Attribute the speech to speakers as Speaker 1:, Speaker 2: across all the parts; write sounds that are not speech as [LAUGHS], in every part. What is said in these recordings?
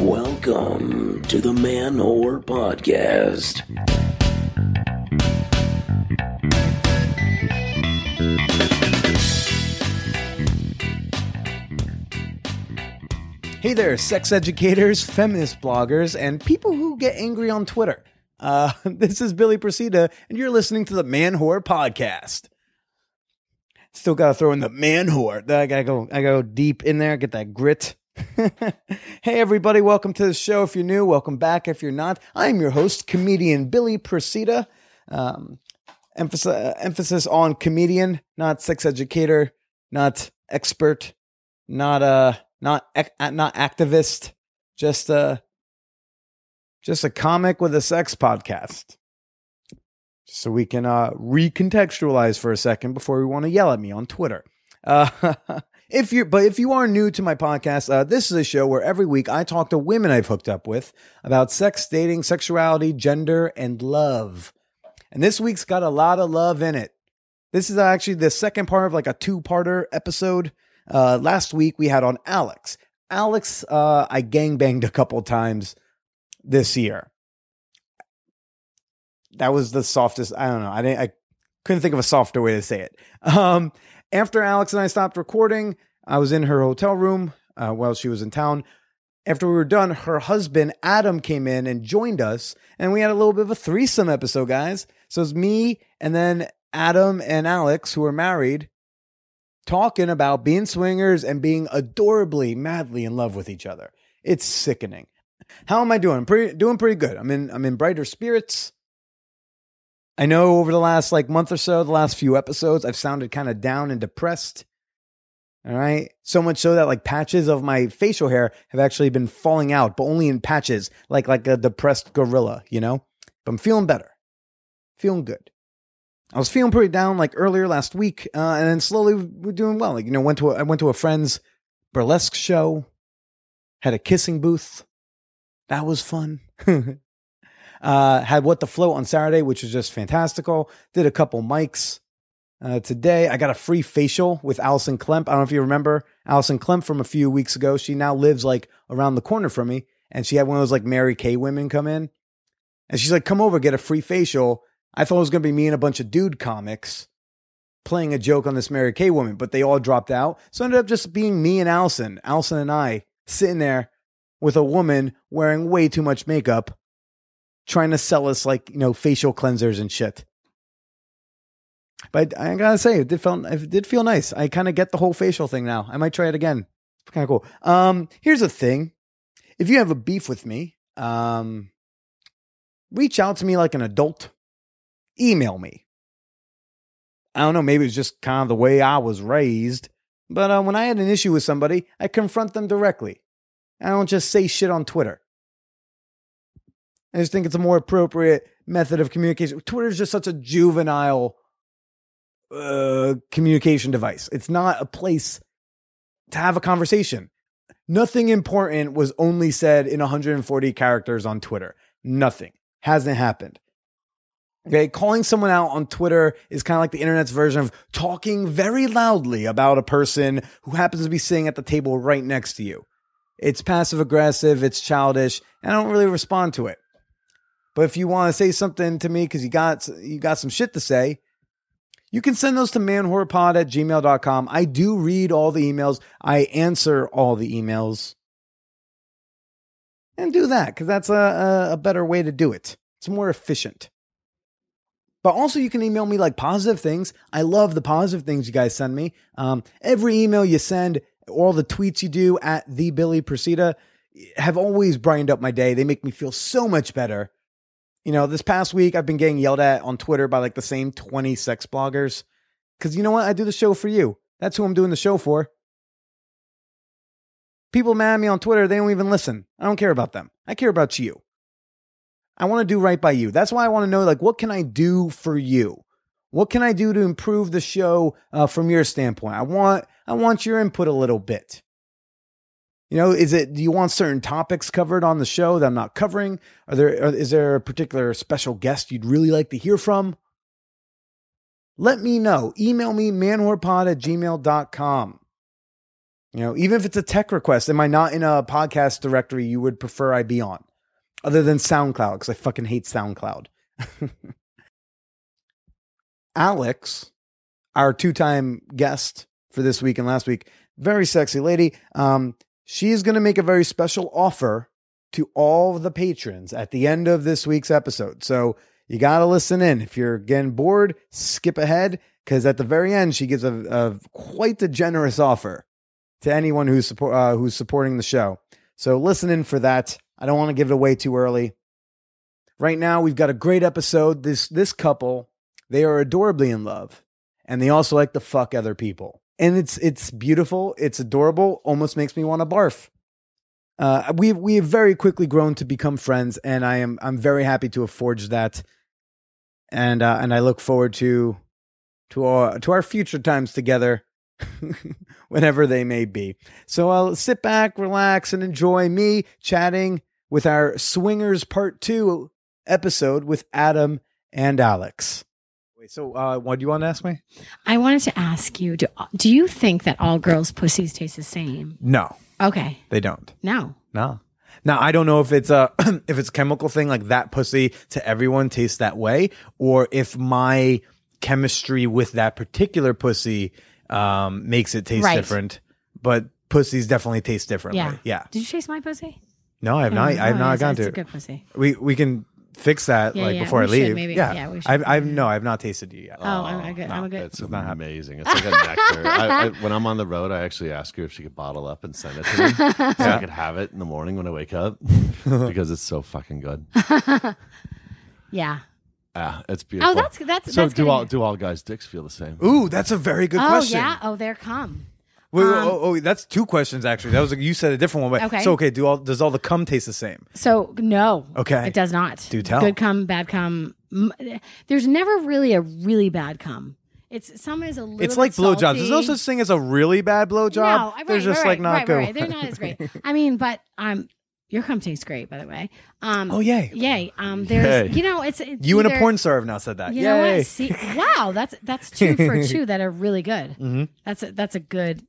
Speaker 1: Welcome to the Man Whore Podcast.
Speaker 2: Hey there, sex educators, feminist bloggers, and people who get angry on Twitter. Uh, [LAUGHS] this is Billy Presida, and you're listening to the Man Whore Podcast. Still gotta throw in the man whore. I gotta go. I gotta go deep in there. Get that grit. [LAUGHS] hey everybody, welcome to the show. If you're new, welcome back. If you're not, I'm your host, comedian Billy Presida. Um, emphasis uh, emphasis on comedian, not sex educator, not expert, not uh not ac- uh, not activist, just uh just a comic with a sex podcast. So we can uh recontextualize for a second before we want to yell at me on Twitter. Uh [LAUGHS] If you're, but if you are new to my podcast, uh, this is a show where every week I talk to women I've hooked up with about sex, dating, sexuality, gender, and love. And this week's got a lot of love in it. This is actually the second part of like a two parter episode. Uh, last week we had on Alex. Alex, uh, I gangbanged a couple times this year. That was the softest. I don't know. I didn't, I couldn't think of a softer way to say it. Um, after Alex and I stopped recording, I was in her hotel room uh, while she was in town. After we were done, her husband Adam came in and joined us, and we had a little bit of a threesome episode, guys. So it's me and then Adam and Alex, who are married, talking about being swingers and being adorably, madly in love with each other. It's sickening. How am I doing? I'm pretty doing pretty good. I'm in I'm in brighter spirits. I know over the last like month or so, the last few episodes, I've sounded kind of down and depressed. All right. So much so that like patches of my facial hair have actually been falling out, but only in patches, like like a depressed gorilla, you know? But I'm feeling better. Feeling good. I was feeling pretty down like earlier last week, uh, and then slowly we're doing well. Like, you know, went to a, I went to a friend's burlesque show, had a kissing booth. That was fun. [LAUGHS] uh, had what the float on Saturday, which was just fantastical. Did a couple mics uh, today. I got a free facial with Allison Klemp. I don't know if you remember Allison Klemp from a few weeks ago. She now lives like around the corner from me, and she had one of those like Mary Kay women come in, and she's like, "Come over, get a free facial." I thought it was gonna be me and a bunch of dude comics playing a joke on this Mary Kay woman, but they all dropped out. So it ended up just being me and Allison, Allison and I sitting there with a woman wearing way too much makeup trying to sell us like you know facial cleansers and shit. But I gotta say, it did feel it did feel nice. I kind of get the whole facial thing now. I might try it again. It's kind of cool. Um, here's the thing: if you have a beef with me, um, reach out to me like an adult. Email me. I don't know. Maybe it's just kind of the way I was raised. But uh, when I had an issue with somebody, I confront them directly. I don't just say shit on Twitter. I just think it's a more appropriate method of communication. Twitter is just such a juvenile uh, communication device. It's not a place to have a conversation. Nothing important was only said in 140 characters on Twitter. Nothing hasn't happened. Okay, calling someone out on Twitter is kind of like the internet's version of talking very loudly about a person who happens to be sitting at the table right next to you. It's passive aggressive, it's childish, and I don't really respond to it. But if you want to say something to me because you got you got some shit to say, you can send those to manhorpod at gmail.com. I do read all the emails. I answer all the emails. And do that because that's a, a, a better way to do it. It's more efficient. But also, you can email me like positive things. I love the positive things you guys send me. Um, every email you send, all the tweets you do at the Billy Presida have always brightened up my day. They make me feel so much better. You know, this past week I've been getting yelled at on Twitter by like the same 20 sex bloggers. Cause you know what? I do the show for you. That's who I'm doing the show for. People mad at me on Twitter, they don't even listen. I don't care about them. I care about you. I want to do right by you. That's why I want to know like what can I do for you? What can I do to improve the show uh, from your standpoint? I want I want your input a little bit. You know, is it do you want certain topics covered on the show that I'm not covering? Are there are, is there a particular special guest you'd really like to hear from? Let me know. Email me manhorpod at gmail.com. You know, even if it's a tech request, am I not in a podcast directory you would prefer I be on? Other than SoundCloud, because I fucking hate SoundCloud. [LAUGHS] Alex, our two time guest for this week and last week, very sexy lady. Um, she is going to make a very special offer to all the patrons at the end of this week's episode. So you got to listen in. If you're getting bored, skip ahead because at the very end, she gives a, a quite a generous offer to anyone who's support uh, who's supporting the show. So listen in for that. I don't want to give it away too early. Right now, we've got a great episode. This this couple, they are adorably in love, and they also like to fuck other people. And it's it's beautiful. It's adorable. Almost makes me want to barf. Uh, we we have very quickly grown to become friends, and I am I'm very happy to have forged that. And uh, and I look forward to to our to our future times together. [LAUGHS] whenever they may be. So I'll sit back, relax, and enjoy me chatting with our Swingers Part 2 episode with Adam and Alex. Wait, so uh, what do you want to ask me?
Speaker 3: I wanted to ask you do, do you think that all girls' pussies taste the same?
Speaker 2: No,
Speaker 3: Okay,
Speaker 2: they don't.
Speaker 3: no.
Speaker 2: No. Now I don't know if it's a [CLEARS THROAT] if it's a chemical thing like that pussy to everyone tastes that way, or if my chemistry with that particular pussy um, makes it taste
Speaker 3: Right.
Speaker 2: different. But pussies definitely taste differently.
Speaker 3: Yeah.
Speaker 2: yeah.
Speaker 3: Did you taste my pussy?
Speaker 2: No, I have not. I have not gone
Speaker 3: gotten
Speaker 2: to.
Speaker 3: It's a good pussy.
Speaker 2: We we can fix that
Speaker 3: Yeah,
Speaker 2: like
Speaker 3: yeah,
Speaker 2: before
Speaker 3: we
Speaker 2: I
Speaker 3: should,
Speaker 2: leave.
Speaker 3: maybe.
Speaker 2: Yeah,
Speaker 3: Yeah, we should.
Speaker 2: I've, I've no, I've not tasted you yet.
Speaker 3: Oh, I'm, I'm good. I'm a good.
Speaker 4: It's
Speaker 2: not happening.
Speaker 4: amazing. It's like a
Speaker 3: [LAUGHS]
Speaker 4: nectar. I, I, when I'm on the road, I actually ask her if she could bottle up and send it to me so I could have it in the morning when I
Speaker 3: [LAUGHS]
Speaker 4: wake up because it's so fucking good.
Speaker 3: Yeah.
Speaker 4: Ah, it's beautiful.
Speaker 3: Oh, that's that's
Speaker 4: so.
Speaker 3: that's
Speaker 4: do
Speaker 3: good.
Speaker 4: all do all guys' dicks feel the same?
Speaker 2: Ooh, that's a very good
Speaker 3: oh
Speaker 2: question.
Speaker 3: yeah. Oh, there come.
Speaker 2: Wait, wait,
Speaker 3: Um,
Speaker 2: oh, oh, that's two questions actually. That was a, you said a different one, but
Speaker 3: Okay.
Speaker 2: so okay. Do all does all the cum taste the same?
Speaker 3: So no.
Speaker 2: Okay.
Speaker 3: It does not.
Speaker 2: Do tell.
Speaker 3: Good cum, bad cum. M- There's never really a really bad cum. It's some is a little.
Speaker 2: It's like
Speaker 3: bit
Speaker 2: blowjobs. There's no
Speaker 3: salty.
Speaker 2: such thing as a really bad blowjob.
Speaker 3: No,
Speaker 2: job.
Speaker 3: right,
Speaker 2: They're
Speaker 3: right,
Speaker 2: just
Speaker 3: right,
Speaker 2: like not
Speaker 3: right,
Speaker 2: good.
Speaker 3: Right.
Speaker 2: [LAUGHS]
Speaker 3: They're not as great. I mean, but um, your cum tastes great, by the way. Um,
Speaker 2: oh yay!
Speaker 3: yay. Um, there's
Speaker 4: Yay.
Speaker 3: you know it's, it's
Speaker 2: You and a
Speaker 3: either-
Speaker 2: porn star have now said that.
Speaker 3: You know
Speaker 2: yay!
Speaker 3: what? See, wow, that's that's two
Speaker 2: [LAUGHS]
Speaker 3: for two that are really good.
Speaker 2: Mhm.
Speaker 3: That's a, that's a good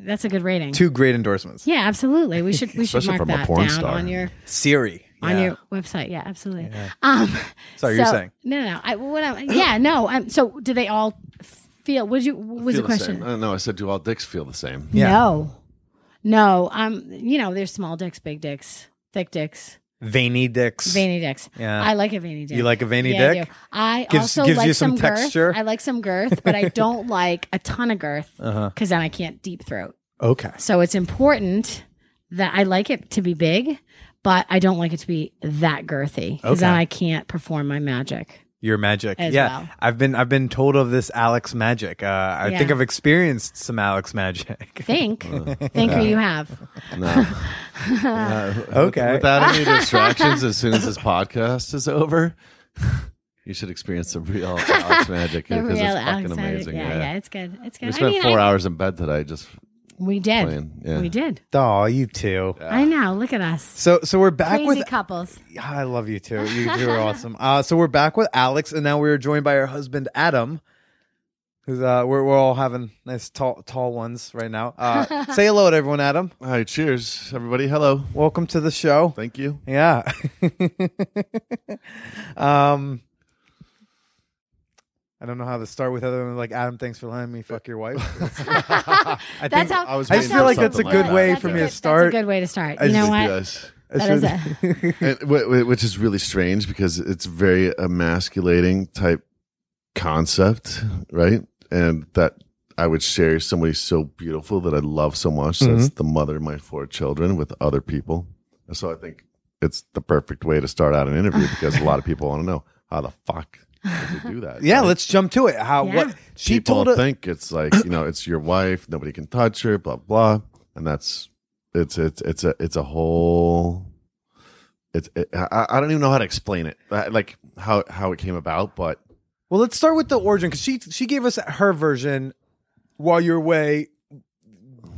Speaker 3: that's a good rating.
Speaker 2: Two great endorsements.
Speaker 3: Yeah, absolutely. We should we should
Speaker 4: Especially
Speaker 3: mark
Speaker 4: from a
Speaker 3: that
Speaker 4: porn
Speaker 3: down
Speaker 4: star.
Speaker 3: on your
Speaker 2: Siri.
Speaker 3: on
Speaker 2: Yeah.
Speaker 3: your website. Yeah, absolutely.
Speaker 2: Yeah.
Speaker 3: Um,
Speaker 2: Sorry, you're saying.
Speaker 3: no, no. no. I, what I, yeah, no. i so, do they all feel? What did you? What was
Speaker 4: Feel
Speaker 3: the question?
Speaker 4: Same. Uh, no, I said, do all dicks feel the same?
Speaker 2: Yeah.
Speaker 3: No, no. Um, you know, there's small dicks, big dicks, thick dicks,
Speaker 2: Veiny dicks.
Speaker 3: veiny dicks.
Speaker 2: Yeah.
Speaker 3: I like a veiny dick.
Speaker 2: you like a veiny
Speaker 3: Yeah,
Speaker 2: dick?
Speaker 3: I, do. I
Speaker 2: Gives-
Speaker 3: also
Speaker 2: gives
Speaker 3: like
Speaker 2: you some
Speaker 3: some,
Speaker 2: texture?
Speaker 3: girth. I like some girth, but I don't like a ton of girth
Speaker 2: Uh huh.
Speaker 3: because then I can't deep throat.
Speaker 2: Okay.
Speaker 3: So it's important that I like it to be big, but I don't like it to be that girthy because then
Speaker 2: Okay.
Speaker 3: I can't perform my magic.
Speaker 2: Your magic.
Speaker 3: As
Speaker 2: yeah.
Speaker 3: well.
Speaker 2: I've been I've been told of this Alex magic. Uh, I
Speaker 3: Yeah.
Speaker 2: think I've experienced some Alex magic. [LAUGHS]
Speaker 3: Think, think, or you have. [LAUGHS]
Speaker 4: No. No. With-
Speaker 2: Okay.
Speaker 4: without any distractions, as soon as this podcast is over, you should experience some real Alex
Speaker 3: [LAUGHS]
Speaker 4: magic
Speaker 3: The
Speaker 4: here because
Speaker 3: real
Speaker 4: it's fucking
Speaker 3: Alexander-
Speaker 4: amazing.
Speaker 3: Yeah, yeah, it's good. It's good.
Speaker 4: We
Speaker 3: I
Speaker 4: spent
Speaker 3: mean,
Speaker 4: four
Speaker 3: I-
Speaker 4: hours in bed today just
Speaker 3: We did.
Speaker 4: playing. Yeah.
Speaker 3: We did.
Speaker 2: Aw, you too.
Speaker 3: I know. Look at us.
Speaker 2: So so we're back
Speaker 3: Crazy
Speaker 2: with
Speaker 3: couples.
Speaker 2: [SIGHS] I love you too. You two
Speaker 3: [LAUGHS]
Speaker 2: are awesome. Uh, so we're back with Alex, and now we're joined by her husband Adam. Who's uh, we're we're all having nice tall tall ones right now. Uh,
Speaker 3: [LAUGHS]
Speaker 2: say hello to everyone, Adam.
Speaker 4: All right, cheers, everybody. Hello.
Speaker 2: Welcome to the show.
Speaker 4: Thank you.
Speaker 2: Yeah. um, I don't know how to start with other than like Adam. Thanks for letting me fuck your
Speaker 3: [LAUGHS]
Speaker 2: wife. I
Speaker 3: That's
Speaker 2: think
Speaker 3: how.
Speaker 4: I was
Speaker 2: I
Speaker 3: that's
Speaker 2: just
Speaker 3: how-
Speaker 2: feel like that's a
Speaker 4: Something like
Speaker 2: good
Speaker 4: that.
Speaker 2: way
Speaker 3: that's
Speaker 2: for
Speaker 3: a
Speaker 2: me
Speaker 3: good-
Speaker 2: to start.
Speaker 3: That's a good way to start.
Speaker 2: I
Speaker 3: You know
Speaker 2: just-
Speaker 3: what?
Speaker 4: Yes.
Speaker 2: I
Speaker 3: That is
Speaker 2: should-
Speaker 3: a,
Speaker 4: And wh- wh- which is really strange because it's very emasculating type concept, right? And that I would share somebody so beautiful that I love so much. That's the mother of my four children with other people. And so I think it's the perfect way to start out an interview because a lot of people want to know how the fuck did you do
Speaker 2: [LAUGHS] [LAUGHS]
Speaker 4: that?
Speaker 2: yeah,
Speaker 4: right?
Speaker 2: let's jump to it. How
Speaker 3: Yeah.
Speaker 2: what she
Speaker 4: people
Speaker 2: told us.
Speaker 4: think it's like you know it's your wife nobody can touch her blah blah and that's it's it's it's a it's a whole it's it, I, I don't even know how to explain it I- like how how it came about but
Speaker 2: Well, let's start with the origin because she she gave us her version while you're away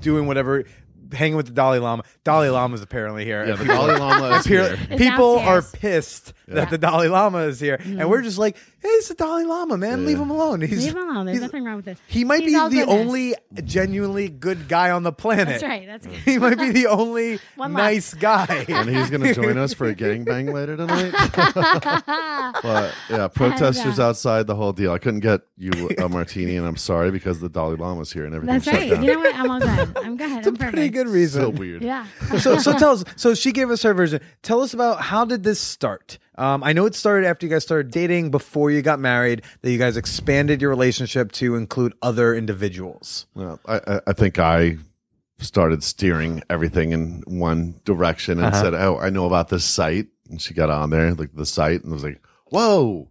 Speaker 2: doing whatever hanging with the Dalai Lama. Dalai Lama's apparently here.
Speaker 4: Yeah,
Speaker 2: And [LAUGHS]
Speaker 4: the
Speaker 2: people-
Speaker 4: Dalai Lama is
Speaker 2: appear-
Speaker 4: here.
Speaker 3: It's
Speaker 2: people are
Speaker 3: downstairs.
Speaker 2: pissed
Speaker 4: Yeah.
Speaker 2: that the Dalai Lama is here, and we're just like, "Hey, it's the Dalai Lama, man.
Speaker 4: Yeah.
Speaker 2: Leave him alone. He's
Speaker 3: Mm. Leave him alone. There's
Speaker 2: he's-
Speaker 3: nothing wrong with this.
Speaker 2: He might
Speaker 3: He's
Speaker 2: be
Speaker 3: all
Speaker 2: the
Speaker 3: goodness.
Speaker 2: only genuinely good guy on the planet.
Speaker 3: That's right. That's good.
Speaker 2: [LAUGHS] He might
Speaker 3: [LAUGHS]
Speaker 2: be the only
Speaker 3: One
Speaker 2: nice
Speaker 3: [LAUGHS]
Speaker 2: guy.
Speaker 4: And he's going to join us for a gangbang later tonight. but yeah, protesters
Speaker 3: uh,
Speaker 4: outside the whole deal. I couldn't get you a martini, and I'm sorry because the Dalai Lama's here and everything.
Speaker 3: That's
Speaker 4: shut
Speaker 3: right.
Speaker 4: Down.
Speaker 3: You know what? I'm all
Speaker 4: [LAUGHS]
Speaker 3: done. I'm good.
Speaker 2: It's a
Speaker 3: I'm
Speaker 2: pretty
Speaker 3: perfect.
Speaker 2: good
Speaker 4: so
Speaker 2: reason.
Speaker 4: weird. [LAUGHS]
Speaker 3: Yeah.
Speaker 2: [LAUGHS] so, so tell us. So she gave us her version. Tell us about how did this start? Um, I know it started after you guys started dating, before you got married, that you guys expanded your relationship to include other individuals.
Speaker 4: Well, I, I- I think I started steering everything in one direction and said, "Oh, I know about this site." And she got on there, like the site, and was like, "Whoa,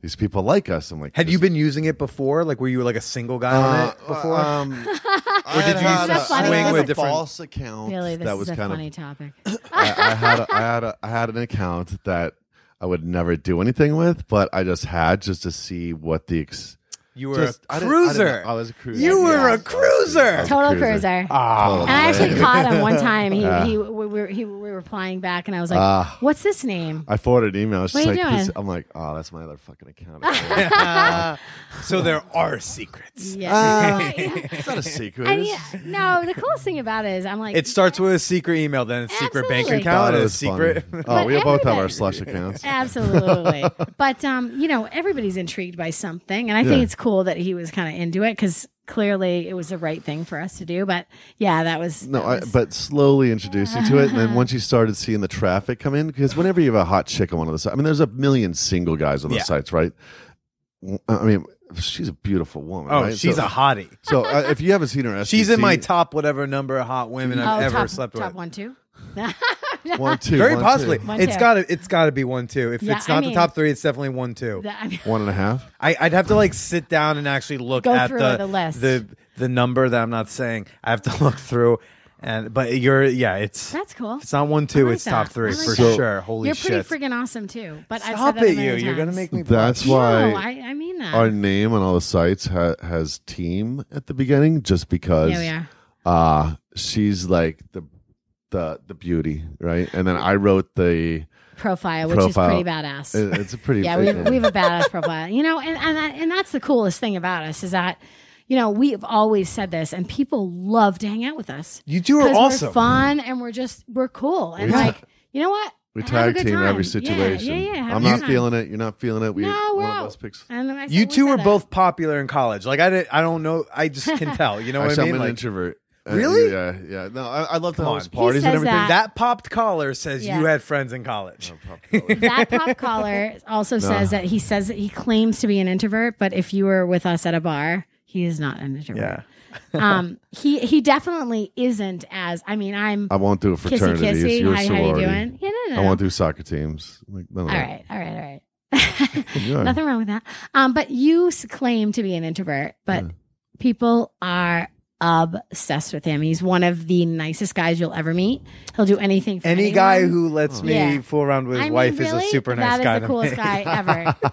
Speaker 4: these people like us." I'm like,
Speaker 2: Had
Speaker 4: "This
Speaker 2: you been using it before? Like, were you like a single guy on it before? [LAUGHS]
Speaker 4: Um, or
Speaker 2: did you
Speaker 3: had a- funny? swing with
Speaker 4: a
Speaker 2: different-
Speaker 4: false account
Speaker 3: Really, this
Speaker 4: that
Speaker 3: is
Speaker 4: was
Speaker 3: a
Speaker 4: kind
Speaker 3: funny
Speaker 4: of? [LAUGHS]
Speaker 3: topic.
Speaker 4: I, I had a, I had a, I had an account that I would never do anything with, but I just had just to see what the ex-
Speaker 2: you were
Speaker 4: just-
Speaker 2: a
Speaker 4: I didn't- I didn't-
Speaker 2: cruiser.
Speaker 4: I was a cruiser.
Speaker 2: You were
Speaker 4: I
Speaker 2: a
Speaker 4: was cruiser.
Speaker 2: cruiser.
Speaker 4: I was a
Speaker 3: Total cruiser.
Speaker 2: Ah,
Speaker 4: Totally.
Speaker 3: and I actually caught him
Speaker 4: [LAUGHS]
Speaker 3: one time. He,
Speaker 4: Yeah.
Speaker 3: he, we, were, he, we were replying back, and I was like,
Speaker 4: Ah.
Speaker 3: "What's this name?"
Speaker 4: I forwarded an email. She's
Speaker 3: What are
Speaker 4: like,
Speaker 3: you
Speaker 4: this-
Speaker 3: doing?
Speaker 4: I'm like, oh, that's my other
Speaker 3: [LAUGHS]
Speaker 4: fucking account.
Speaker 2: [LAUGHS] so there are secrets.
Speaker 3: Yeah.
Speaker 4: Ah.
Speaker 2: [LAUGHS]
Speaker 3: Oh, Yeah.
Speaker 4: it's not a secret.
Speaker 3: And yeah, no, the coolest thing about it is I'm like
Speaker 2: It starts with a secret email, then a secret bank
Speaker 3: Absolutely.
Speaker 2: account,
Speaker 4: Thought it
Speaker 2: and a
Speaker 4: was
Speaker 2: secret.
Speaker 4: funny.
Speaker 3: But
Speaker 4: [LAUGHS] Oh, we both have
Speaker 3: everybody-
Speaker 4: our
Speaker 2: [LAUGHS]
Speaker 3: [LAUGHS]
Speaker 4: slush
Speaker 3: [LAUGHS]
Speaker 4: accounts. [LAUGHS]
Speaker 3: Absolutely. but um, you know, everybody's intrigued by something, and I think
Speaker 4: Yeah.
Speaker 3: it's cool that he was kind of into it because clearly it was the right thing for us to do. But yeah, that was
Speaker 4: No,
Speaker 3: that
Speaker 4: I,
Speaker 3: was-
Speaker 4: but slowly introduce you to it, and then once you started seeing the traffic come in, because whenever you have a hot chick on one of the sites, I mean, there's a million single guys on those
Speaker 2: Yeah.
Speaker 4: sites, right? I mean, she's a beautiful
Speaker 2: [LAUGHS]
Speaker 4: woman.
Speaker 2: Oh,
Speaker 4: right?
Speaker 2: she's
Speaker 4: so,
Speaker 2: a hottie.
Speaker 4: So uh, if you haven't seen
Speaker 2: [LAUGHS]
Speaker 4: her, E
Speaker 2: She's in my
Speaker 4: SGC,
Speaker 2: top whatever number of hot women
Speaker 4: Mm-hmm.
Speaker 3: oh,
Speaker 2: I've ever
Speaker 3: top,
Speaker 2: slept
Speaker 3: top
Speaker 2: with.
Speaker 3: one too. [LAUGHS]
Speaker 4: one,
Speaker 2: [LAUGHS]
Speaker 4: two,
Speaker 2: Very
Speaker 4: one, two.
Speaker 2: possibly.
Speaker 3: One,
Speaker 2: It's
Speaker 3: two.
Speaker 2: got to it's got to be one two. If
Speaker 3: Yeah,
Speaker 2: it's
Speaker 3: I
Speaker 2: not the
Speaker 3: mean-
Speaker 2: top 3, it's definitely one two.
Speaker 3: That- I mean, [LAUGHS]
Speaker 4: one and a half.
Speaker 2: I I'd have to like sit down and actually look
Speaker 3: Go
Speaker 2: at
Speaker 3: through
Speaker 2: the
Speaker 3: the list.
Speaker 2: the the number that I'm not saying. I have to [LAUGHS] look through and but you're yeah, it's
Speaker 3: that's cool.
Speaker 2: it's not one two,
Speaker 3: I like
Speaker 2: it's top
Speaker 3: that.
Speaker 2: three
Speaker 3: I like
Speaker 2: for
Speaker 3: that.
Speaker 2: sure. Holy
Speaker 3: You're pretty
Speaker 2: shit.
Speaker 3: freaking awesome too. But I've said
Speaker 2: Stop
Speaker 3: that a
Speaker 2: it you.
Speaker 3: million
Speaker 2: You're going to make
Speaker 3: times.
Speaker 2: me
Speaker 4: That's
Speaker 2: blush.
Speaker 3: No,
Speaker 4: why
Speaker 3: I, I mean that.
Speaker 4: our name on all the sites ha- has team at the beginning, just because.
Speaker 3: yeah, we are.
Speaker 4: uh she's like the the the beauty right and then i wrote the
Speaker 3: Profile, which
Speaker 4: Profile.
Speaker 3: is pretty badass.
Speaker 4: it- it's a pretty
Speaker 3: [LAUGHS] yeah, we have, we have a badass profile. You know, and and that, and that's the coolest thing about us is that you know we have always said this, and people love to hang out with us.
Speaker 2: You two are
Speaker 3: 'Cause
Speaker 2: awesome.
Speaker 3: We're fun, and we're just we're cool, and
Speaker 4: We ta-
Speaker 3: like you know what?
Speaker 4: we
Speaker 3: Have a
Speaker 4: tag
Speaker 3: good
Speaker 4: team
Speaker 3: time.
Speaker 4: every
Speaker 3: Yeah,
Speaker 4: situation
Speaker 3: Yeah, yeah. have
Speaker 4: i'm
Speaker 3: a good
Speaker 4: not
Speaker 3: time.
Speaker 4: feeling it you're not feeling it we
Speaker 3: No, we're
Speaker 4: one of
Speaker 3: out.
Speaker 4: us picks
Speaker 3: And I said-
Speaker 2: You
Speaker 3: we
Speaker 2: two
Speaker 3: said
Speaker 2: were
Speaker 3: that.
Speaker 2: both popular in college. Like I did not I don't know I just
Speaker 3: [LAUGHS]
Speaker 2: can tell. You know what I
Speaker 4: Actually,
Speaker 2: mean?
Speaker 4: i'm an
Speaker 2: Like,
Speaker 4: introvert Uh,
Speaker 2: Really?
Speaker 4: yeah yeah no i, I love to
Speaker 2: Come
Speaker 4: host
Speaker 2: on. He
Speaker 4: parties and
Speaker 3: says
Speaker 4: everything
Speaker 3: that.
Speaker 2: that popped collar says you
Speaker 3: Yeah.
Speaker 2: had friends in college.
Speaker 3: That pop collar also says that he says that he claims to be an introvert, but if you were with us at a bar, he is not an introvert.
Speaker 2: Yeah.
Speaker 3: [LAUGHS] um, he he definitely isn't as. I mean, I'm
Speaker 4: [LAUGHS] i won't do a
Speaker 3: kissy
Speaker 4: fraternity
Speaker 3: kissy.
Speaker 4: Oh, you're
Speaker 3: Hi, how you
Speaker 4: sorority
Speaker 3: doing? Yeah, no, no, no.
Speaker 4: i won't do soccer teams like none of
Speaker 3: All
Speaker 4: that.
Speaker 3: right, all right, all right. [LAUGHS]
Speaker 4: [LAUGHS] Yeah.
Speaker 3: Nothing wrong with that. Um, but you s- claim to be an introvert, but
Speaker 4: Yeah.
Speaker 3: people are obsessed with him. He's one of the nicest guys you'll ever meet. He'll do anything for
Speaker 2: Any
Speaker 3: anyone. Oh.
Speaker 2: guy who lets me
Speaker 3: Yeah.
Speaker 2: fool around with
Speaker 3: I
Speaker 2: his
Speaker 3: mean,
Speaker 2: wife is
Speaker 3: really,
Speaker 2: a super nice guy.
Speaker 3: That is
Speaker 2: to
Speaker 3: the
Speaker 2: me.
Speaker 3: coolest
Speaker 4: [LAUGHS]
Speaker 3: guy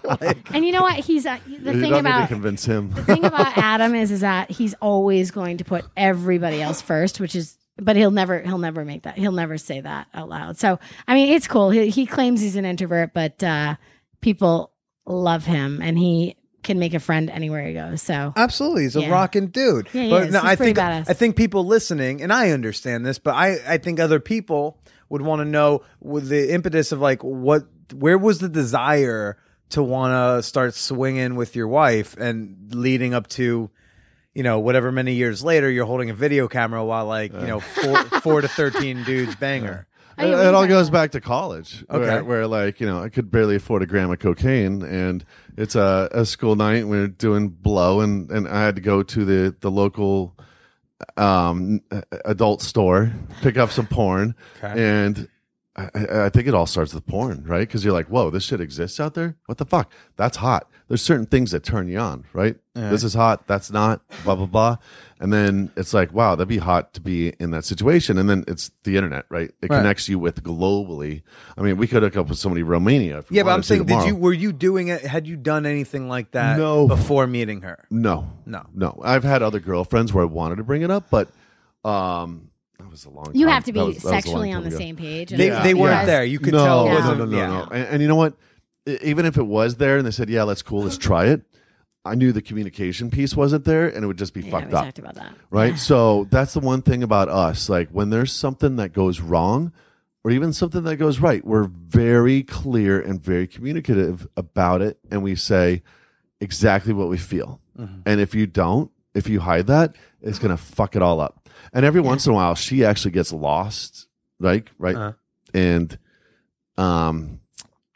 Speaker 3: ever.
Speaker 2: Like-
Speaker 3: and you know what? He's uh, the
Speaker 4: you
Speaker 3: thing
Speaker 4: don't need to
Speaker 3: about
Speaker 4: convince him
Speaker 3: [LAUGHS] the thing
Speaker 4: [LAUGHS]
Speaker 3: about Adam is is that he's always going to put everybody else first, which is but he'll never he'll never make that he'll never say that out loud. So I mean it's cool. He he claims he's an introvert, but uh people love him and he can make a friend anywhere he goes. So
Speaker 2: Absolutely, he's a
Speaker 3: Yeah.
Speaker 2: rockin' dude.
Speaker 3: Yeah, he
Speaker 2: but
Speaker 3: is.
Speaker 2: no,
Speaker 3: He's
Speaker 2: I
Speaker 3: pretty
Speaker 2: think
Speaker 3: badass.
Speaker 2: I think people listening, and I understand this, but I I think other people would want to know with the impetus of like what where was the desire to want to start swinging with your wife and leading up to you know whatever many years later you're holding a video camera while like you know
Speaker 3: [LAUGHS]
Speaker 2: four, four to 13 dudes bang her
Speaker 3: Oh, yeah,
Speaker 4: it,
Speaker 3: what are
Speaker 4: it
Speaker 3: you
Speaker 4: all
Speaker 3: talking
Speaker 4: goes
Speaker 3: about?
Speaker 4: back to college,
Speaker 2: Okay.
Speaker 4: where, where like you know I could barely afford a gram of cocaine, and it's a, a school night. We are doing blow, and, and I had to go to the the local um uh, adult store, pick up some porn,
Speaker 2: Okay.
Speaker 4: and I, I- I think it all starts with porn, right? Because you're like, whoa, this shit exists out there. What the fuck? That's hot. There's certain things that turn you on, right? This is hot. That's not. Blah blah blah. And then it's like, wow, that'd be hot to be in that situation. And then it's the internet, right? It
Speaker 2: Right.
Speaker 4: connects you with globally. I mean, we could hook up with somebody in Romania. If we
Speaker 2: yeah but
Speaker 4: wanted
Speaker 2: i'm
Speaker 4: to
Speaker 2: saying did
Speaker 4: tomorrow.
Speaker 2: you were you doing it had you done anything like that
Speaker 4: No.
Speaker 2: before meeting her
Speaker 4: No,
Speaker 2: No.
Speaker 4: no. I've had other girlfriends where I wanted to bring it up, but um, that was a long.
Speaker 3: You
Speaker 4: time-
Speaker 3: have to be
Speaker 4: that was- that was a long
Speaker 3: sexually on
Speaker 4: time
Speaker 3: the
Speaker 4: ago.
Speaker 3: same page.
Speaker 2: They,
Speaker 4: Yeah.
Speaker 2: they weren't
Speaker 4: Yeah.
Speaker 2: there. You could
Speaker 4: no,
Speaker 2: tell. it
Speaker 4: No,
Speaker 2: wasn't-
Speaker 4: no, no,
Speaker 2: yeah.
Speaker 4: no. And, and you know what? E- Even if it was there and they said, "Yeah, let's cool, let's try it," I knew the communication piece wasn't there, and it would just be
Speaker 3: Yeah,
Speaker 4: fucked
Speaker 3: we
Speaker 4: up,
Speaker 3: talked about that.
Speaker 4: right? So that's the one thing about us. Like when there's something that goes wrong, or even something that goes right, we're very clear and very communicative about it, and we say exactly what we feel. And if you don't, if you hide that, it's gonna fuck it all up. And every once in a while, she actually gets lost, like right,
Speaker 2: Uh-huh.
Speaker 4: and um,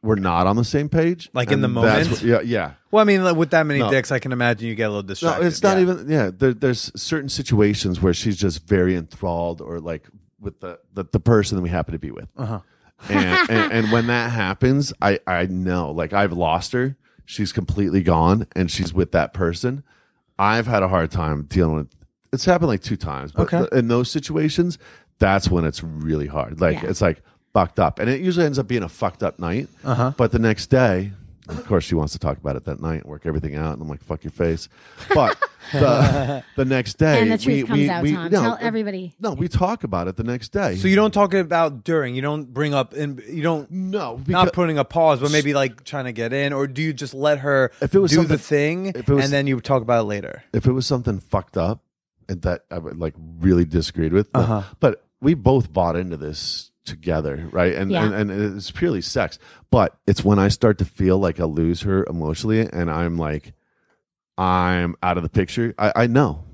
Speaker 4: we're not on the same page.
Speaker 2: Like in the
Speaker 4: And that's
Speaker 2: moment?
Speaker 4: what- yeah, yeah.
Speaker 2: Well, I mean, like, with that many
Speaker 4: No.
Speaker 2: dicks, I can imagine you get a little
Speaker 4: No,
Speaker 2: distracted.
Speaker 4: it's not
Speaker 2: yeah.
Speaker 4: even. Yeah, there, there's certain situations where she's just very enthralled, or like with the the, the person that we happen to be with.
Speaker 2: Uh-huh.
Speaker 3: [LAUGHS]
Speaker 4: And, and and when that happens, I I know like I've lost her. She's completely gone, and she's with that person. I've had a hard time dealing with. It's happened like two times, but
Speaker 2: Okay.
Speaker 4: th- in those situations, that's when it's really hard. Like
Speaker 3: Yeah.
Speaker 4: it's like fucked up, and it usually ends up being a fucked up night.
Speaker 2: Uh-huh.
Speaker 4: But the next day, of course, she wants to talk about it that night and work everything out. And I'm like, fuck your face.
Speaker 3: [LAUGHS]
Speaker 4: But the, the next day,
Speaker 3: And the truth comes out, Tom.
Speaker 4: no,
Speaker 3: Tell everybody.
Speaker 4: No, we talk about it the next day.
Speaker 2: So you don't talk about during. You don't bring up and you don't.
Speaker 4: no, because,
Speaker 2: not putting a pause, but maybe like trying to get in, or do you just let her
Speaker 4: If it was
Speaker 2: do the
Speaker 4: something-
Speaker 2: thing,
Speaker 4: if it was-
Speaker 2: and then you talk about it later?
Speaker 4: if it was something fucked up and that I would like really disagreed with, but-
Speaker 2: Uh-huh.
Speaker 4: but we both bought into this together, right? And,
Speaker 3: Yeah.
Speaker 4: and and it's purely sex, but it's when I start to feel like I lose her emotionally, and I'm like, I'm out of the picture. I, I know,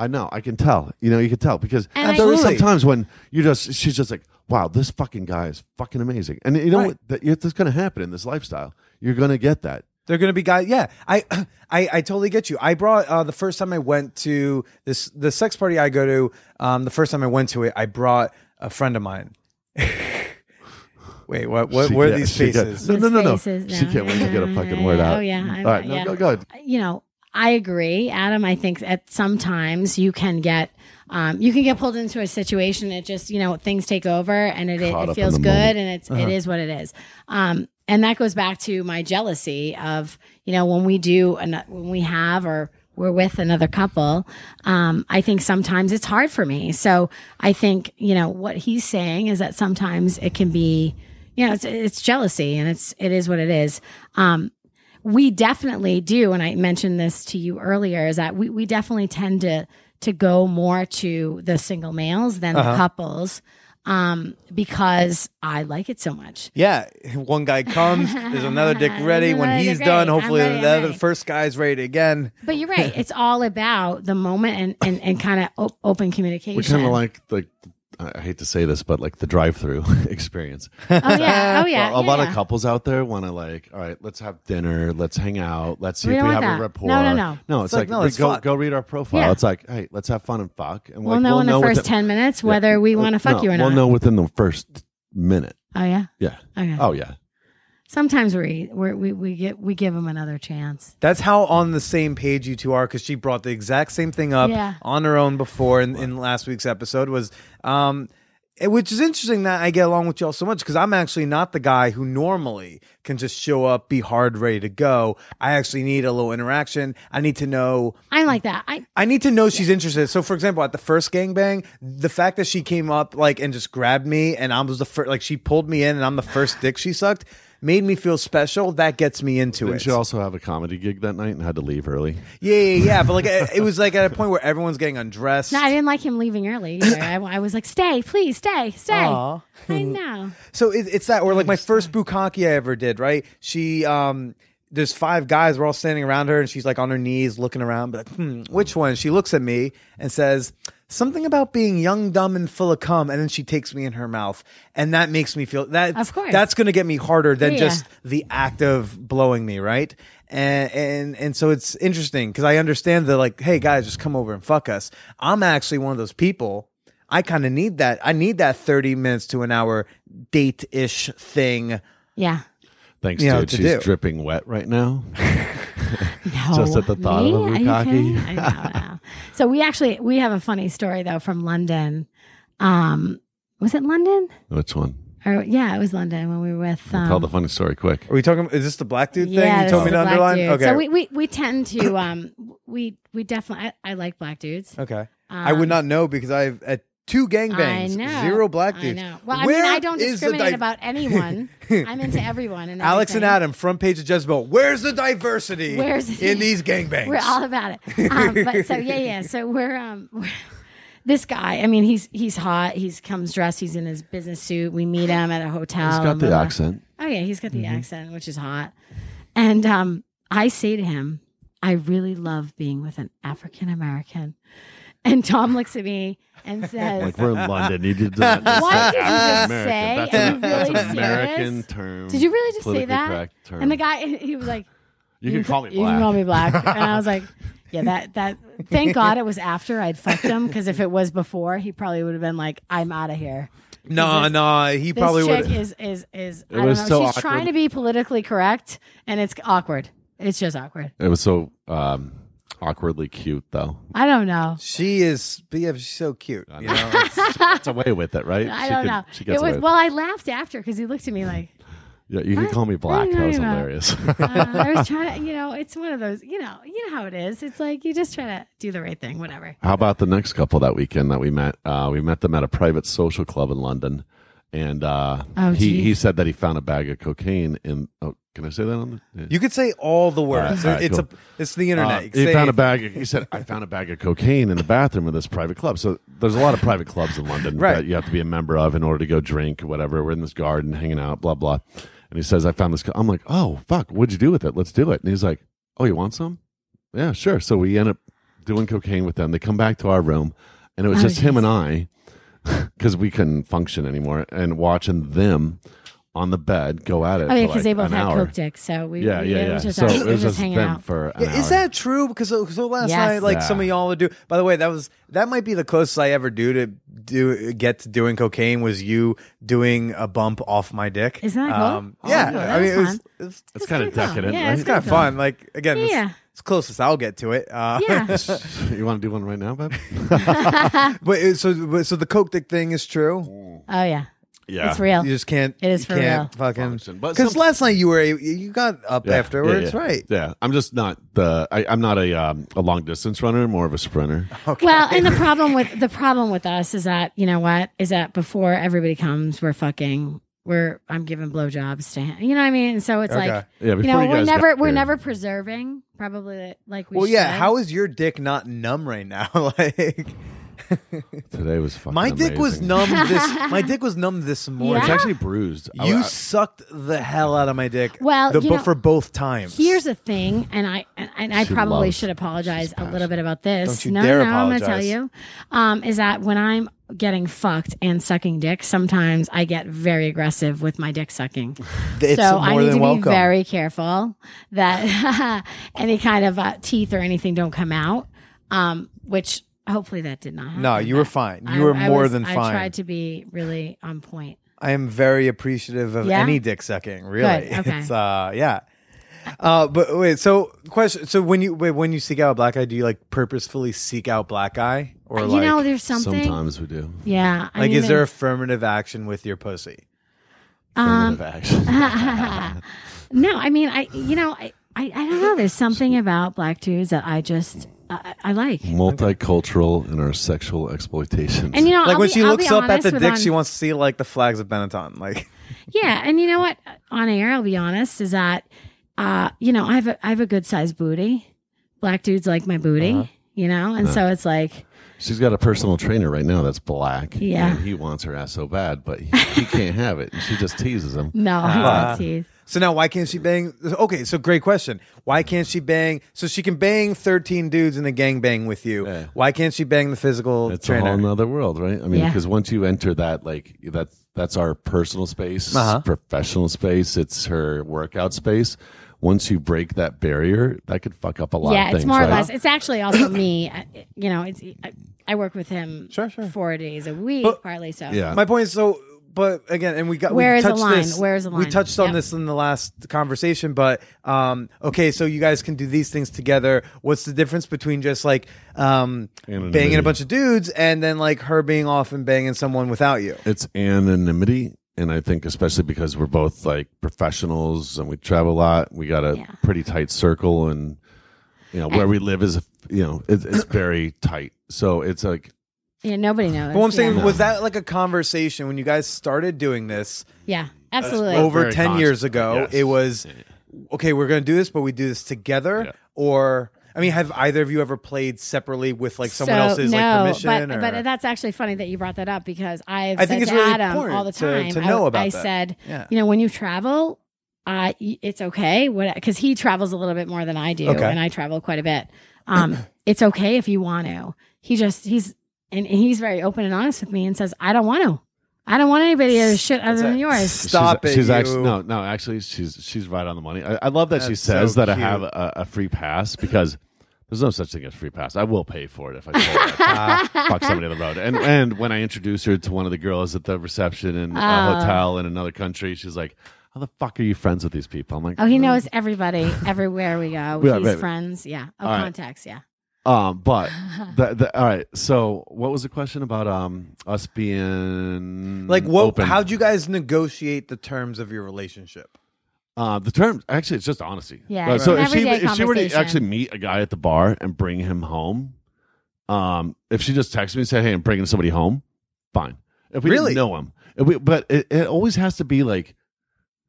Speaker 4: I know, I can tell. You know, you can tell because
Speaker 3: And I-
Speaker 4: there are
Speaker 2: Absolutely.
Speaker 4: sometimes when you just she's just like, wow, this fucking guy is fucking amazing, and you know
Speaker 2: Right.
Speaker 4: what? That that's going to happen in this lifestyle. You're going to get that.
Speaker 2: They're gonna be guys. Yeah, I, [CLEARS THROAT] I, I totally get you. I brought uh, the first time I went to this the sex party I go to. Um, the first time I went to it, I brought a friend of mine. [LAUGHS] Wait, what? What
Speaker 4: She
Speaker 2: were
Speaker 4: can't-
Speaker 2: these
Speaker 4: she can't-
Speaker 2: faces?
Speaker 4: No, no, no, no.
Speaker 3: Faces,
Speaker 4: She can't wait to get a fucking word out.
Speaker 3: Oh yeah. I-
Speaker 4: All right,
Speaker 3: yeah.
Speaker 4: no, go, go ahead.
Speaker 3: you know, I agree, Adam. I think at sometimes you can get um, you can get pulled into a situation. It just you know things take over, and it, it,
Speaker 4: Caught up in
Speaker 3: feels
Speaker 4: the
Speaker 3: good,
Speaker 4: moment. Uh-huh.
Speaker 3: and it's it is what it is. Um, and that goes back to my jealousy of you know when we do an, when we have or we're with another couple. Um, I think sometimes it's hard for me. So I think you know what he's saying is that sometimes it can be. You know, it's, it's jealousy and it's, it is what it is. Um, we definitely do and i mentioned this to you earlier is that we, we definitely tend to to go more to the single males than
Speaker 4: Uh-huh.
Speaker 3: the couples um because i like it so much
Speaker 2: Yeah, one guy comes. There's another dick ready.
Speaker 3: [LAUGHS] There's
Speaker 2: When
Speaker 3: another
Speaker 2: he's
Speaker 3: dick
Speaker 2: done,
Speaker 3: ready. I'm
Speaker 2: hopefully
Speaker 3: ready, I'm
Speaker 2: the other
Speaker 3: ready.
Speaker 2: first guy's ready again.
Speaker 3: but you're right it's all about the moment and and, and kind of op- open communication
Speaker 4: We kind of like like I I hate to say this, but like the drive-through [LAUGHS] experience.
Speaker 3: oh yeah oh yeah
Speaker 4: a lot
Speaker 3: yeah.
Speaker 4: of couples out there want to like, all right, let's have dinner, let's hang out, let's see
Speaker 3: We
Speaker 4: if
Speaker 3: don't
Speaker 4: we have
Speaker 3: want
Speaker 4: a
Speaker 3: that.
Speaker 4: rapport.
Speaker 3: No, no, no.
Speaker 4: no. It's, like,
Speaker 2: no,
Speaker 4: we
Speaker 2: let's
Speaker 4: go
Speaker 2: fuck.
Speaker 4: go read our profile.
Speaker 3: Yeah.
Speaker 4: It's like, hey, let's have fun and fuck, and
Speaker 3: we'll
Speaker 4: like,
Speaker 3: know in the first
Speaker 4: within-
Speaker 3: 10 minutes whether we want to fuck
Speaker 4: No,
Speaker 3: you or not
Speaker 4: We'll know within the first minute.
Speaker 3: oh yeah
Speaker 4: Yeah.
Speaker 3: okay
Speaker 4: Oh yeah.
Speaker 3: sometimes we we're, we we get we give them another chance
Speaker 2: That's how on the same page you two are because she brought the exact same thing up
Speaker 3: Yeah.
Speaker 2: on her own before in, in last week's episode was, um, eh, which is interesting that I get along with y'all so much because I'm actually not the guy who normally can just show up, be hard, ready to go. I actually need a little interaction. I need to know
Speaker 3: i'm like that i
Speaker 2: I need to know she's interested. So, for example, at the first gangbang, the fact that she came up like and just grabbed me, and I was the first, like she pulled me in, and I'm the first dick she sucked, made me feel special. That gets me into
Speaker 4: Didn't
Speaker 2: it.
Speaker 4: she also have a comedy gig that night and had to leave early?
Speaker 2: yeah, yeah, yeah. But like, [LAUGHS] it, it was like at a point where everyone's getting undressed.
Speaker 3: No, I didn't like him leaving early either. I, I was like, stay, please, stay, stay.
Speaker 2: Aw.
Speaker 3: I know.
Speaker 2: So it, it's that, or like my first bukkake I ever did. Right? She, um, there's five guys. We're all standing around her, and she's like on her knees looking around, but like, hmm, which one? She looks at me and says something about being young, dumb, and full of cum, and then she takes me in her mouth, and that makes me feel that.
Speaker 3: Of course.
Speaker 2: that's going to get me harder than
Speaker 3: Yeah.
Speaker 2: just the act of blowing me, right? And and and so it's interesting because I understand the like, hey guys, just come over and fuck us. I'm actually one of those people. I kind of need that. I need that 30 minutes to an hour date ish thing.
Speaker 3: Yeah.
Speaker 4: Thanks,
Speaker 2: You know,
Speaker 4: dude.
Speaker 2: to
Speaker 4: She's
Speaker 2: do.
Speaker 4: dripping wet right now.
Speaker 3: No.
Speaker 4: Just at the thought
Speaker 3: Me?
Speaker 4: of a
Speaker 3: Are you
Speaker 2: [LAUGHS]
Speaker 4: bukkake.
Speaker 3: kidding? I know, I know. So we actually we have a funny story though from London. Um, was it London?
Speaker 4: Which one?
Speaker 3: Or yeah, it was London when we were with. Um,
Speaker 4: Tell the funny story quick.
Speaker 2: Are we talking? Is this the black dude thing
Speaker 3: yeah,
Speaker 2: you
Speaker 3: this
Speaker 2: told me
Speaker 3: is
Speaker 2: to
Speaker 3: the black
Speaker 2: underline?
Speaker 3: dude.
Speaker 2: Okay.
Speaker 3: So we, we we tend to um we we definitely I, I like black dudes.
Speaker 2: okay. I would
Speaker 3: Um,
Speaker 2: not know because I've at Two
Speaker 3: I
Speaker 2: gangbangs,
Speaker 3: know.
Speaker 2: zero black dudes.
Speaker 3: I know. Well, I
Speaker 2: Where
Speaker 3: mean, I don't
Speaker 2: is the
Speaker 3: discriminate
Speaker 2: di-
Speaker 3: about
Speaker 2: [LAUGHS]
Speaker 3: anyone. I'm into everyone. And
Speaker 2: Alex and
Speaker 3: everything.
Speaker 2: Adam, front page of Jezebel. Where's the diversity
Speaker 3: Where's it?
Speaker 2: in these gangbangs?
Speaker 3: We're all about it. Um, but so yeah, yeah. So we're um, [LAUGHS] we're- this guy. I mean, he's he's hot. He's comes dressed. He's in his business suit. We meet him at a hotel.
Speaker 4: He's got
Speaker 3: in
Speaker 4: the
Speaker 3: Lima.
Speaker 4: accent. Mm-hmm.
Speaker 3: Oh yeah, he's got the accent, which is hot. And um, I say to him, I really love being with an African American. And Tom looks at me
Speaker 4: [LAUGHS]
Speaker 3: and says,
Speaker 4: Like we're in London. You did not just
Speaker 3: Why
Speaker 4: say
Speaker 3: did you just
Speaker 4: African
Speaker 3: say?
Speaker 4: American.
Speaker 3: Are you
Speaker 4: That's, a-
Speaker 3: really
Speaker 4: that's an American
Speaker 3: serious?
Speaker 4: term.
Speaker 3: Did you really just say
Speaker 4: politically
Speaker 3: that?
Speaker 4: correct Term.
Speaker 3: and the guy he was like,
Speaker 4: you can call me
Speaker 3: You
Speaker 4: black.
Speaker 3: can call me black. and I was like, yeah, that that. Thank God it was after I'd fucked him because if it was before, he probably would have been like, I'm out of here.
Speaker 2: No,
Speaker 3: This-
Speaker 2: no, he
Speaker 3: This
Speaker 2: probably
Speaker 3: chick
Speaker 2: would.
Speaker 3: is is is. I
Speaker 4: It
Speaker 3: don't know.
Speaker 4: was
Speaker 3: She's
Speaker 4: so
Speaker 3: trying
Speaker 4: awkward.
Speaker 3: to be politically correct, and it's awkward. It's just awkward.
Speaker 4: It was so um, awkwardly cute, though.
Speaker 3: I don't know.
Speaker 2: She is, but yeah, she's so cute.
Speaker 4: I
Speaker 2: You
Speaker 4: know.
Speaker 2: know?
Speaker 4: It's away with it, right?
Speaker 3: [LAUGHS] I
Speaker 4: She
Speaker 3: don't
Speaker 4: could-
Speaker 3: know.
Speaker 4: She gets
Speaker 3: It was
Speaker 4: away.
Speaker 3: well. I laughed after because he looked at me like
Speaker 4: yeah, you can
Speaker 3: I-
Speaker 4: call me black.
Speaker 3: know
Speaker 4: That was
Speaker 3: you about-
Speaker 4: hilarious. [LAUGHS]
Speaker 3: uh, I was trying to. You know, it's one of those. You know, you know how it is. It's like you just try to do the right thing. Whatever.
Speaker 4: How about the next couple that weekend that we met? Uh, we met them at a private social club in London, and uh,
Speaker 3: Oh,
Speaker 4: he
Speaker 3: gee.
Speaker 4: he said that he found a bag of cocaine in. Oh, can I say that on the? yeah.
Speaker 2: You could say all the
Speaker 4: right,
Speaker 2: words.
Speaker 4: all right,
Speaker 2: it's
Speaker 4: cool.
Speaker 2: a, it's the internet.
Speaker 4: Uh,
Speaker 2: You could
Speaker 4: he
Speaker 2: say
Speaker 4: found a
Speaker 2: anything.
Speaker 4: bag. He said, "I found a bag of cocaine in the bathroom of this private club." So there's a lot of private clubs in London
Speaker 2: Right.
Speaker 4: that you have to be a member of in order to go drink or whatever. We're in this garden hanging out, blah blah. And he says, "I found this." Co-. I'm like, "Oh fuck, what'd you do with it? Let's do it." And he's like, "Oh, you want some? Yeah, sure." So we end up doing cocaine with them. They come back to our room, and it was
Speaker 3: Oh,
Speaker 4: just him
Speaker 3: geez.
Speaker 4: and I [LAUGHS] because we couldn't function anymore, and watching them on the bed go at it.
Speaker 3: Oh yeah, because
Speaker 4: for, like,
Speaker 3: they both
Speaker 4: an
Speaker 3: had
Speaker 4: hour.
Speaker 3: coke dick, so we
Speaker 4: Yeah,
Speaker 3: we-
Speaker 4: yeah,
Speaker 3: it
Speaker 4: yeah.
Speaker 3: was just
Speaker 4: So
Speaker 3: us-
Speaker 4: it
Speaker 3: we were
Speaker 4: was just
Speaker 3: hanging
Speaker 4: them
Speaker 3: out.
Speaker 4: for an
Speaker 2: Yeah, is
Speaker 4: hour.
Speaker 2: that true? Because so, so last
Speaker 3: Yes.
Speaker 2: night, like
Speaker 4: Yeah.
Speaker 2: some of y'all would do. By the way, that was that might be the closest I ever do to do get to doing cocaine was you doing a bump off my dick. Um,
Speaker 3: Isn't that cool? Oh,
Speaker 2: yeah,
Speaker 3: cool.
Speaker 2: I
Speaker 3: That
Speaker 2: mean,
Speaker 3: was
Speaker 2: it was,
Speaker 3: fun.
Speaker 2: it was-
Speaker 4: It's kind of
Speaker 3: pretty cool.
Speaker 4: decadent.
Speaker 3: Yeah,
Speaker 4: right?
Speaker 3: it's
Speaker 2: it's kind of
Speaker 3: cool.
Speaker 2: fun. Like again, it's,
Speaker 3: Yeah.
Speaker 2: it's closest I'll get to it. Uh,
Speaker 4: [LAUGHS]
Speaker 3: Yeah.
Speaker 4: you want to do one right now, babe?
Speaker 2: [LAUGHS] but it, so but, so the coke dick thing is true.
Speaker 3: oh yeah,
Speaker 4: yeah.
Speaker 3: it's real.
Speaker 2: You just can't.
Speaker 3: It is
Speaker 2: you
Speaker 3: for
Speaker 2: can't
Speaker 3: real.
Speaker 2: Fucking
Speaker 4: Function. But
Speaker 2: because
Speaker 4: some-
Speaker 2: last night you were a- you got up
Speaker 4: Yeah,
Speaker 2: afterwards,
Speaker 4: yeah, yeah.
Speaker 2: right?
Speaker 4: Yeah, I'm just not the. I, I'm not a um, a long distance runner. More of a sprinter.
Speaker 3: Well, and the problem with the problem with us is that you know what is that before everybody comes, we're fucking, we're I'm giving blowjobs to him. You know what I mean? And so it's
Speaker 2: Okay.
Speaker 3: like
Speaker 4: Yeah, before
Speaker 3: you know
Speaker 4: you
Speaker 3: we're
Speaker 4: guys
Speaker 3: never
Speaker 4: got
Speaker 3: we're
Speaker 4: here.
Speaker 3: never preserving probably like we
Speaker 2: well, yeah.
Speaker 3: should.
Speaker 2: How is your dick not numb right now? [LAUGHS] like.
Speaker 4: Today was fucking.
Speaker 2: My dick was
Speaker 4: amazing.
Speaker 2: numb
Speaker 3: [LAUGHS]
Speaker 2: this. My dick was numb this morning.
Speaker 4: It's
Speaker 3: Yeah?
Speaker 4: actually bruised. I-
Speaker 2: You
Speaker 4: I-
Speaker 2: sucked the hell out of my dick.
Speaker 3: Well,
Speaker 2: the,
Speaker 3: you
Speaker 2: but
Speaker 3: know,
Speaker 2: for both times.
Speaker 3: Here's a thing, and I and, and I
Speaker 4: She
Speaker 3: probably
Speaker 4: loves-
Speaker 3: should apologize
Speaker 4: she's
Speaker 3: a little bit about this.
Speaker 2: Don't you
Speaker 3: no,
Speaker 2: dare
Speaker 3: no, no, I'm gonna tell
Speaker 2: apologize.
Speaker 3: you, um, is that when I'm getting fucked and sucking dick, sometimes I get very aggressive with my
Speaker 2: [LAUGHS]
Speaker 3: dick sucking.
Speaker 2: It's
Speaker 3: so
Speaker 2: more
Speaker 3: I need
Speaker 2: than
Speaker 3: to
Speaker 2: welcome.
Speaker 3: be very careful that [LAUGHS] any kind of uh, teeth or anything don't come out. Um, which hopefully that did not happen.
Speaker 2: no, you were
Speaker 3: but
Speaker 2: fine.
Speaker 3: I-
Speaker 2: You were
Speaker 3: I
Speaker 2: more
Speaker 3: was-
Speaker 2: than
Speaker 3: I
Speaker 2: fine. I,
Speaker 3: tried to be really on point.
Speaker 2: am very appreciative of
Speaker 3: Yeah?
Speaker 2: any dick sucking. Really, [LAUGHS]
Speaker 3: Good, okay.
Speaker 2: it's uh, yeah. Uh, but wait. So question. So when you wait, when you seek out a black guy, do you like purposefully seek out black guy, or
Speaker 3: Uh, you
Speaker 2: like,
Speaker 3: know, there's something.
Speaker 4: Sometimes we do.
Speaker 3: Yeah. I
Speaker 2: like
Speaker 3: mean,
Speaker 2: is there affirmative action with your pussy?
Speaker 3: Um, uh-huh.
Speaker 4: Affirmative action.
Speaker 3: [LAUGHS] no, I mean, I you know, I, I, I don't know. There's something about black dudes that I just I, I I like.
Speaker 2: Mm.
Speaker 4: Multicultural in our sexual exploitation.
Speaker 3: And you know,
Speaker 2: Like
Speaker 3: Uh, I'll
Speaker 2: when
Speaker 3: be-
Speaker 2: she
Speaker 3: I'll
Speaker 2: looks
Speaker 3: be
Speaker 2: up at the
Speaker 3: honest with
Speaker 2: dick,
Speaker 3: on-
Speaker 2: she wants to see like the flags of Benetton. Like [LAUGHS]
Speaker 3: Yeah, and you know what? On air, I'll be honest, is that uh, you know, I have a I have a good sized booty. Black dudes like my booty,
Speaker 2: Uh-huh.
Speaker 3: you know, and so it's like
Speaker 4: She's got a personal trainer right now that's black.
Speaker 3: Yeah.
Speaker 4: and he wants her ass so bad, but he, he can't have it. And she just teases him.
Speaker 3: no, I
Speaker 2: Ah.
Speaker 3: don't tease.
Speaker 2: So now, why can't she bang? Okay, so great question. Why can't she bang? So she can bang thirteen dudes in a gang bang with you.
Speaker 4: Yeah.
Speaker 2: Why can't she bang the physical
Speaker 4: It's a whole
Speaker 2: trainer?
Speaker 4: nother world, right? I mean,
Speaker 3: Yeah.
Speaker 4: because once you enter that, like that's that's our personal space,
Speaker 2: Uh-huh.
Speaker 4: professional space. It's her workout space. Once you break that barrier, that could fuck up a lot.
Speaker 3: Yeah,
Speaker 4: of
Speaker 3: it's
Speaker 4: things,
Speaker 3: more
Speaker 4: right?
Speaker 3: or less. It's actually also me. I, you know, it's I, I work with him
Speaker 2: Sure, sure.
Speaker 3: four days a week,
Speaker 2: But-
Speaker 3: partly. So
Speaker 4: Yeah,
Speaker 2: My point is so. But again, and we got
Speaker 3: Where
Speaker 2: we
Speaker 3: is the
Speaker 2: touched
Speaker 3: line?
Speaker 2: this-
Speaker 3: Where is the
Speaker 2: We
Speaker 3: line?
Speaker 2: touched on
Speaker 3: Yep.
Speaker 2: this in the last conversation, but um, okay, so you guys can do these things together. What's the difference between just like um, banging
Speaker 4: Anonymity.
Speaker 2: a bunch of dudes and then like her being off and banging someone without you?
Speaker 4: it's anonymity, and I think especially because we're both like professionals and we travel a lot, we got a
Speaker 3: Yeah.
Speaker 4: pretty tight circle, and you know where we live is you know it, it's very tight. So it's like
Speaker 3: Yeah, nobody knows.
Speaker 2: But what I'm saying
Speaker 3: yeah.
Speaker 2: was that like a conversation when you guys started doing this
Speaker 3: yeah, absolutely.
Speaker 2: over
Speaker 4: Very
Speaker 2: ten
Speaker 4: conscious,
Speaker 2: years ago?
Speaker 4: yes.
Speaker 2: It was okay. We're going to do this, but we do this together.
Speaker 4: Yeah.
Speaker 2: Or I mean, have either of you ever played separately with like someone else's like permission?
Speaker 3: But,
Speaker 2: or,
Speaker 3: but that's actually funny that you brought that up because I've
Speaker 2: I
Speaker 3: said
Speaker 2: think it's
Speaker 3: to
Speaker 2: really
Speaker 3: Adam
Speaker 2: important
Speaker 3: all the
Speaker 2: to-
Speaker 3: time.
Speaker 2: to know
Speaker 3: I,
Speaker 2: about
Speaker 3: I
Speaker 2: that.
Speaker 3: said,
Speaker 2: Yeah.
Speaker 3: you know, when you travel, uh, y- it's okay. What? Because he travels a little bit more than I do,
Speaker 2: Okay.
Speaker 3: and I travel quite a bit.
Speaker 4: [CLEARS THROAT]
Speaker 3: Um, it's okay if you want to. He just he's and and he's very open and honest with me and says, I don't want to. I don't want anybody else's shit other than yours.
Speaker 2: Stop
Speaker 4: she's,
Speaker 2: it,
Speaker 4: She's
Speaker 2: you-
Speaker 4: actually no, no. Actually, she's she's right on the money. I, I love that she
Speaker 2: That's
Speaker 4: says
Speaker 2: so
Speaker 4: that I have
Speaker 2: cute.
Speaker 4: a, a free pass because there's no such thing as free pass. I will pay for it if I told
Speaker 2: [LAUGHS]
Speaker 4: her to fuck somebody on the road. And and when I introduce her to one of the girls at the reception in a
Speaker 2: Ah.
Speaker 3: Oh.
Speaker 4: hotel in another country, she's like, "How the fuck are you friends with these people?" I'm like,
Speaker 3: Oh, he
Speaker 4: "Mm,
Speaker 3: knows everybody everywhere we go.
Speaker 4: Yeah,
Speaker 3: He's
Speaker 4: baby.
Speaker 3: friends. Yeah. Oh,
Speaker 4: All right.
Speaker 3: contacts. Yeah.
Speaker 4: Um,
Speaker 2: [LAUGHS]
Speaker 4: but the, the, all right. So, what was the question about um us being
Speaker 2: like what?
Speaker 4: Open?
Speaker 2: How'd you guys negotiate the terms of your relationship?
Speaker 4: Uh, the term actually, it's just honesty.
Speaker 3: Yeah,
Speaker 4: Uh,
Speaker 3: it's
Speaker 4: so
Speaker 3: an
Speaker 4: if she
Speaker 3: everyday
Speaker 4: if she were to
Speaker 3: conversation.
Speaker 4: actually meet a guy at the bar and bring him home, um, if she just texts me and said, "Hey, I'm bringing somebody home," fine. If we
Speaker 2: Really?
Speaker 4: didn't know him, if we, but it, it always has to be like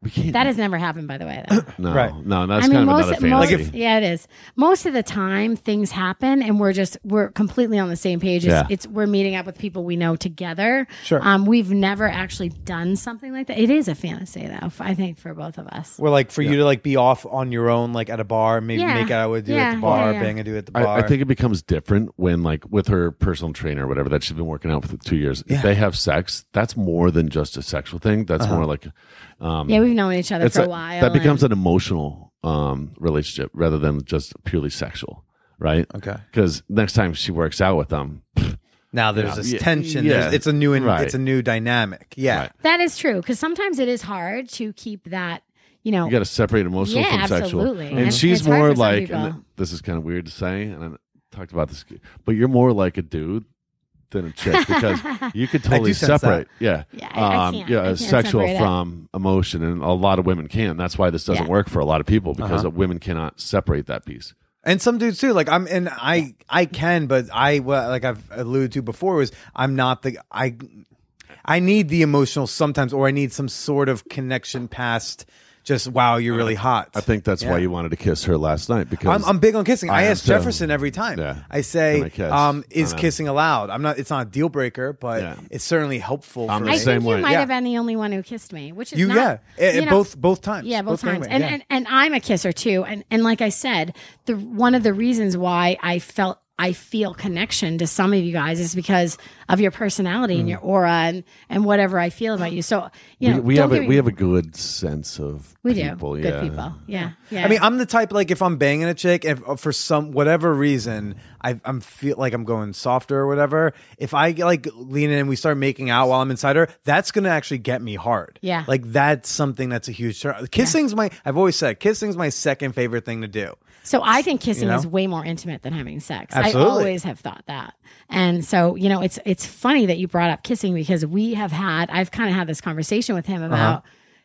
Speaker 4: we can't.
Speaker 3: That has never happened, by the way. Though.
Speaker 4: no,
Speaker 2: Right.
Speaker 4: no. [CLEARS THROAT] That's
Speaker 3: I mean,
Speaker 4: kind of
Speaker 3: most,
Speaker 4: another
Speaker 3: most
Speaker 4: fantasy.
Speaker 3: yeah, it is. Most of the time, things happen, and we're just we're completely on the same page. It's,
Speaker 4: Yeah.
Speaker 3: it's we're meeting up with people we know together.
Speaker 2: Sure.
Speaker 3: Um, we've never actually done something like that. It is a fantasy, though. f- I think for both of us.
Speaker 2: Where like for you to like be off on your own, like at a bar, maybe
Speaker 3: Yeah.
Speaker 2: make out with do at
Speaker 3: Yeah,
Speaker 2: the bar,
Speaker 3: yeah, yeah.
Speaker 2: bang a do at the bar.
Speaker 4: I, I think it becomes different when, like, with her personal trainer or whatever that she's been working out for two years.
Speaker 2: Yeah. Uh-huh.
Speaker 4: If they have sex, that's more than just a sexual thing. That's more like, um,
Speaker 3: Yeah, we've known each other
Speaker 4: it's
Speaker 3: for a,
Speaker 4: a-
Speaker 3: while.
Speaker 4: That becomes
Speaker 3: and-
Speaker 4: an emotional um, relationship rather than just purely sexual, right?
Speaker 2: okay.
Speaker 4: Because next time she works out with them,
Speaker 2: Now there's this
Speaker 4: Yeah.
Speaker 2: tension.
Speaker 4: Yeah.
Speaker 2: There's, it's a new and
Speaker 4: Right.
Speaker 2: it's a new dynamic. Yeah.
Speaker 4: Right.
Speaker 3: that is true because sometimes it is hard to keep that. You know,
Speaker 4: you got to separate emotional
Speaker 3: Yeah,
Speaker 4: from sexual.
Speaker 3: absolutely.
Speaker 4: And,
Speaker 3: And
Speaker 4: she's
Speaker 3: it's hard
Speaker 4: more
Speaker 3: for some
Speaker 4: like,
Speaker 3: people.
Speaker 4: and this is kind of weird to say, and I talked about this, but you're more like a dude than a chick
Speaker 3: [LAUGHS]
Speaker 4: because you could totally
Speaker 2: sense that.
Speaker 4: separate. Yeah. Um,
Speaker 3: Yeah, I- I can't-
Speaker 4: yeah,
Speaker 3: I can't
Speaker 4: sexual
Speaker 3: separate it.
Speaker 4: from emotion, and a lot of women can. That's why this doesn't
Speaker 3: Yeah.
Speaker 4: work for a lot of people because
Speaker 2: Uh-huh.
Speaker 4: women cannot separate that piece.
Speaker 2: And some dudes too. Like I'm, and I, I can, but I, well, like I've alluded to before, was I'm not the I. I need the emotional sometimes, or I need some sort of connection past just wow, you're really hot.
Speaker 4: I think that's why
Speaker 2: Yeah.
Speaker 4: you wanted to kiss her last night because
Speaker 2: I'm, I'm big on kissing.
Speaker 4: I
Speaker 2: I,
Speaker 4: am
Speaker 2: ask
Speaker 4: too.
Speaker 2: Jefferson every time.
Speaker 4: Yeah.
Speaker 2: I
Speaker 4: Can
Speaker 2: say,
Speaker 4: I kiss?
Speaker 2: um,
Speaker 4: I
Speaker 2: "Is
Speaker 4: know.
Speaker 2: kissing allowed?" I'm not. It's not a deal breaker, but
Speaker 4: Yeah.
Speaker 2: it's certainly helpful.
Speaker 4: I'm
Speaker 2: for
Speaker 4: the
Speaker 2: me.
Speaker 3: I
Speaker 4: same
Speaker 3: think
Speaker 4: way.
Speaker 3: you might
Speaker 2: Yeah.
Speaker 3: have been the only one who kissed me, which is
Speaker 2: You,
Speaker 3: not,
Speaker 2: yeah, Eh,
Speaker 3: you know-
Speaker 2: both both times.
Speaker 3: Yeah, both, times.
Speaker 2: ways,
Speaker 3: And,
Speaker 2: yeah.
Speaker 3: and and I'm a kisser too. And and like I said, the one of the reasons why I felt I feel connection to some of you guys is because of your personality and your aura and and whatever I feel about you. So you know,
Speaker 4: we, we
Speaker 3: don't
Speaker 4: have a,
Speaker 3: get me-
Speaker 4: we have a good sense of
Speaker 3: we do
Speaker 4: people.
Speaker 3: good
Speaker 4: yeah.
Speaker 3: people. Yeah, yeah.
Speaker 2: I mean, I'm the type like if I'm banging a chick, if uh, for some whatever reason I, I'm feel like I'm going softer or whatever, if I like lean in and we start making out while I'm inside her, that's gonna actually get me hard.
Speaker 3: Yeah.
Speaker 2: like that's something that's a huge turn. Kissing's my I've always said kissing's my second favorite thing to do.
Speaker 3: So I think kissing
Speaker 2: You know?
Speaker 3: is way more intimate than having sex.
Speaker 2: Absolutely.
Speaker 3: I always have thought that. And so, you know, it's it's funny that you brought up kissing because we have had I've kind of had this conversation with him about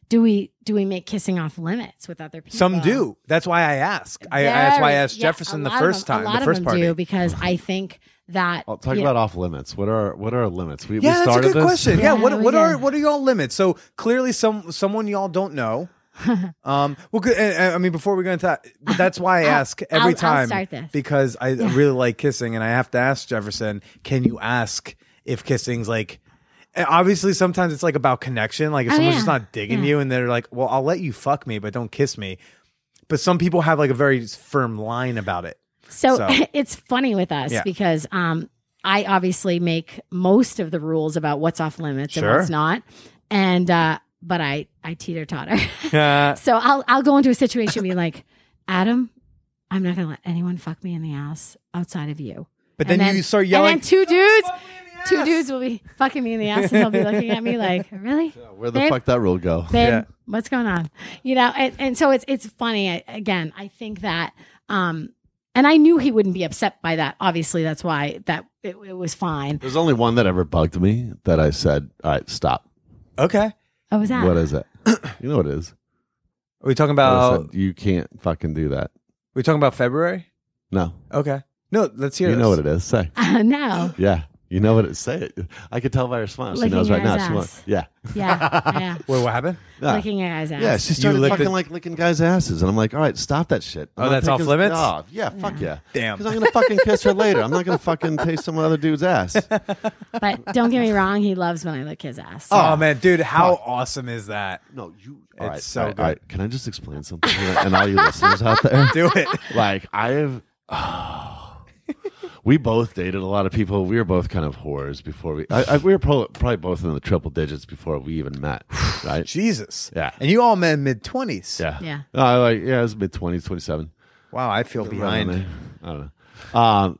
Speaker 3: do we do we make kissing off limits with other people?
Speaker 2: Some do. That's why I ask. I, I that's why I
Speaker 3: Very-
Speaker 2: asked
Speaker 3: yeah,
Speaker 2: Jefferson
Speaker 3: a
Speaker 2: the
Speaker 3: lot of
Speaker 2: first
Speaker 3: them-
Speaker 2: time,
Speaker 3: A lot
Speaker 2: the
Speaker 3: of
Speaker 2: first
Speaker 3: them
Speaker 2: party.
Speaker 3: do because I think that
Speaker 4: I'll talk
Speaker 3: you know,
Speaker 4: about off limits. What are what are our limits?
Speaker 2: Yeah,
Speaker 4: We, we
Speaker 2: that's a
Speaker 4: started
Speaker 2: good
Speaker 4: this.
Speaker 2: question.
Speaker 4: [LAUGHS]
Speaker 2: Yeah,
Speaker 3: Yeah,
Speaker 2: what
Speaker 3: we
Speaker 2: what are
Speaker 3: did.
Speaker 2: what are y'all limits? So clearly, some someone y'all don't know.
Speaker 3: [LAUGHS]
Speaker 2: um, well, good. and- and I mean, before we go into that, but that's why I ask
Speaker 3: [LAUGHS] I'll-
Speaker 2: every
Speaker 3: I'll
Speaker 2: time
Speaker 3: start this.
Speaker 2: because I really like kissing, and I have to ask Jefferson, can you ask if kissing's like? and Obviously, sometimes it's like about connection. Like if
Speaker 3: Oh,
Speaker 2: someone's
Speaker 3: yeah.
Speaker 2: just not digging
Speaker 3: Yeah.
Speaker 2: you, and they're like, "Well, I'll let you fuck me, but don't kiss me." But some people have like a very firm line about it.
Speaker 3: So,
Speaker 2: So-
Speaker 3: [LAUGHS] it's funny with us
Speaker 2: Yeah.
Speaker 3: because um, I obviously make most of the rules about what's off limits
Speaker 2: Sure.
Speaker 3: and what's not, and uh, but I I teeter totter. [LAUGHS]
Speaker 2: Yeah,
Speaker 3: so I'll I'll go into a situation and be like, Adam, I'm not gonna let anyone fuck me in the ass outside of you.
Speaker 2: but then,
Speaker 3: And
Speaker 2: you start yelling.
Speaker 3: and then two dudes,
Speaker 2: "Fuck me in
Speaker 3: two
Speaker 2: the ass!"
Speaker 3: dudes will be fucking me in the ass, and they'll be looking at me like, really?
Speaker 4: Where the
Speaker 3: Babe.
Speaker 4: fuck that rule go?
Speaker 3: babe,
Speaker 2: Yeah.
Speaker 3: what's going on? You know, and, and so it's it's funny. I, again, I think that, um, and I knew he wouldn't be upset by that. Obviously, that's why that it, it was fine.
Speaker 4: There's only one that ever bugged me that I said, "All right, stop."
Speaker 2: Okay,
Speaker 3: What was that?
Speaker 4: What
Speaker 3: [LAUGHS]
Speaker 2: [COUGHS]
Speaker 4: is it? you know what it is.
Speaker 2: are we talking
Speaker 4: I
Speaker 2: about?
Speaker 4: said, you can't fucking do that.
Speaker 2: We're talking about February?
Speaker 4: No,
Speaker 2: Okay. No, let's hear
Speaker 4: you
Speaker 2: this.
Speaker 4: know what it is. Say,
Speaker 3: Uh, no,
Speaker 4: yeah. You know what it say it. I could tell by her smile. She
Speaker 3: Licking
Speaker 4: knows right
Speaker 3: your
Speaker 4: now.
Speaker 3: ass.
Speaker 4: She wants, yeah.
Speaker 3: Yeah,
Speaker 4: [LAUGHS]
Speaker 3: yeah.
Speaker 2: Wait, what happened?
Speaker 4: Yeah.
Speaker 3: Licking your eyes out.
Speaker 4: Yeah, she started
Speaker 2: licked
Speaker 4: fucking
Speaker 2: it-
Speaker 4: like licking guys' asses, and I'm like, all right, stop that shit. I'm
Speaker 2: Oh,
Speaker 4: not
Speaker 2: that's off
Speaker 4: picking-
Speaker 2: limits?
Speaker 4: Oh, yeah, fuck yeah.
Speaker 2: Damn.
Speaker 4: Because I'm gonna fucking kiss her later. I'm not gonna fucking taste some other dude's ass.
Speaker 3: But don't get me wrong, he loves when I lick his ass.
Speaker 2: Oh, man, dude, how awesome is that?
Speaker 4: No, you.
Speaker 2: It's so good.
Speaker 4: Can I just explain something, here? and all you listeners out there?
Speaker 2: [LAUGHS] Do it.
Speaker 4: like I have. oh. we both dated a lot of people. We were both kind of whores before we. I, I, we were pro- probably both in the triple digits before we even met,
Speaker 2: [SIGHS]
Speaker 4: right?
Speaker 2: Jesus.
Speaker 4: Yeah.
Speaker 2: And you all met mid 20s.
Speaker 4: Yeah.
Speaker 3: Yeah.
Speaker 4: No, I Uh, like yeah, it was mid twenties, twenty seven.
Speaker 2: Wow, I feel behind.
Speaker 4: I don't know. Um,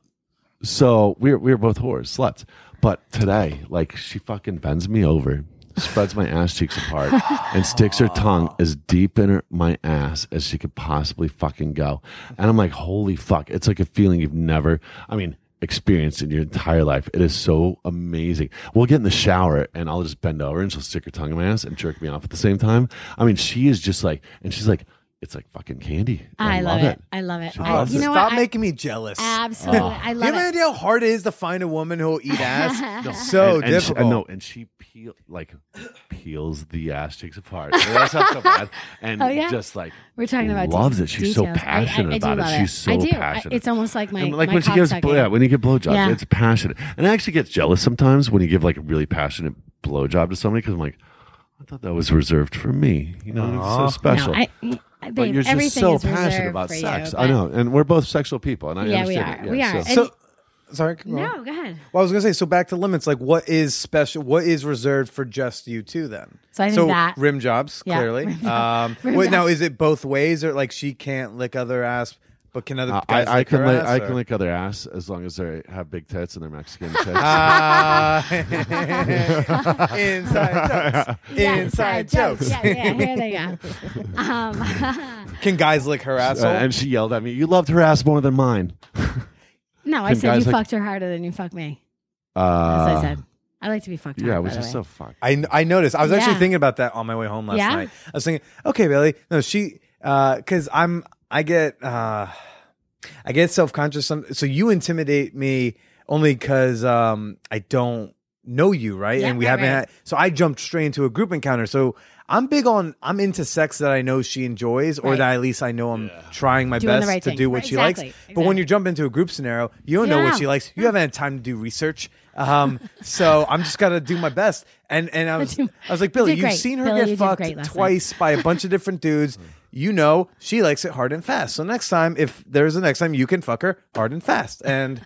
Speaker 4: so we were, we were both whores, sluts. But today, like she fucking bends me over, spreads my ass cheeks apart, and sticks her tongue as deep in her, my ass as she could possibly fucking go. And I'm like, holy fuck! It's like a feeling you've never. I mean. Experienced in your entire life. It is so amazing. We'll get in the shower and I'll just bend over and she'll stick her tongue in my ass and jerk me off at the same time. I mean, she is just like, and she's like, it's like fucking candy.
Speaker 3: I, love, it. I love it.
Speaker 4: She
Speaker 3: I,
Speaker 4: loves
Speaker 3: Oh, you
Speaker 4: it.
Speaker 3: know what?
Speaker 2: Stop
Speaker 3: I-
Speaker 2: making me jealous.
Speaker 3: Absolutely.
Speaker 4: oh.
Speaker 3: I
Speaker 2: Do you have
Speaker 3: love
Speaker 2: any
Speaker 3: it.
Speaker 2: idea how hard it is to find a woman who will eat
Speaker 3: [LAUGHS]
Speaker 2: ass?
Speaker 3: No.
Speaker 2: So
Speaker 4: and, and
Speaker 2: difficult.
Speaker 4: She, uh, no, and she peel like peels the ass cheeks apart. And That sounds
Speaker 3: [LAUGHS]
Speaker 4: so bad. And
Speaker 3: Oh, yeah?
Speaker 4: just like
Speaker 3: We're talking about
Speaker 4: loves
Speaker 3: de-
Speaker 4: it. She's so
Speaker 3: details. I- I-
Speaker 4: passionate
Speaker 3: I do
Speaker 4: about it.
Speaker 3: love
Speaker 4: She's so
Speaker 3: I do. I-
Speaker 4: passionate.
Speaker 3: it's almost like my
Speaker 4: and, like
Speaker 3: my
Speaker 4: when she
Speaker 3: cock
Speaker 4: gives
Speaker 3: sucking.
Speaker 4: blow, yeah, when you give blowjobs,
Speaker 3: Yeah.
Speaker 4: it's passionate. And I actually get jealous sometimes when you give like a really passionate blowjob to somebody because I'm like, I thought that was reserved for me. You know,
Speaker 2: Aw.
Speaker 4: it's so special.
Speaker 3: No, I, I- babe,
Speaker 4: but you're just
Speaker 3: everything
Speaker 4: so
Speaker 3: is reserved
Speaker 4: passionate about
Speaker 3: for
Speaker 4: sex.
Speaker 3: You,
Speaker 4: I
Speaker 3: but-
Speaker 4: know, and we're both sexual people, and I
Speaker 3: Yeah, we
Speaker 4: understand
Speaker 3: are.
Speaker 4: it.
Speaker 3: we are.
Speaker 4: so-
Speaker 3: And-
Speaker 2: So- Sorry. go on.
Speaker 3: no, go ahead.
Speaker 2: Well, I was gonna say, so back to limits. Like, what is special? What is reserved for just you two? Then,
Speaker 3: So I think that-
Speaker 2: rim jobs
Speaker 3: Yeah,
Speaker 2: clearly.
Speaker 3: rim
Speaker 2: um,
Speaker 3: [LAUGHS] Rim
Speaker 2: wait,
Speaker 3: jobs.
Speaker 2: now is it both ways, or like she can't lick other ass, but can other
Speaker 4: I,
Speaker 2: guys
Speaker 4: I
Speaker 2: lick
Speaker 4: can
Speaker 2: her
Speaker 4: lick,
Speaker 2: ass,
Speaker 4: I
Speaker 2: or-
Speaker 4: can lick other ass as long as they have big tits and
Speaker 3: [LAUGHS]
Speaker 4: they're Mexican tits.
Speaker 2: Ah. [LAUGHS] inside
Speaker 4: [LAUGHS]
Speaker 2: jokes.
Speaker 3: Yeah,
Speaker 2: inside
Speaker 3: yeah,
Speaker 2: jokes.
Speaker 3: jokes. Yeah, yeah, here they go. Um,
Speaker 2: [LAUGHS]
Speaker 3: [LAUGHS]
Speaker 2: Can guys lick her
Speaker 4: Uh,
Speaker 2: asshole?
Speaker 4: and she yelled at me, "You loved her ass more than mine."
Speaker 3: no, I
Speaker 4: Can
Speaker 3: said you
Speaker 4: guys, like-
Speaker 3: fucked her harder than you fucked me. That's what I
Speaker 4: Uh,
Speaker 3: said. I like to be fucked
Speaker 4: yeah,
Speaker 3: hard,
Speaker 4: which
Speaker 3: by the
Speaker 4: is
Speaker 3: way.
Speaker 4: so fucked.
Speaker 2: I I noticed. I was actually
Speaker 3: Yeah.
Speaker 2: thinking about that on my way home last
Speaker 3: Yeah?
Speaker 2: night. I was thinking, okay, Bailey, no, she, because I'm I get uh, I get self conscious. Some so you intimidate me only because um I don't know you right,
Speaker 3: Yeah,
Speaker 2: and we
Speaker 3: right,
Speaker 2: haven't
Speaker 3: right.
Speaker 2: had. So I jumped straight into a group encounter. So. I'm big on I'm into sex that I know she enjoys or
Speaker 3: Right.
Speaker 2: that at least I know I'm trying my
Speaker 3: Doing the
Speaker 2: best
Speaker 3: right
Speaker 2: to
Speaker 3: thing.
Speaker 2: do what
Speaker 3: Right,
Speaker 2: she
Speaker 3: exactly,
Speaker 2: likes. But when
Speaker 3: exactly.
Speaker 2: you jump into a group scenario, you don't
Speaker 3: You
Speaker 2: know
Speaker 3: don't
Speaker 2: what
Speaker 3: know.
Speaker 2: she likes. You haven't had time to do research. Um, so I'm just gonna do my best. And and
Speaker 3: [LAUGHS]
Speaker 2: I was
Speaker 3: do-
Speaker 2: I was like, Billy,
Speaker 3: you did
Speaker 2: you've
Speaker 3: great.
Speaker 2: seen her
Speaker 3: Billy, you
Speaker 2: get
Speaker 3: did great
Speaker 2: fucked
Speaker 3: last
Speaker 2: twice by a bunch of different
Speaker 3: [LAUGHS]
Speaker 2: dudes. You know she likes it hard and fast. So next time, if there's a next time, you can fuck her hard and fast. And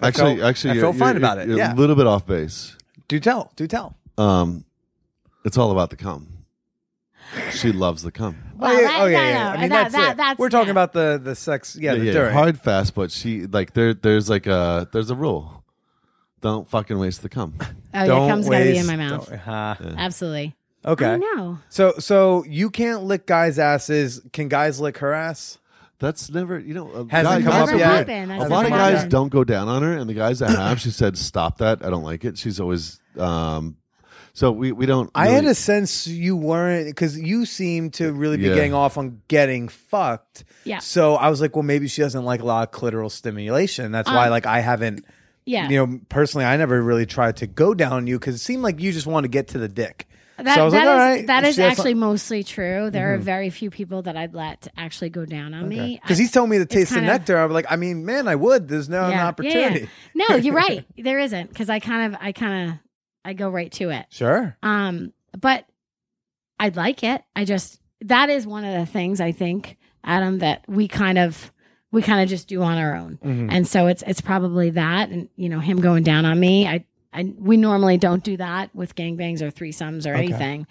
Speaker 2: I
Speaker 5: Actually-
Speaker 2: felt-
Speaker 5: actually,
Speaker 2: I
Speaker 5: you're-
Speaker 2: felt
Speaker 5: you're-
Speaker 2: fine about it.
Speaker 5: you're A
Speaker 2: Yeah,
Speaker 5: little bit off base.
Speaker 2: do tell, do tell.
Speaker 5: Um, it's all about the cum. She loves the cum.
Speaker 3: Well,
Speaker 2: oh yeah,
Speaker 3: that-
Speaker 2: oh, yeah,
Speaker 3: no,
Speaker 2: yeah.
Speaker 3: no,
Speaker 2: I mean,
Speaker 3: that-
Speaker 2: that's
Speaker 3: that-
Speaker 2: it.
Speaker 3: that's-
Speaker 2: We're talking
Speaker 3: yeah.
Speaker 2: about the the sex. Yeah, the during.
Speaker 5: hard fast, but she like there. There's like a there's a rule. Don't fucking waste the cum.
Speaker 3: Oh,
Speaker 2: Don't
Speaker 3: your cum's got to be in
Speaker 2: waste-
Speaker 3: my mouth.
Speaker 2: don't- huh.
Speaker 3: Absolutely.
Speaker 2: Uh-huh. Okay.
Speaker 3: I know.
Speaker 2: So so you can't lick guys' asses. Can guys lick her ass?
Speaker 5: That's never you know. a
Speaker 2: Hasn't
Speaker 5: guy-
Speaker 2: come
Speaker 5: guys
Speaker 2: up
Speaker 5: are
Speaker 2: yet.
Speaker 5: weird.
Speaker 3: Happened.
Speaker 5: A
Speaker 3: Hasn't
Speaker 5: lot of
Speaker 3: come
Speaker 5: guys
Speaker 3: up.
Speaker 5: don't go down on her, and the guys that have, she said, "Stop that! I don't like it." She's always um. So we we don't.
Speaker 2: I had
Speaker 5: really-
Speaker 2: a sense you weren't because you seem to really be
Speaker 5: Yeah.
Speaker 2: getting off on getting fucked.
Speaker 3: Yeah.
Speaker 2: So I was like, well, maybe she doesn't like a lot of clitoral stimulation. That's why,
Speaker 3: Um,
Speaker 2: like, I haven't.
Speaker 3: Yeah.
Speaker 2: You know, personally, I never really tried to go down on you because it seemed like you just want to get to the dick.
Speaker 3: That,
Speaker 2: so I was
Speaker 3: that
Speaker 2: like, all
Speaker 3: is-
Speaker 2: right,
Speaker 3: that is actually mostly true. There
Speaker 2: Mm-hmm.
Speaker 3: are very few people that I'd let actually go down on me.
Speaker 2: because
Speaker 3: I-
Speaker 2: he's telling me to taste the
Speaker 3: kinda-
Speaker 2: nectar. I'm like, I mean, man, I would. There's no an
Speaker 3: yeah, yeah, yeah.
Speaker 2: opportunity. [LAUGHS]
Speaker 3: No, you're right. There isn't because I kind of, I kind of, I go right to it.
Speaker 2: Sure.
Speaker 3: Um, but I'd like it. I just that is one of the things I think, Adam, that we kind of we kind of just do on our own.
Speaker 5: Mm-hmm.
Speaker 2: Mhm.
Speaker 3: And so it's it's probably that and you know, him going down on me. I I we normally don't do that with gangbangs or threesomes or
Speaker 2: Okay.
Speaker 3: anything.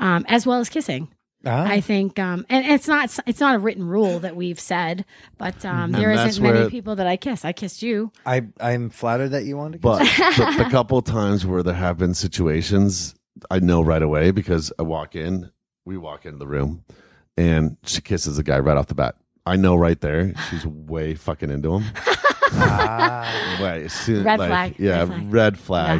Speaker 3: Um, as well as kissing.
Speaker 2: Ah.
Speaker 5: Uh-huh.
Speaker 3: I think um and it's not it's not a written rule that we've said, but um
Speaker 5: And
Speaker 2: Mm-hmm.
Speaker 3: there
Speaker 5: that's
Speaker 3: isn't many
Speaker 5: where-
Speaker 3: people that I kiss. I kissed you.
Speaker 2: I I'm flattered that you wanted to. kiss
Speaker 3: [LAUGHS]
Speaker 5: But the, the couple times where there have been situations, I know right away because I walk in, we walk into the room, and she kisses the guy right off the bat. I know right there she's way fucking into
Speaker 3: [LAUGHS]
Speaker 5: him.
Speaker 2: Ah.
Speaker 5: [LAUGHS] Way as soon-
Speaker 3: Red
Speaker 5: like,
Speaker 3: flag,
Speaker 5: Yeah,
Speaker 3: red flag.
Speaker 5: [LAUGHS] red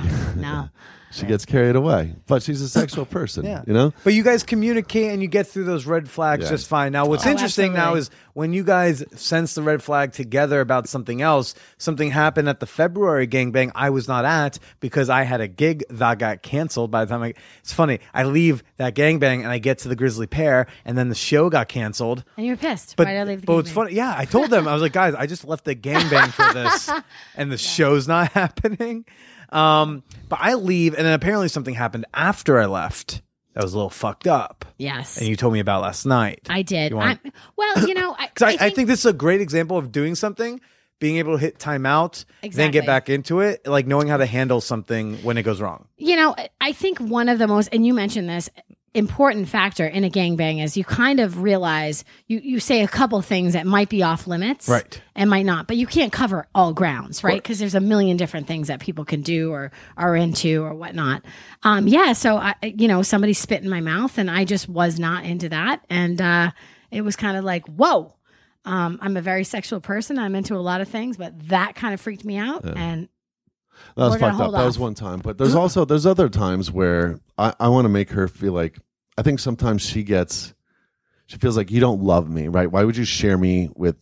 Speaker 5: flag.
Speaker 3: No.
Speaker 4: She gets carried away, but
Speaker 3: [LAUGHS]
Speaker 4: she's a sexual person.
Speaker 2: Yeah.
Speaker 4: You know,
Speaker 2: But you guys communicate and you get through those red flags
Speaker 4: Yeah.
Speaker 2: just fine. Now, what's
Speaker 3: Oh,
Speaker 2: interesting now is
Speaker 3: absolutely.
Speaker 2: when you guys sense the red flag together about something else, something happened at the February gangbang I was not at because I had a gig that got canceled by the time I. It's funny. I leave that gangbang and I get to the Grizzly Pair, and then the show got canceled.
Speaker 3: and you're pissed.
Speaker 2: But,
Speaker 3: Why'd I leave the
Speaker 2: but it's
Speaker 3: gangbang?
Speaker 2: funny. Yeah, I told them. I was like, guys, I just left the gangbang for
Speaker 3: [LAUGHS]
Speaker 2: this, and the show's not [LAUGHS] happening. Um, but I leave, and then apparently something happened after I left that was a little fucked up
Speaker 3: Yes,
Speaker 2: and you told me about last night.
Speaker 3: I did.
Speaker 2: You want-
Speaker 3: I'm, well, you know, I,
Speaker 2: [COUGHS] 'Cause I, I, think, this is a great example of doing something, being able to hit timeout, then
Speaker 3: Exactly.
Speaker 2: get back into it, like knowing how to handle something when it goes wrong.
Speaker 3: you know, I think one of the most, and you mentioned this, important factor in a gangbang is you kind of realize you, you say a couple things that might be off limits.
Speaker 2: Right.
Speaker 3: And might not, but you can't cover all grounds, right? Because there's a million different things that people can do or are into or whatnot. Um, yeah. So, I, you know, somebody spit in my mouth and I just was not into that. And uh, it was kind of like, whoa. Um, I'm a very sexual person. I'm into a lot of things, but that kind of freaked me out. And
Speaker 4: that was
Speaker 3: We're gonna
Speaker 4: fucked up.
Speaker 3: hold
Speaker 4: That was
Speaker 3: off.
Speaker 4: one time, but there's also there's other times where I, I want to make her feel like I think sometimes she gets she feels like you don't love me, right? Why would you share me with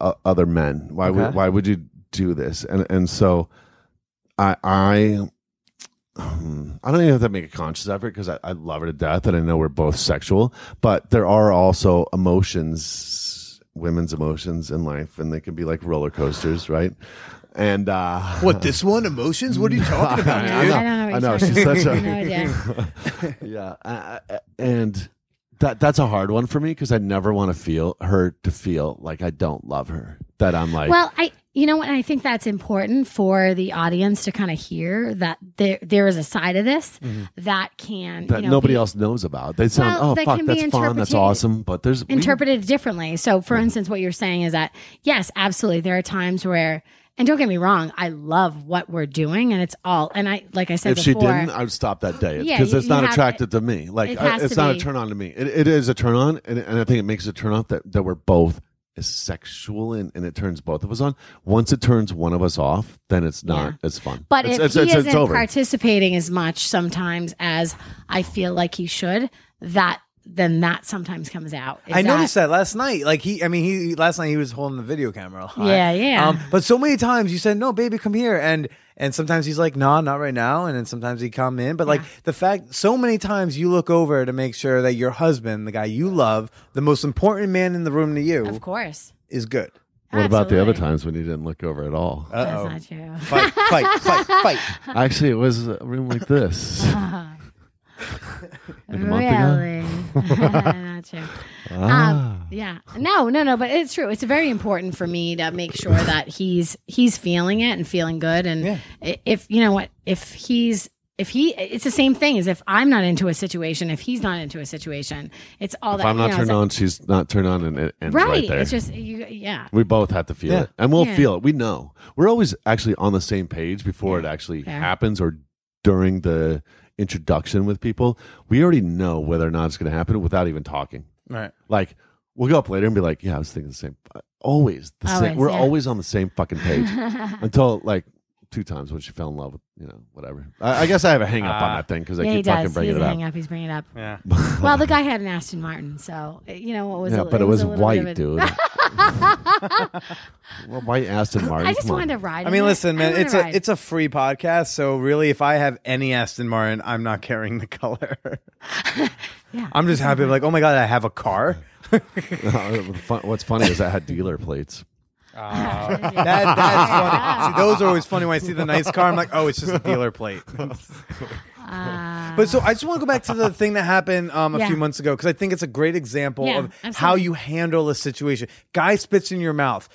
Speaker 4: uh, other men? Why would
Speaker 2: Okay.
Speaker 4: why would you do this? And and so I I. um, I don't even have to make a conscious effort because I, I love her to death and I know we're both sexual, but there are also emotions, women's emotions in life, and they can be like roller coasters, right? And uh,
Speaker 6: What this one? Emotions? What are you
Speaker 2: [LAUGHS]
Speaker 6: talking about,
Speaker 4: [LAUGHS] I
Speaker 6: dude?
Speaker 4: know.
Speaker 3: I don't know. What
Speaker 4: I know.
Speaker 3: you're talking
Speaker 4: She's
Speaker 3: about.
Speaker 4: such a-
Speaker 3: I have no idea.
Speaker 4: [LAUGHS] yeah, I- I- and that that's a hard one for me because I never want to feel her to feel like I don't love her. That I'm like,
Speaker 3: well i you know what i think that's important for the audience to kind of hear that there there is a side of this that can
Speaker 4: Mm-hmm. that
Speaker 3: you know,
Speaker 4: nobody
Speaker 3: be
Speaker 4: else knows about. They sound,
Speaker 3: Well,
Speaker 4: oh
Speaker 3: that
Speaker 4: fuck,
Speaker 3: can be
Speaker 4: that's fun, that's
Speaker 3: interpreted-
Speaker 4: awesome, but there's we-
Speaker 3: interpreted differently so
Speaker 4: Mm-hmm.
Speaker 3: for instance what you're saying is that yes absolutely there are times where and don't get me wrong i love what we're doing and it's all and i like i said
Speaker 4: if she
Speaker 3: before
Speaker 4: didn't, I would stop that day
Speaker 3: Yeah,
Speaker 4: because
Speaker 3: you-
Speaker 4: it's
Speaker 3: you
Speaker 4: not
Speaker 3: have-
Speaker 4: attractive to me. Like
Speaker 3: it
Speaker 4: I-
Speaker 3: has
Speaker 4: it's
Speaker 3: to
Speaker 4: not
Speaker 3: be.
Speaker 4: a turn on to me. It, it is a turn on, and, and I think it makes a turn off that, that we're both is sexual and, and it turns both of us on. Once it turns one of us off, then it's not as fun.
Speaker 3: But
Speaker 4: it's,
Speaker 3: if
Speaker 4: it's-
Speaker 3: he
Speaker 4: it's- it's
Speaker 3: isn't participating as much sometimes as I feel like he should, that then that sometimes comes out. Is
Speaker 2: I noticed that last night. Like he, I mean, he last night he was holding the video camera. A lot.
Speaker 3: Yeah, yeah.
Speaker 2: Um, but so many times you said, "No, baby, come here," and and sometimes he's like, "Nah, not right now," and then sometimes he come in. But like the fact, so many times you look over to make sure that your husband, the guy you love, the most important man in the room to you,
Speaker 3: Of course.
Speaker 2: is good.
Speaker 4: What about the other Oh.
Speaker 3: Absolutely.
Speaker 4: times when you didn't look over at all?
Speaker 3: That's not true.
Speaker 6: Fight, fight, fight,
Speaker 3: [LAUGHS]
Speaker 6: fight.
Speaker 3: Uh-huh.
Speaker 4: Actually, it was a room like this. a month
Speaker 3: really? [LAUGHS]
Speaker 4: ago? [LAUGHS] Ah.
Speaker 3: Not true. Um, yeah. No, no, no. But it's true. It's very important for me to make
Speaker 4: [LAUGHS]
Speaker 3: sure that he's he's feeling it and feeling good. And i- if you know what, if he's if he, it's the same thing as if I'm not into a situation. If he's not into a situation, it's all
Speaker 4: If
Speaker 3: that.
Speaker 4: I'm
Speaker 3: you know,
Speaker 4: not turned
Speaker 3: it's like-
Speaker 4: on, she's not turned on, and it ends right,
Speaker 3: right?
Speaker 4: there.
Speaker 3: It's just you. Yeah.
Speaker 4: we both have to feel
Speaker 2: Yeah.
Speaker 4: it, and we'll
Speaker 3: Yeah.
Speaker 4: feel it. We know we're always actually on the same page before it actually happens, or during the introduction with people. We already know whether or not it's going to happen without even talking.
Speaker 2: Right.
Speaker 4: Like we'll go up later and be like, "Yeah, I was thinking the same." Uh, Always the
Speaker 3: Always,
Speaker 4: same. We're
Speaker 3: yeah.
Speaker 4: always on the same fucking page
Speaker 3: [LAUGHS]
Speaker 4: until like two times when she fell in love with you know whatever. I, I guess I have a hang up on
Speaker 2: Ah.
Speaker 4: that thing because I
Speaker 3: yeah, he
Speaker 4: keep fucking
Speaker 3: does.
Speaker 4: bringing
Speaker 3: He's
Speaker 4: it
Speaker 3: a
Speaker 4: up.
Speaker 3: hang up. He's bringing it
Speaker 4: [LAUGHS]
Speaker 3: up.
Speaker 2: Yeah.
Speaker 3: Well, the guy had an Aston Martin, so uh, you know what was.
Speaker 4: yeah,
Speaker 3: a,
Speaker 4: but it was,
Speaker 3: a little bit
Speaker 4: white,
Speaker 3: of a-
Speaker 4: dude.
Speaker 3: [LAUGHS]
Speaker 4: [LAUGHS] well, white Aston Martin.
Speaker 3: I just
Speaker 4: come on.
Speaker 3: wanted to ride.
Speaker 2: I
Speaker 3: in
Speaker 2: mean,
Speaker 3: it.
Speaker 2: listen,
Speaker 3: I
Speaker 2: man,
Speaker 3: wanted
Speaker 2: it's
Speaker 3: to
Speaker 2: a
Speaker 3: ride.
Speaker 2: it's a free podcast, so really, if I have any Aston Martin, I'm not carrying the color.
Speaker 3: [LAUGHS] Yeah.
Speaker 2: I'm just happy, like, oh my god, I have a car.
Speaker 4: Fun- [LAUGHS] What's funny is I had dealer plates.
Speaker 2: That, that's
Speaker 3: [LAUGHS]
Speaker 2: funny. See, those are always funny when I see the nice car. I'm like, oh, it's just a dealer plate.
Speaker 3: Uh,
Speaker 2: but so I just want to go back to the thing that happened um, a
Speaker 3: Yeah.
Speaker 2: few months ago because I think it's a great example
Speaker 3: Yeah,
Speaker 2: of how
Speaker 3: absolutely.
Speaker 2: you handle a situation. Guy spits in your mouth.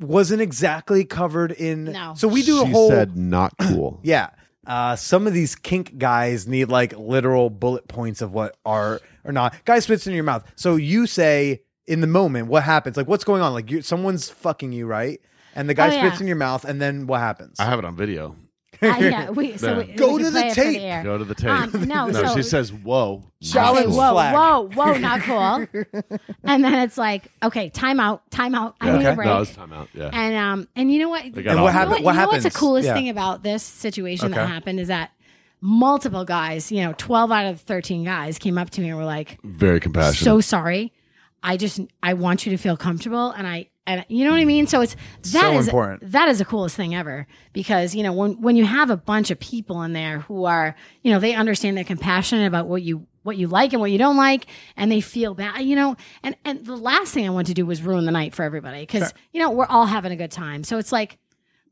Speaker 2: Wasn't exactly covered in.
Speaker 3: No.
Speaker 2: So we do a
Speaker 4: she
Speaker 2: whole.
Speaker 4: said not
Speaker 3: [CLEARS THROAT]
Speaker 4: cool.
Speaker 2: yeah. Uh, some of these kink guys need like literal bullet points of what are or not. Guy spits in your mouth. So you say in the moment, what happens? Like, what's going on? Like, you someone's fucking you, right? And the guy
Speaker 3: Oh,
Speaker 2: spits
Speaker 3: yeah.
Speaker 2: in your mouth, and then what happens?
Speaker 4: I have it on video.
Speaker 3: Uh,
Speaker 4: [LAUGHS]
Speaker 3: yeah, we, so we,
Speaker 2: Go
Speaker 3: we
Speaker 2: to
Speaker 3: can
Speaker 2: the
Speaker 3: play it for
Speaker 2: tape.
Speaker 3: air.
Speaker 4: Go to the tape.
Speaker 3: Um,
Speaker 4: [LAUGHS]
Speaker 3: no, so-
Speaker 4: she says, "Whoa,
Speaker 2: Shall I-
Speaker 4: not
Speaker 3: Say,
Speaker 4: cool."
Speaker 3: whoa,
Speaker 2: flag.
Speaker 3: whoa,
Speaker 2: [LAUGHS]
Speaker 3: whoa, not cool. and then it's like, okay, time out, time out. I
Speaker 4: Yeah.
Speaker 3: need
Speaker 2: Okay.
Speaker 3: a break.
Speaker 4: No, it's time out. Yeah,
Speaker 3: and um, and you know what?
Speaker 4: got
Speaker 3: You know
Speaker 4: off.
Speaker 2: And what happened-
Speaker 3: You
Speaker 2: what
Speaker 3: know what's the
Speaker 2: happens?
Speaker 3: coolest
Speaker 2: Yeah.
Speaker 3: thing about this situation that
Speaker 2: Okay.
Speaker 3: happened is that multiple guys, you know, 12 out of the 13 guys came up to me and were like,
Speaker 4: Very compassionate.
Speaker 3: so sorry. I just I want you to feel comfortable and I and you know what I mean? So it's that
Speaker 2: So
Speaker 3: is-
Speaker 2: important.
Speaker 3: that is the coolest thing ever because you know when when you have a bunch of people in there who are, you know, they understand they're compassionate about what you what you like and what you don't like and they feel bad, you know. And and the last thing I want to do was ruin the night for everybody cuz you know, we're all having a good time. So it's like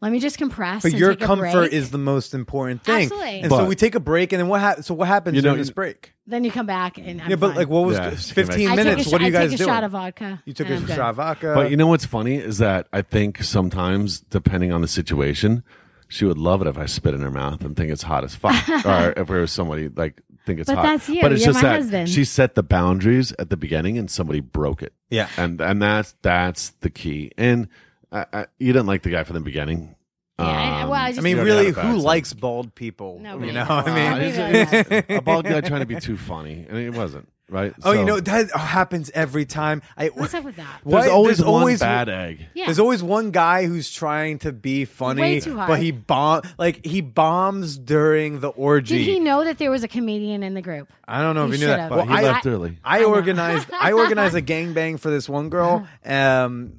Speaker 3: let me just compress
Speaker 2: But
Speaker 3: and
Speaker 2: your
Speaker 3: take a
Speaker 2: comfort
Speaker 3: break.
Speaker 2: is the most important thing.
Speaker 3: Absolutely.
Speaker 2: And so
Speaker 4: But-
Speaker 2: we take a break, and then what? hap so what happens
Speaker 4: You know,
Speaker 2: during this
Speaker 4: you-
Speaker 2: break?
Speaker 3: then you come back and I'm
Speaker 2: yeah, but
Speaker 3: fine.
Speaker 2: like, what was
Speaker 4: Yeah, just gonna
Speaker 2: fifteen
Speaker 3: I
Speaker 4: make-
Speaker 2: minutes?
Speaker 3: Take a,
Speaker 2: what are you guys
Speaker 3: I take a
Speaker 2: doing?
Speaker 3: shot of vodka.
Speaker 2: you took
Speaker 3: and
Speaker 2: a
Speaker 3: I'm good.
Speaker 2: shot of vodka.
Speaker 4: But you know what's funny is that I think sometimes, depending on the situation, she would love it if I spit in her mouth and think it's hot as fuck,
Speaker 3: [LAUGHS]
Speaker 4: or if there was somebody like think it's
Speaker 3: But
Speaker 4: hot.
Speaker 3: that's you.
Speaker 4: But it's
Speaker 3: You're
Speaker 4: just
Speaker 3: my
Speaker 4: that
Speaker 3: husband.
Speaker 4: she set the boundaries at the beginning, and somebody broke it.
Speaker 2: Yeah.
Speaker 4: and and that's that's the key. And I, I, you didn't like the guy from the beginning. Um,
Speaker 3: Yeah, I- well, I
Speaker 2: um, I
Speaker 3: just-
Speaker 2: mean,
Speaker 4: You already
Speaker 2: really,
Speaker 4: had a bad
Speaker 2: who
Speaker 4: time.
Speaker 2: likes bald people?
Speaker 3: Nobody
Speaker 2: you know,
Speaker 3: does.
Speaker 2: I mean,
Speaker 3: Nobody does.
Speaker 4: a bald guy trying to be too funny, and it wasn't right.
Speaker 2: oh,
Speaker 4: So
Speaker 2: you know that happens every time. I
Speaker 3: What's up with that?
Speaker 2: Why-
Speaker 4: there's always
Speaker 2: there's
Speaker 4: one
Speaker 2: always-
Speaker 4: bad egg.
Speaker 3: Yeah.
Speaker 2: There's always one guy who's trying to be funny,
Speaker 3: Way too hard.
Speaker 2: but he bomb like he bombs during the orgy.
Speaker 3: Did he know that there was a comedian in the group?
Speaker 2: I don't know
Speaker 3: He
Speaker 2: if you knew
Speaker 3: should
Speaker 2: that.
Speaker 3: have.
Speaker 4: But he
Speaker 2: I,
Speaker 4: left early.
Speaker 2: I
Speaker 3: I know.
Speaker 2: organized I organized a
Speaker 3: [LAUGHS]
Speaker 2: gangbang for this one girl
Speaker 3: Uh-huh.
Speaker 2: um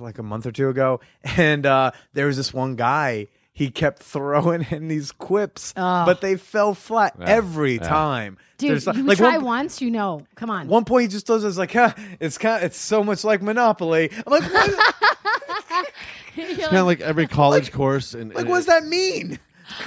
Speaker 2: like a month or two ago and uh there was this one guy he kept throwing in these quips but they fell flat every time.
Speaker 3: Dude,
Speaker 2: There's,
Speaker 3: you
Speaker 2: like
Speaker 3: try
Speaker 2: one,
Speaker 3: once, you know. Come on.
Speaker 2: one point he just throws us like huh, it's kind it's so much like Monopoly. I'm like
Speaker 3: [LAUGHS]
Speaker 2: what,
Speaker 3: [LAUGHS] You're
Speaker 4: Kind of
Speaker 3: like,
Speaker 4: like every college course, and
Speaker 2: like what does that mean?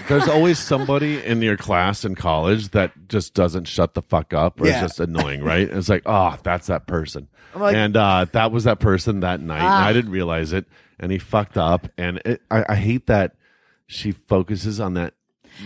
Speaker 4: There's always somebody in your class in college that just doesn't shut the fuck up or
Speaker 2: Yeah.
Speaker 4: is just annoying, right? And it's like, oh, that's that person.
Speaker 2: like- Ah.
Speaker 4: and uh, that was that person that night. And I didn't realize it. And he fucked up. And it, I, I hate that she focuses on that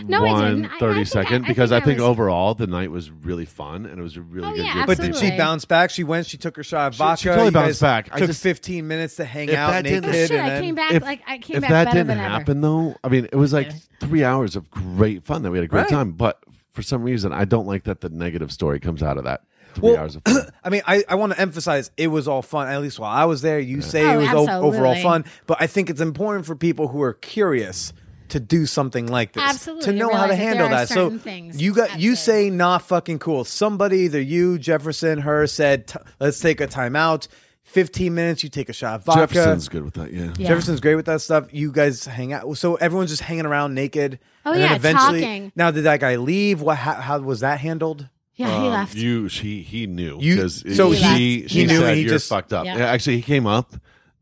Speaker 3: No, I didn't.
Speaker 4: one
Speaker 3: I- I
Speaker 4: 30
Speaker 3: think I-
Speaker 4: second
Speaker 3: I
Speaker 4: because
Speaker 3: think
Speaker 4: I
Speaker 3: I
Speaker 4: think
Speaker 3: was-
Speaker 4: overall the night was really fun and it was a really
Speaker 3: Oh,
Speaker 4: good
Speaker 3: yeah,
Speaker 4: group
Speaker 2: But
Speaker 4: of
Speaker 2: did
Speaker 4: people.
Speaker 2: she
Speaker 3: Absolutely.
Speaker 2: bounce back? She went. She took her shot of vodka.
Speaker 4: she totally
Speaker 2: You
Speaker 4: bounced
Speaker 2: guys
Speaker 4: back. I
Speaker 2: took
Speaker 4: just-
Speaker 2: 15 minutes to hang
Speaker 4: If
Speaker 2: out
Speaker 4: that
Speaker 2: naked.
Speaker 4: didn't-
Speaker 3: oh, shit,
Speaker 2: and
Speaker 3: I
Speaker 2: then-
Speaker 3: came back.
Speaker 4: If,
Speaker 3: like I came
Speaker 4: if
Speaker 3: back
Speaker 4: that
Speaker 3: better
Speaker 4: didn't
Speaker 3: than
Speaker 4: happen though, I mean, it was like
Speaker 3: Okay.
Speaker 4: three hours of great fun that we had a great
Speaker 2: Right.
Speaker 4: time. But for some reason, I don't like that the negative story comes out of that three
Speaker 2: Well,
Speaker 4: [CLEARS THROAT] hours of fun.
Speaker 2: [CLEARS THROAT] I mean, I, I want to emphasize it was all fun. At least while I was there, you say
Speaker 3: Oh,
Speaker 2: it was o-
Speaker 3: absolutely.
Speaker 2: overall fun, but I think it's important for people who are curious to do something like this
Speaker 3: Absolutely,
Speaker 2: to
Speaker 3: to
Speaker 2: know how to
Speaker 3: realize that
Speaker 2: handle
Speaker 3: there are
Speaker 2: that. So
Speaker 3: certain things.
Speaker 2: you got you
Speaker 3: Absolutely.
Speaker 2: say not fucking cool. Somebody, either you, Jefferson, her, said "T- let's take a timeout. Fifteen minutes. You take a shot of vodka.
Speaker 4: Jefferson's good with that, yeah.
Speaker 3: Yeah.
Speaker 2: Jefferson's great with that stuff. You guys hang out, so everyone's just hanging around naked.
Speaker 3: Oh,
Speaker 2: and
Speaker 3: yeah,
Speaker 2: then eventually,
Speaker 3: talking.
Speaker 2: Now, did that guy leave? What? How, how was that handled?
Speaker 3: ever. Yeah, he
Speaker 2: um,
Speaker 3: left.
Speaker 4: uh, You, she, he knew.
Speaker 2: You-
Speaker 4: 'cause
Speaker 2: so
Speaker 3: he-
Speaker 4: she,
Speaker 2: he
Speaker 4: she
Speaker 2: knew
Speaker 4: said,
Speaker 2: and he
Speaker 4: You're
Speaker 2: just-
Speaker 4: fucked up.
Speaker 3: Yeah.
Speaker 4: Yeah, Actually, he came up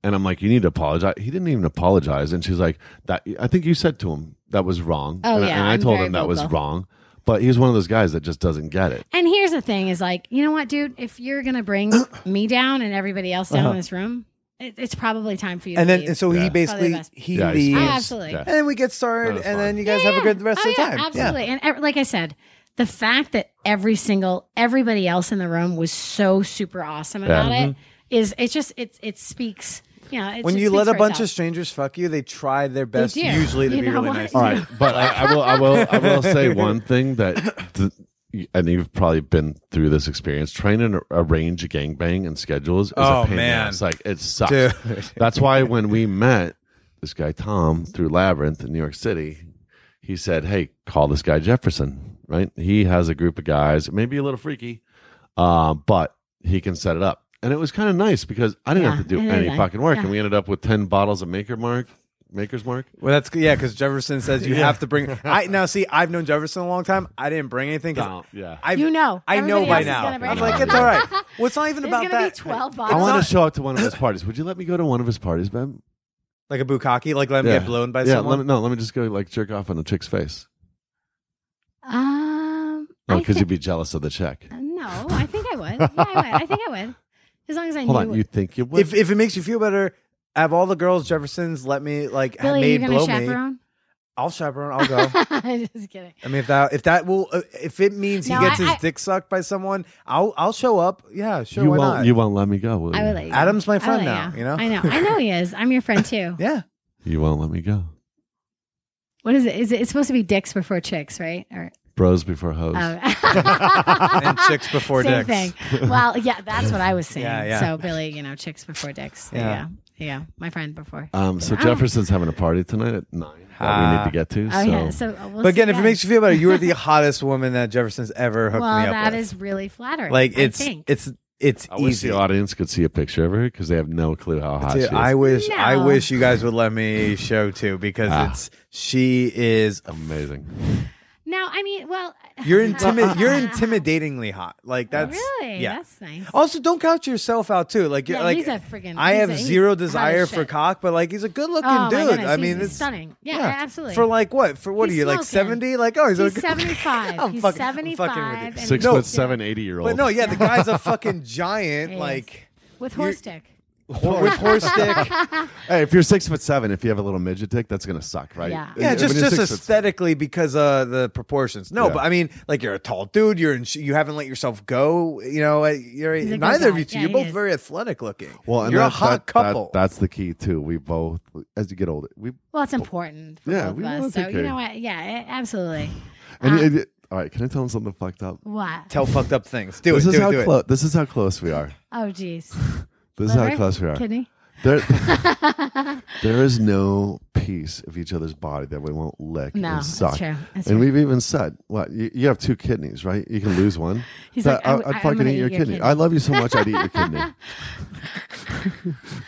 Speaker 4: and I'm like, you need to apologize. He didn't even apologize. And she's like, that. I think you said to him that was wrong.
Speaker 3: Oh,
Speaker 4: and, I-
Speaker 3: yeah,
Speaker 4: and I
Speaker 3: I'm
Speaker 4: told
Speaker 3: very
Speaker 4: him that was
Speaker 3: vocal.
Speaker 4: wrong. But he's one of those guys that just doesn't get it.
Speaker 3: and here's the thing: is like, you know what, dude? If you're
Speaker 2: [COUGHS]
Speaker 3: gonna bring me down and everybody else down in this room, it, it's probably time for you.
Speaker 2: Uh-huh. And
Speaker 3: to
Speaker 2: then,
Speaker 3: leave.
Speaker 2: and so
Speaker 4: Yeah.
Speaker 2: he basically
Speaker 3: best.
Speaker 2: he
Speaker 4: Yeah, he's
Speaker 2: leaves.
Speaker 3: Oh, absolutely.
Speaker 4: Yeah.
Speaker 2: and then we get
Speaker 4: No,
Speaker 2: started,
Speaker 4: it's
Speaker 2: and
Speaker 4: fine.
Speaker 2: then you guys have a good rest
Speaker 3: Oh,
Speaker 2: of the
Speaker 3: yeah,
Speaker 2: time.
Speaker 3: Absolutely. And ev- like I said, the fact that every single everybody else in the room was so super awesome about it is it's just it it speaks. You know, it
Speaker 2: Mm-hmm. When
Speaker 3: just
Speaker 2: you
Speaker 3: speaks
Speaker 2: let a
Speaker 3: for
Speaker 2: bunch
Speaker 3: itself.
Speaker 2: of strangers fuck you, they try their best
Speaker 3: do.
Speaker 2: usually to
Speaker 3: You
Speaker 2: be
Speaker 3: know
Speaker 2: really
Speaker 3: what?
Speaker 2: nice.
Speaker 4: All right, but I, I will, I will, I will
Speaker 2: [LAUGHS]
Speaker 4: say one thing that, th- and you've probably been through this experience. Trying to arrange a gangbang and schedules is
Speaker 2: Oh,
Speaker 4: a pain in the
Speaker 2: man.
Speaker 4: ass. like it sucks.
Speaker 2: Dude.
Speaker 4: That's why when we met this guy Tom through Labyrinth in New York City, he said, "Hey, call this guy Jefferson. Right? He has a group of guys, maybe a little freaky, uh, but he can set it up." And it was kind of nice because I didn't
Speaker 3: Yeah,
Speaker 4: have to do
Speaker 3: I didn't
Speaker 4: any
Speaker 3: either.
Speaker 4: fucking work,
Speaker 3: Yeah.
Speaker 4: and we ended up with ten bottles of Maker Mark, Maker's Mark.
Speaker 2: Well, that's yeah, because Jefferson says you have to bring.
Speaker 4: [LAUGHS]
Speaker 2: I now see. I've known Jefferson a long time. I didn't bring anything. 'cause
Speaker 4: Don't. Yeah.
Speaker 2: I
Speaker 3: You know.
Speaker 2: I know
Speaker 3: Everybody
Speaker 2: by
Speaker 3: else is
Speaker 2: now.
Speaker 3: gonna bring
Speaker 2: I'm like,
Speaker 4: anything.
Speaker 2: it's all right.
Speaker 3: [LAUGHS]
Speaker 2: Well, it's not even
Speaker 3: There's
Speaker 2: about
Speaker 3: gonna
Speaker 2: that.
Speaker 3: be twelve
Speaker 4: I
Speaker 3: bottles.
Speaker 4: want
Speaker 2: not-
Speaker 4: to show up to one of his parties. Would you let me go to one of his parties, Ben?
Speaker 2: like a bukkake, like let him get blown by
Speaker 4: yeah,
Speaker 2: someone.
Speaker 4: Let me, no, let me just go like jerk off on a chick's face.
Speaker 3: Um,
Speaker 4: Oh,
Speaker 3: I
Speaker 4: because
Speaker 3: thi-
Speaker 4: you'd be jealous of the check.
Speaker 3: no, I think I would. Yeah, I would. I think I would. As long as I
Speaker 4: Hold
Speaker 3: knew.
Speaker 4: on,
Speaker 3: what-
Speaker 4: you think you would?
Speaker 2: if if it makes you feel better, have all the girls Jefferson's let me like have
Speaker 3: Billy, are you
Speaker 2: made
Speaker 3: gonna
Speaker 2: blow me.
Speaker 3: chaperone?
Speaker 2: I'll chaperone. I'll go.
Speaker 3: [LAUGHS] I'm just kidding.
Speaker 2: I mean, if that if that will uh, if it means
Speaker 3: No,
Speaker 2: he gets
Speaker 3: I-
Speaker 2: his
Speaker 3: I-
Speaker 2: dick sucked by someone, I'll I'll show up. Yeah, sure.
Speaker 4: you
Speaker 2: why
Speaker 4: won't,
Speaker 2: not?
Speaker 4: you won't let me go. Will
Speaker 3: I would
Speaker 4: you?
Speaker 3: let you.
Speaker 2: Adam's my
Speaker 3: I would
Speaker 2: friend
Speaker 3: let
Speaker 2: now, you know?
Speaker 3: I know. I know he is. I'm your
Speaker 2: [LAUGHS]
Speaker 3: friend too.
Speaker 2: yeah.
Speaker 4: You won't let me go.
Speaker 3: What is it? Is it? It's supposed to be dicks before chicks, right? Or
Speaker 4: Bros before hoes.
Speaker 3: Oh.
Speaker 2: [LAUGHS] And chicks before
Speaker 3: Same
Speaker 2: dicks. [LAUGHS]
Speaker 3: thing. Well, yeah, that's what I was saying.
Speaker 2: Yeah, yeah.
Speaker 3: So Billy, you know, chicks before dicks. There
Speaker 2: Yeah.
Speaker 3: you go. Yeah, my friend before.
Speaker 4: Um, so
Speaker 3: Oh.
Speaker 4: Jefferson's having a party tonight at nine that we need
Speaker 2: Ah.
Speaker 4: to get to.
Speaker 3: oh
Speaker 4: so
Speaker 3: yeah. So uh, we'll
Speaker 2: But again, if
Speaker 3: see
Speaker 2: it
Speaker 3: then.
Speaker 2: makes you feel better, you are
Speaker 3: [LAUGHS]
Speaker 2: the hottest woman that Jefferson's ever hooked
Speaker 3: well,
Speaker 2: me up
Speaker 3: that
Speaker 2: with.
Speaker 3: is really flattering.
Speaker 2: like
Speaker 3: I
Speaker 2: it's
Speaker 3: think.
Speaker 2: it's it's
Speaker 4: I wish
Speaker 2: easy.
Speaker 4: the audience could see a picture of her because they have no clue how hot she
Speaker 2: Dude,
Speaker 4: is.
Speaker 2: I wish I
Speaker 3: No.
Speaker 2: wish you guys would let me show too because
Speaker 4: Ah.
Speaker 2: it's she is
Speaker 4: Amazing.
Speaker 3: now. I mean, well, [LAUGHS]
Speaker 2: you're intimi- you're intimidatingly hot. Like that's
Speaker 3: really
Speaker 2: yeah.
Speaker 3: that's nice.
Speaker 2: Also, don't count yourself out too. Like
Speaker 3: yeah,
Speaker 2: you're like
Speaker 3: he's a friggin'
Speaker 2: I
Speaker 3: he's
Speaker 2: have
Speaker 3: a- he's
Speaker 2: zero
Speaker 3: hot as
Speaker 2: desire for
Speaker 3: shit.
Speaker 2: cock, but like he's a good looking
Speaker 3: Oh, my
Speaker 2: dude.
Speaker 3: goodness,
Speaker 2: I
Speaker 3: he's-
Speaker 2: mean,
Speaker 3: he's
Speaker 2: it's
Speaker 3: stunning. Yeah, absolutely.
Speaker 2: For like what? For what are
Speaker 3: He's
Speaker 2: you like
Speaker 3: smoking.
Speaker 2: seventy? Like oh, he's, a
Speaker 3: he's
Speaker 2: good- [LAUGHS]
Speaker 3: seventy five.
Speaker 2: I'm
Speaker 3: He's
Speaker 2: fucking- I'm fucking
Speaker 3: seventy
Speaker 2: with you.
Speaker 3: five.
Speaker 4: Six
Speaker 2: No.
Speaker 4: foot seven, 80 year old.
Speaker 2: But no, yeah, the guy's a fucking giant.
Speaker 3: He is. [LAUGHS]
Speaker 2: like
Speaker 3: with
Speaker 2: You're-
Speaker 3: horse stick.
Speaker 2: hor- with
Speaker 3: [LAUGHS]
Speaker 2: horse dick.
Speaker 4: Hey, if you're six foot seven, if you have a little midget dick, that's gonna suck, right?
Speaker 3: Yeah.
Speaker 2: Yeah,
Speaker 4: When
Speaker 2: just
Speaker 4: you're
Speaker 2: just
Speaker 4: six foot seven.
Speaker 2: aesthetically because uh the proportions. No,
Speaker 4: Yeah.
Speaker 2: but I mean, like you're a tall dude. You're in. sh- You haven't let yourself go. You know, uh, you're
Speaker 3: He's a good
Speaker 2: neither of
Speaker 3: guy.
Speaker 2: you two. you're
Speaker 3: Yeah, he
Speaker 2: both
Speaker 3: is.
Speaker 2: very athletic looking.
Speaker 4: Well, and
Speaker 2: you're a
Speaker 4: that-
Speaker 2: hot
Speaker 4: that- that-
Speaker 2: couple.
Speaker 4: that's the key too. We both, as you get older, we
Speaker 3: Well, it's important. For
Speaker 4: Yeah,
Speaker 3: both
Speaker 4: we
Speaker 3: of
Speaker 4: wanna
Speaker 3: us. So
Speaker 4: take
Speaker 3: you
Speaker 4: care.
Speaker 3: know what? Yeah, a- absolutely.
Speaker 4: and
Speaker 2: Ah.
Speaker 3: Uh,
Speaker 4: it- it- all right. Can I tell them something fucked up?
Speaker 3: What?
Speaker 2: Tell fucked up things. Do
Speaker 4: this
Speaker 2: it.
Speaker 4: is
Speaker 2: do
Speaker 4: how
Speaker 2: it. Do
Speaker 4: close. This is how close we are.
Speaker 3: Oh, geez.
Speaker 4: This is
Speaker 3: Liver?
Speaker 4: how close we are.
Speaker 3: Kidney. [LAUGHS]
Speaker 4: There, [LAUGHS] there is no piece of each other's body that we won't lick
Speaker 3: No,
Speaker 4: and
Speaker 3: that's
Speaker 4: suck.
Speaker 3: true. That's
Speaker 4: and
Speaker 3: true.
Speaker 4: we've even said, "What you, you have two kidneys, right? You can lose one."
Speaker 3: [LAUGHS] He's
Speaker 4: That-
Speaker 3: like, I
Speaker 4: I,
Speaker 3: would-
Speaker 4: would
Speaker 3: I'm
Speaker 4: fucking
Speaker 3: gonna
Speaker 4: eat your
Speaker 3: eat your
Speaker 4: kidney.
Speaker 3: kidney.
Speaker 4: I love you so much. I'd eat
Speaker 3: [LAUGHS]
Speaker 4: your kidney.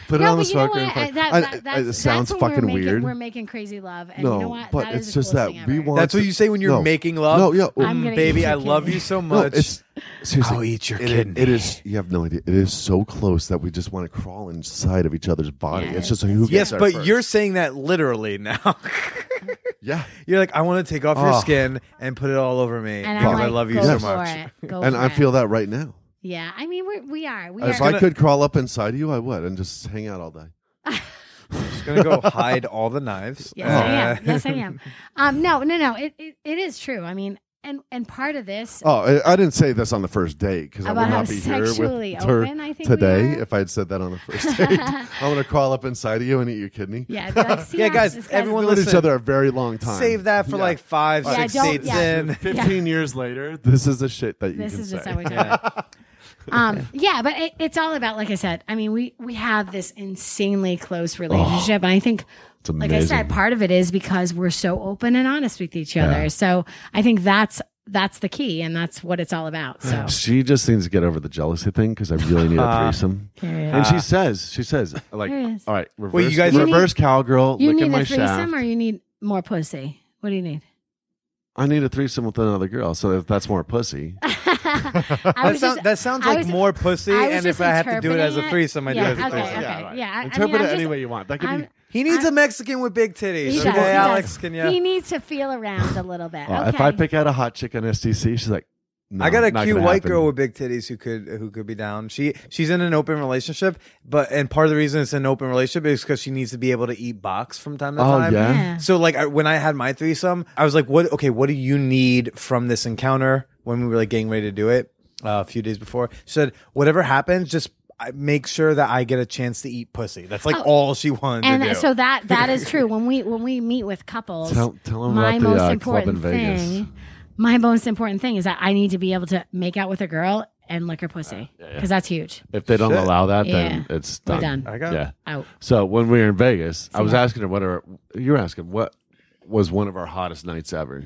Speaker 4: Put it
Speaker 3: no, but you
Speaker 4: on the
Speaker 3: know
Speaker 4: smoker.
Speaker 3: what?
Speaker 4: and
Speaker 3: I,
Speaker 4: fuck-
Speaker 3: that,
Speaker 4: I-
Speaker 3: that,
Speaker 4: I-
Speaker 3: that's,
Speaker 4: it
Speaker 3: that's
Speaker 4: sounds
Speaker 3: when
Speaker 4: fucking
Speaker 3: we're making,
Speaker 4: weird.
Speaker 3: We're making crazy love, and
Speaker 4: no,
Speaker 3: you know what?
Speaker 4: but
Speaker 3: That
Speaker 4: it's
Speaker 3: is the
Speaker 4: just that
Speaker 3: coolest thing
Speaker 4: we
Speaker 3: ever.
Speaker 4: want.
Speaker 2: That's what
Speaker 4: to-
Speaker 2: you say when you're
Speaker 4: No.
Speaker 2: making love.
Speaker 4: No, yeah,
Speaker 3: I'm gonna eat
Speaker 2: baby,
Speaker 3: your
Speaker 2: I love
Speaker 3: kidney.
Speaker 2: you so
Speaker 4: No,
Speaker 2: much. Oh,
Speaker 4: it's seriously.
Speaker 2: I'll eat your
Speaker 4: it-
Speaker 2: kidney.
Speaker 4: it is. You have no idea. It is so close that we just want to crawl inside of each other's body.
Speaker 3: Yeah,
Speaker 4: it's just who gets
Speaker 2: yes,
Speaker 4: there
Speaker 2: but
Speaker 4: first.
Speaker 2: you're saying that literally now. [LAUGHS]
Speaker 4: yeah.
Speaker 2: you're like, I want to take off your
Speaker 4: Oh.
Speaker 2: skin and put it all over me
Speaker 3: And
Speaker 2: because
Speaker 3: I'm
Speaker 2: I
Speaker 3: like,
Speaker 2: love you
Speaker 3: go
Speaker 2: so
Speaker 3: for
Speaker 2: much.
Speaker 3: It. Go
Speaker 4: and
Speaker 3: for
Speaker 4: I
Speaker 3: it.
Speaker 4: feel that right now.
Speaker 3: Yeah, I mean, we're, we are. Oh, We
Speaker 4: If
Speaker 3: are.
Speaker 4: I could crawl up inside you, I would, and just hang out all day.
Speaker 2: Just gonna go hide all the knives. Uh,
Speaker 3: Yes, I am. Yes, I
Speaker 4: [LAUGHS]
Speaker 3: am. Um, no, no, no. It, it it is true. I mean, and and part of this
Speaker 4: Oh, I, I didn't say this on the first date because I
Speaker 3: About
Speaker 4: would
Speaker 3: how
Speaker 4: not be here with
Speaker 3: sexually
Speaker 4: [LAUGHS] her
Speaker 3: open I think we
Speaker 4: today
Speaker 3: are.
Speaker 4: if I had said that on the
Speaker 3: [LAUGHS]
Speaker 4: first date. I'm gonna crawl up inside of you and eat your kidney.
Speaker 3: Yeah, I'd be like,
Speaker 2: [LAUGHS]
Speaker 3: see
Speaker 2: Yeah,
Speaker 3: how
Speaker 2: guys,
Speaker 3: this guy's-
Speaker 2: everyone
Speaker 4: We known each
Speaker 2: listen.
Speaker 4: other a very long time.
Speaker 2: Save that for
Speaker 4: Yeah.
Speaker 2: like five,
Speaker 3: Yeah,
Speaker 2: six
Speaker 3: don't-
Speaker 2: dates
Speaker 3: yeah.
Speaker 4: [LAUGHS]
Speaker 2: in. [LAUGHS]
Speaker 4: Fifteen years later, this is the shit that you
Speaker 3: This
Speaker 4: can
Speaker 3: is
Speaker 4: say.
Speaker 3: just how we do it. Um, yeah, but it, it's all about, like I said. I mean, we we have this insanely close
Speaker 4: Oh.
Speaker 3: relationship, and I think, like I said,
Speaker 4: amazing.
Speaker 3: part of it is because we're so open and honest with each other. So I think that's that's the key, and that's what it's all about. So
Speaker 4: She just needs to get over the jealousy thing because I really need
Speaker 2: Uh,
Speaker 4: a threesome. and she says, she says, like,
Speaker 3: Here it is.
Speaker 4: all right, reverse,
Speaker 2: you guys- You
Speaker 3: need-
Speaker 4: reverse cowgirl,
Speaker 3: you
Speaker 4: look
Speaker 3: need
Speaker 4: at
Speaker 3: a
Speaker 4: my
Speaker 3: threesome,
Speaker 4: shaft.
Speaker 3: or you need more pussy. What do you need?
Speaker 4: I need a threesome with another girl, so if that's
Speaker 3: [LAUGHS]
Speaker 4: more pussy.
Speaker 3: [LAUGHS] I
Speaker 2: That,
Speaker 3: was
Speaker 2: sound,
Speaker 3: just-
Speaker 2: that sounds
Speaker 3: I
Speaker 2: like
Speaker 3: was-
Speaker 2: more pussy,
Speaker 3: I was
Speaker 2: and
Speaker 3: just
Speaker 2: if I have to do it as a
Speaker 3: interpreting it.
Speaker 2: threesome, I do
Speaker 3: Yeah,
Speaker 2: it as a
Speaker 3: okay,
Speaker 2: threesome.
Speaker 3: okay.
Speaker 4: right.
Speaker 3: Yeah, I- I mean,
Speaker 4: Interpret
Speaker 3: I'm
Speaker 4: it any
Speaker 3: just-
Speaker 4: way you want. That could
Speaker 3: I'm-
Speaker 4: be
Speaker 2: He needs
Speaker 3: I-
Speaker 2: a Mexican with big titties.
Speaker 3: He
Speaker 2: okay,
Speaker 3: does, he does.
Speaker 2: Alex, can you?
Speaker 3: He needs to feel around a little bit.
Speaker 4: Uh,
Speaker 3: okay.
Speaker 4: If I pick out a hot chick on STC, she's like, no,
Speaker 2: I got a
Speaker 4: not
Speaker 2: cute
Speaker 4: gonna
Speaker 2: white
Speaker 4: happen.
Speaker 2: girl with big titties who could who could be down. She she's in an open relationship, but and part of the reason it's an open relationship is because she needs to be able to eat box from time to
Speaker 4: Oh,
Speaker 2: time.
Speaker 4: yeah?
Speaker 3: Yeah.
Speaker 2: So like I, when I had my threesome, I was like, "What? Okay, what do you need from this encounter?" When we were like getting ready to do it uh, a few days before, she said, "Whatever happens, just I- make sure that I get a chance to eat pussy." That's like
Speaker 3: Oh.
Speaker 2: all she wanted
Speaker 3: and
Speaker 2: to do.
Speaker 3: so that that is
Speaker 4: [LAUGHS]
Speaker 3: true. When we when we meet with couples,
Speaker 4: Tell- tell 'em
Speaker 3: my
Speaker 4: about the,
Speaker 3: most
Speaker 4: uh, club
Speaker 3: important
Speaker 4: in Vegas.
Speaker 3: thing. My most important thing is that I need to be able to make out with a girl and lick her
Speaker 4: Uh,
Speaker 3: pussy because that's huge.
Speaker 4: If they don't
Speaker 2: Shit.
Speaker 4: allow that, then
Speaker 3: Yeah.
Speaker 4: it's
Speaker 3: We're
Speaker 4: done.
Speaker 3: done.
Speaker 2: I got-
Speaker 4: yeah.
Speaker 3: Out.
Speaker 4: So when we were in Vegas, I was
Speaker 3: that?
Speaker 4: asking her what our, you were asking what was one of our hottest nights ever.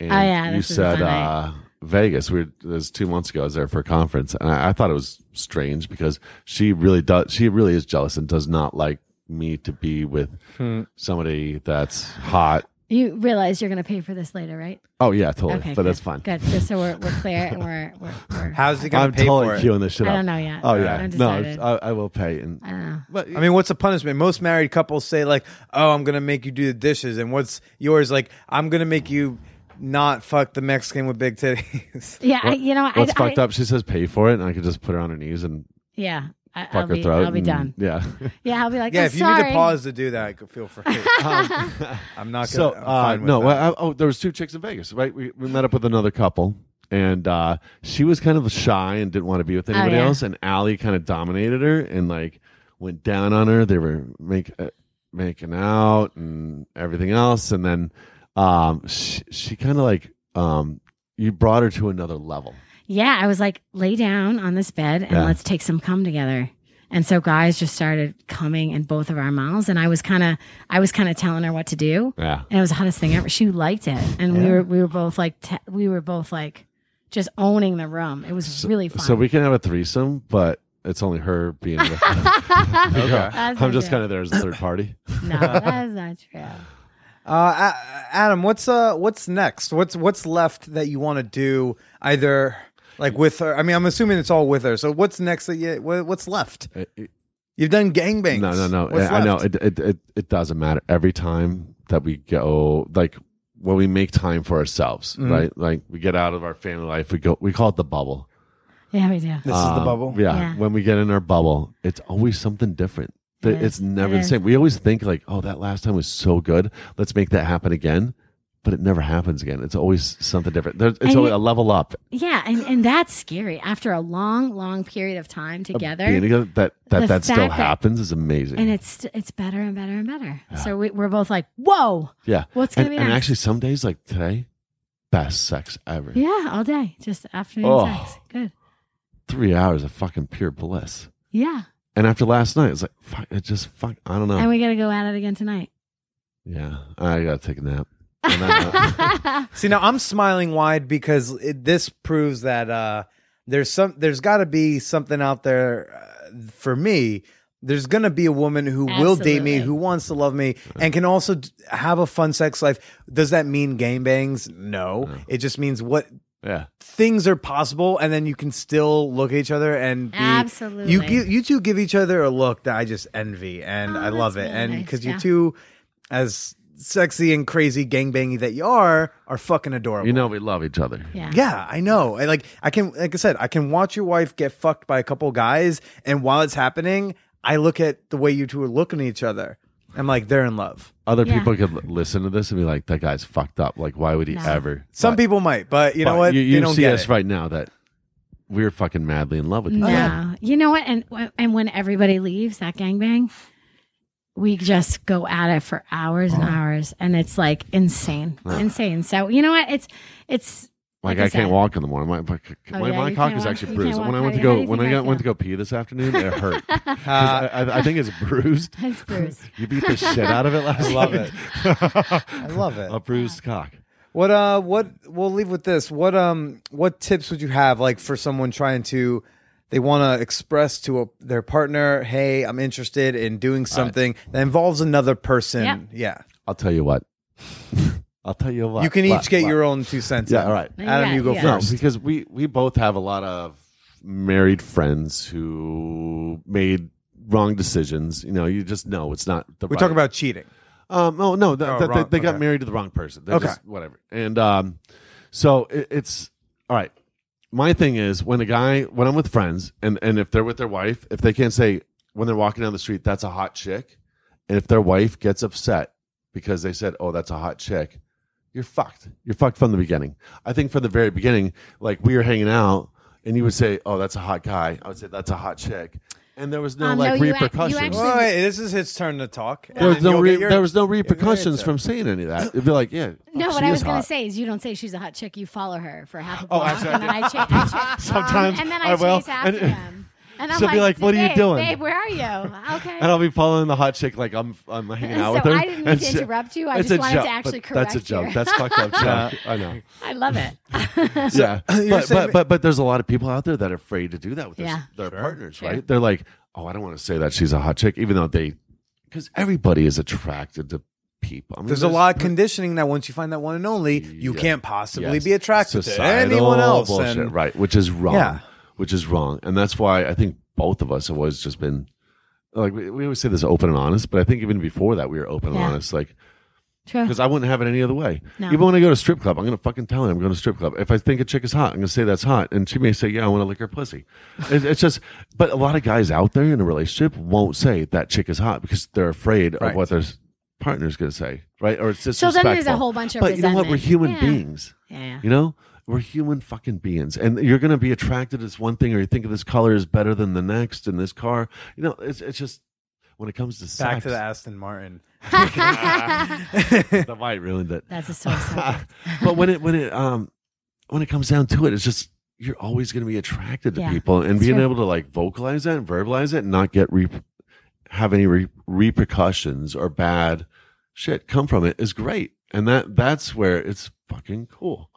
Speaker 4: And
Speaker 3: Oh, yeah,
Speaker 4: you
Speaker 3: this is a
Speaker 4: said
Speaker 3: fun
Speaker 4: uh,
Speaker 3: night.
Speaker 4: Vegas. We were, it was two months ago. I was there for a conference, and I, I thought it was strange because she really does. She really is jealous and does not like me to be with
Speaker 2: Hmm.
Speaker 4: somebody that's hot.
Speaker 3: You realize you're going to pay for this later, right?
Speaker 4: Oh yeah, totally.
Speaker 3: Okay,
Speaker 4: but
Speaker 3: good.
Speaker 4: that's fine.
Speaker 3: Good. Just so we're, we're clear and
Speaker 4: [LAUGHS]
Speaker 3: we're, we're, we're
Speaker 2: How's he gonna
Speaker 4: I'm
Speaker 2: pay
Speaker 4: totally
Speaker 2: for it?
Speaker 4: queuing this shit
Speaker 3: I
Speaker 4: up.
Speaker 3: don't know yet.
Speaker 4: Oh yeah,
Speaker 3: I'm
Speaker 4: no,
Speaker 3: decided.
Speaker 4: I, I will pay. And
Speaker 3: I don't know.
Speaker 4: but
Speaker 2: I mean, what's the punishment? Most married couples say like, "Oh, I'm gonna make you do the dishes," and what's yours? Like, I'm gonna make you not fuck the Mexican with big titties. [LAUGHS]
Speaker 3: Yeah, I, you know, I,
Speaker 4: what's
Speaker 3: I,
Speaker 4: fucked up? She says pay for it, and I could just put her on her knees and
Speaker 3: Yeah, I,
Speaker 4: fuck
Speaker 3: I'll
Speaker 4: her
Speaker 3: be,
Speaker 4: throat.
Speaker 3: I'll be done.
Speaker 4: and-
Speaker 2: [LAUGHS]
Speaker 4: [LAUGHS] Yeah.
Speaker 3: Yeah, I'll be like,
Speaker 2: yeah,
Speaker 3: I'm
Speaker 2: if you
Speaker 3: sorry.
Speaker 2: need to pause to do that, go- feel free.
Speaker 3: [LAUGHS]
Speaker 2: I'm not gonna.
Speaker 4: so
Speaker 2: I'm
Speaker 4: uh,
Speaker 2: fine with
Speaker 4: no,
Speaker 2: that.
Speaker 4: I, I- oh, there was two chicks in Vegas, right? We, we met up with another couple, and uh, she was kind of shy and didn't want to be with anybody
Speaker 3: Oh, yeah.
Speaker 4: else, and Allie kind of dominated her and like went down on her. They were make uh, making out and everything else, and then um, she, she kind of like um, you brought her to another level.
Speaker 3: Yeah, I was like, lay down on this bed and
Speaker 4: Yeah.
Speaker 3: let's take some cum together. And so guys just started coming in both of our mouths, and I was kind of, I was kind of telling her what to do,
Speaker 4: Yeah.
Speaker 3: and it was the hottest thing ever. She liked it, and we were, we were both like, te- we were both like, just owning the room. It was really fun.
Speaker 4: So we can have a threesome, but it's only her
Speaker 3: [LAUGHS]
Speaker 4: being with [LAUGHS]
Speaker 3: That's
Speaker 4: I'm
Speaker 3: not
Speaker 4: just
Speaker 3: true.
Speaker 4: kind of there as a third [LAUGHS] party.
Speaker 3: no, that's not true.
Speaker 2: Uh, A- Adam, what's uh, what's next? What's what's left that you want to do? Either like with her. I mean, I'm assuming it's all with her. So what's next? That you wha- what's left?
Speaker 4: It- it-
Speaker 2: You've done gangbangs.
Speaker 4: No, no, no.
Speaker 2: What's
Speaker 4: I I know
Speaker 2: left?
Speaker 4: it, it, it, it doesn't matter. Every time that we go, like when we make time for ourselves,
Speaker 2: Mm-hmm.
Speaker 4: right? Like we get out of our family life, we go, we call it the bubble.
Speaker 3: Yeah, we do.
Speaker 2: This is
Speaker 4: Um,
Speaker 2: the bubble.
Speaker 4: Yeah,
Speaker 3: Yeah.
Speaker 4: When we get in our bubble, it's always something different. Th-
Speaker 3: It is.
Speaker 4: it's never
Speaker 3: It
Speaker 4: the
Speaker 3: is.
Speaker 4: same. We always think like, oh, that last time was so good. Let's make that happen again. But it never happens again. It's always something different. There's, it's
Speaker 3: And
Speaker 4: always
Speaker 3: you-
Speaker 4: a level up.
Speaker 3: Yeah, and, and that's scary. After a long, long period of time
Speaker 4: of
Speaker 3: together,
Speaker 4: being together, that
Speaker 3: The
Speaker 4: that, that still
Speaker 3: fact that-
Speaker 4: happens is amazing.
Speaker 3: and it's it's better and better and better. So we, we're both like, whoa,
Speaker 4: yeah.
Speaker 3: what's gonna
Speaker 4: And,
Speaker 3: be
Speaker 4: and
Speaker 3: next?
Speaker 4: actually, some days like today, best sex ever.
Speaker 3: yeah, all day, just afternoon
Speaker 4: Oh.
Speaker 3: sex. Good.
Speaker 4: Three hours of fucking pure bliss.
Speaker 3: Yeah,
Speaker 4: And after last night, it's like fuck. It just fuck. I don't know.
Speaker 3: and we gotta go at it again tonight.
Speaker 4: yeah, I gotta take a
Speaker 3: [LAUGHS]
Speaker 4: nap. And uh, I-
Speaker 2: [LAUGHS] See, now I'm smiling wide because it, this proves that uh, there's some, there's got to be something out there uh, for me. There's gonna be a woman who will date me,
Speaker 3: Absolutely.
Speaker 2: who wants to love me, and can also d- have a fun sex life. Does that mean game bangs? No, it just means what
Speaker 4: [LAUGHS] yeah.
Speaker 2: things are possible, and then you can still look at each other and be,
Speaker 3: Absolutely.
Speaker 2: You give, you two give each other a look that I just envy, and
Speaker 3: Oh,
Speaker 2: I love it,
Speaker 3: that's really
Speaker 2: and
Speaker 3: nice,
Speaker 2: because you
Speaker 3: yeah.
Speaker 2: two, as sexy and crazy gangbangy that you are, are fucking adorable.
Speaker 4: You know we love each other.
Speaker 3: yeah.
Speaker 2: Yeah, I know. I like I can like I said, I can watch your wife get fucked by a couple guys and while it's happening, I look at the way you two are looking at each other. I'm like, they're in love.
Speaker 4: Other
Speaker 3: Yeah.
Speaker 4: people could l- listen to this and be like, "That guy's fucked up. Like, why would he
Speaker 3: No.
Speaker 4: ever?"
Speaker 2: Some
Speaker 4: But-
Speaker 2: people might, but you know
Speaker 4: but
Speaker 2: what?
Speaker 4: You,
Speaker 2: they
Speaker 4: you
Speaker 2: don't
Speaker 4: see
Speaker 2: get
Speaker 4: us
Speaker 2: it.
Speaker 4: right now that we're fucking madly in love with each
Speaker 3: No,
Speaker 4: other.
Speaker 3: you know what? And and when everybody leaves that gangbang, we just go at it for hours
Speaker 4: Uh-huh.
Speaker 3: and hours, and it's like insane, insane. So you know what? It's it's
Speaker 4: Like,
Speaker 3: Like I
Speaker 4: I can't
Speaker 3: said. Oh,
Speaker 4: walk in the morning. My, my, my,
Speaker 3: yeah,
Speaker 4: my
Speaker 3: you
Speaker 4: cock
Speaker 3: can't
Speaker 4: is
Speaker 3: walk-
Speaker 4: actually
Speaker 3: you can't
Speaker 4: bruised. When I
Speaker 3: walk.
Speaker 4: went to
Speaker 3: How do
Speaker 4: go
Speaker 3: you-
Speaker 4: when
Speaker 3: how do
Speaker 4: I
Speaker 3: you
Speaker 4: got,
Speaker 3: feel?
Speaker 4: went to go pee this
Speaker 3: [LAUGHS]
Speaker 4: afternoon, it hurt. 'Cause
Speaker 2: Uh,
Speaker 4: I, I, I think it's [LAUGHS] bruised.
Speaker 3: [LAUGHS] it's
Speaker 4: [LAUGHS]
Speaker 3: bruised.
Speaker 4: You beat the shit out of it last
Speaker 2: I love
Speaker 4: night.
Speaker 2: it.
Speaker 4: [LAUGHS]
Speaker 2: I love it.
Speaker 4: A bruised cock.
Speaker 2: What uh what we'll leave with this. What um what tips would you have like for someone trying to they want to express to a, their partner, "Hey, I'm interested in doing something that involves another person."
Speaker 3: Yep.
Speaker 2: Yeah.
Speaker 4: I'll tell you what. I'll tell you what.
Speaker 2: you can each
Speaker 4: what,
Speaker 2: get
Speaker 4: what.
Speaker 2: your own two cents.
Speaker 4: Yeah,
Speaker 2: in.
Speaker 4: all right.
Speaker 2: Adam,
Speaker 3: Yeah,
Speaker 2: you go
Speaker 3: yeah.
Speaker 4: No,
Speaker 2: first.
Speaker 4: because we we both have a lot of married friends who made wrong decisions. You know, you just know it's not the.
Speaker 2: We
Speaker 4: right-
Speaker 2: talk about cheating.
Speaker 4: Um, oh no, th-
Speaker 2: Oh,
Speaker 4: th-
Speaker 2: wrong.
Speaker 4: they, they got
Speaker 2: Okay.
Speaker 4: married to the wrong person. They're
Speaker 2: Okay.
Speaker 4: just- whatever. And um, so it, it's all right. My thing is when a guy, when I'm with friends, and and if they're with their wife, if they can't say when they're walking down the street, that's a hot chick, and if their wife gets upset because they said, oh, that's a hot chick, you're fucked. You're fucked from the beginning. I think from the very beginning, like we were hanging out, and you would say, oh, that's a hot guy. I would say, that's a hot chick, and there was no
Speaker 3: Um, no,
Speaker 4: like
Speaker 3: you ac- you
Speaker 4: repercussions.
Speaker 3: actually-
Speaker 2: Well, hey, this is his turn to talk. and
Speaker 4: There was,
Speaker 2: then
Speaker 4: no
Speaker 2: you'll
Speaker 4: re-
Speaker 2: get your-
Speaker 4: there was no
Speaker 2: get your
Speaker 4: repercussions
Speaker 2: answer.
Speaker 4: from saying any of that. It'd be like, yeah. fuck,
Speaker 3: No, what
Speaker 4: she
Speaker 3: I
Speaker 4: is
Speaker 3: was going
Speaker 4: hot.
Speaker 3: to say is you don't say she's a hot chick. You follow her for half a
Speaker 4: Oh,
Speaker 3: block,
Speaker 4: actually, I
Speaker 3: and then I, cha-
Speaker 4: [LAUGHS]
Speaker 3: I cha-
Speaker 4: Sometimes
Speaker 3: um, and then
Speaker 4: I
Speaker 3: I,
Speaker 4: will,
Speaker 3: chase after
Speaker 4: and-
Speaker 3: them.
Speaker 4: [LAUGHS]
Speaker 3: And I'm
Speaker 4: She'll
Speaker 3: like,
Speaker 4: be like, "What are you
Speaker 3: "Babe,
Speaker 4: doing?"
Speaker 3: Babe, where are
Speaker 4: [LAUGHS]
Speaker 3: you? Okay.
Speaker 4: And I'll be following the hot chick like I'm I'm hanging
Speaker 3: And
Speaker 4: out
Speaker 3: so
Speaker 4: with her.
Speaker 3: I didn't mean
Speaker 4: And
Speaker 3: to
Speaker 4: she-
Speaker 3: interrupt you. I
Speaker 4: it's
Speaker 3: just
Speaker 4: a
Speaker 3: wanted
Speaker 4: joke,
Speaker 3: to actually
Speaker 4: but That's a
Speaker 3: correct
Speaker 4: joke.
Speaker 3: you.
Speaker 4: That's fucked [LAUGHS] up joke. I know.
Speaker 3: [LAUGHS] I love
Speaker 4: [LAUGHS]
Speaker 3: it.
Speaker 4: yeah. But,
Speaker 2: saying-
Speaker 4: but but but there's a lot of people out there that are afraid to do that with their,
Speaker 3: Yeah.
Speaker 4: their partners,
Speaker 3: Sure.
Speaker 4: right? They're like, oh, I don't want to say that she's a hot chick, even though they, because everybody is attracted to people. I mean,
Speaker 2: There's a lot of conditioning that once you find that one and only, you
Speaker 4: Yeah.
Speaker 2: can't possibly
Speaker 4: Yes.
Speaker 2: be attracted to
Speaker 4: Societal
Speaker 2: anyone else.
Speaker 4: bullshit,
Speaker 2: and-
Speaker 4: right? Which is wrong.
Speaker 2: Yeah.
Speaker 4: Which is wrong, and that's why I think both of us have always just been like we, we always say this open and honest, but I think even before that we were open
Speaker 3: Yeah.
Speaker 4: and honest, like
Speaker 3: True.
Speaker 4: because I wouldn't have it any other way.
Speaker 3: No.
Speaker 4: Even when I go to strip club, I'm gonna fucking tell her I'm going to strip club. If I think a chick is hot, I'm gonna say that's hot, and she may say, "Yeah, I want to lick her pussy." It- it's just, but a lot of guys out there in a relationship won't say that chick is hot because they're afraid
Speaker 2: Right.
Speaker 4: of what their s- partner's gonna say, right? Or it's just
Speaker 3: So then there's a whole bunch of
Speaker 4: But you know what? We're human
Speaker 3: resentment. Yeah.
Speaker 4: beings.
Speaker 3: Yeah.
Speaker 4: You know, we're human fucking beings, and you're going to be attracted to this one thing, or you think this color is better than the next, and this car. You know, it's it's just when it comes to
Speaker 2: Back
Speaker 4: sex,
Speaker 2: to the Aston Martin. [LAUGHS]
Speaker 4: the white ruined it.
Speaker 2: [LAUGHS]
Speaker 4: [LAUGHS]
Speaker 3: That's a sore subject.
Speaker 4: but when it when it um when it comes down to it, it's just you're always going to be attracted to
Speaker 3: Yeah,
Speaker 4: people and
Speaker 3: that's
Speaker 4: being
Speaker 3: true.
Speaker 4: able to like vocalize that and verbalize it and not get re- have any re- repercussions or bad shit come from it is great and that that's where it's fucking cool